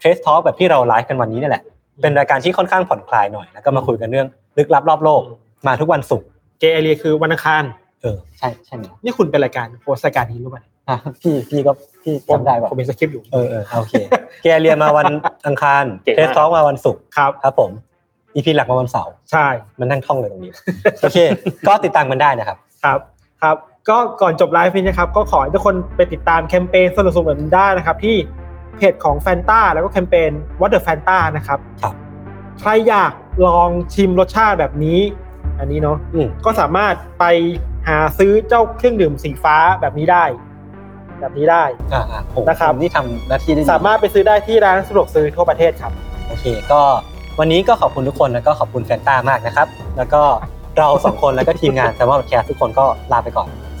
Speaker 2: Trace Talk แบบที่เราไลฟ์กันวันนี้นี่แหละ เป็นรายการที่ค่อนข้างผ่อนคลายหน่อย แล้วก็มาคุยกันเรื่องลึกลับรอบโลก มาทุกวันศุกร์
Speaker 3: เกย์เอเรียคือวันอังคาร
Speaker 2: เออใช่ใช่ไหม
Speaker 3: นี่คุณเป็นรายการโพสต์รายการนี้หรือเปล่า
Speaker 2: อ่ะพี่พี่ก็พี่จำได้ป่ะ
Speaker 3: ผมเป็นสคริปต์อยู่
Speaker 2: เออเออโอเคแกเรียนมาวันอังคาร
Speaker 4: เก่งมาก
Speaker 2: Trace Talk มาวันศุกร์
Speaker 3: ครับ
Speaker 2: ครับผม อีพีหลักมาวันเสาร์
Speaker 3: ใช่
Speaker 2: มันนั่งท่องเลยตรงนี้
Speaker 3: *laughs*
Speaker 2: โอเค ก็ติดตามกันได้นะครับ
Speaker 3: ครับครับ ก็ก่อนจบไลฟ์นี้นะครับ ก็ขอให้ทุกคนไปติดตามแคมเปญสนุกๆแบบนี้ได้นะครับ ที่เพจของแฟนตาแล้วก็แคมเปญ What the Fanta นะครับ
Speaker 2: ครับ
Speaker 3: ใครอยากลองชิมรสชาติแบบนี้ อันนี้เนาะ
Speaker 2: อืม
Speaker 3: ก็สามารถไปหาซื้อเจ้าเครื่องดื่มสีฟ้าแบบนี้ได้ แบบนี้ได้
Speaker 2: อ่าอ่าโห
Speaker 3: นะครับ
Speaker 2: ผมนี่ทำหน้าที่ได้ดี
Speaker 3: สามารถไปซื้อได้ที่ร้านสะดวกซื้อทั่วประเทศครับ
Speaker 2: โอเค ก็วันนี้ก็ขอบคุณทุกคนแล้วก็ขอบคุณแฟนต้ามากนะครับ แล้วก็เราสองคนแล้วก็ทีมงานแซมมอนแคสทุกคนก็ลาไปก่อน ส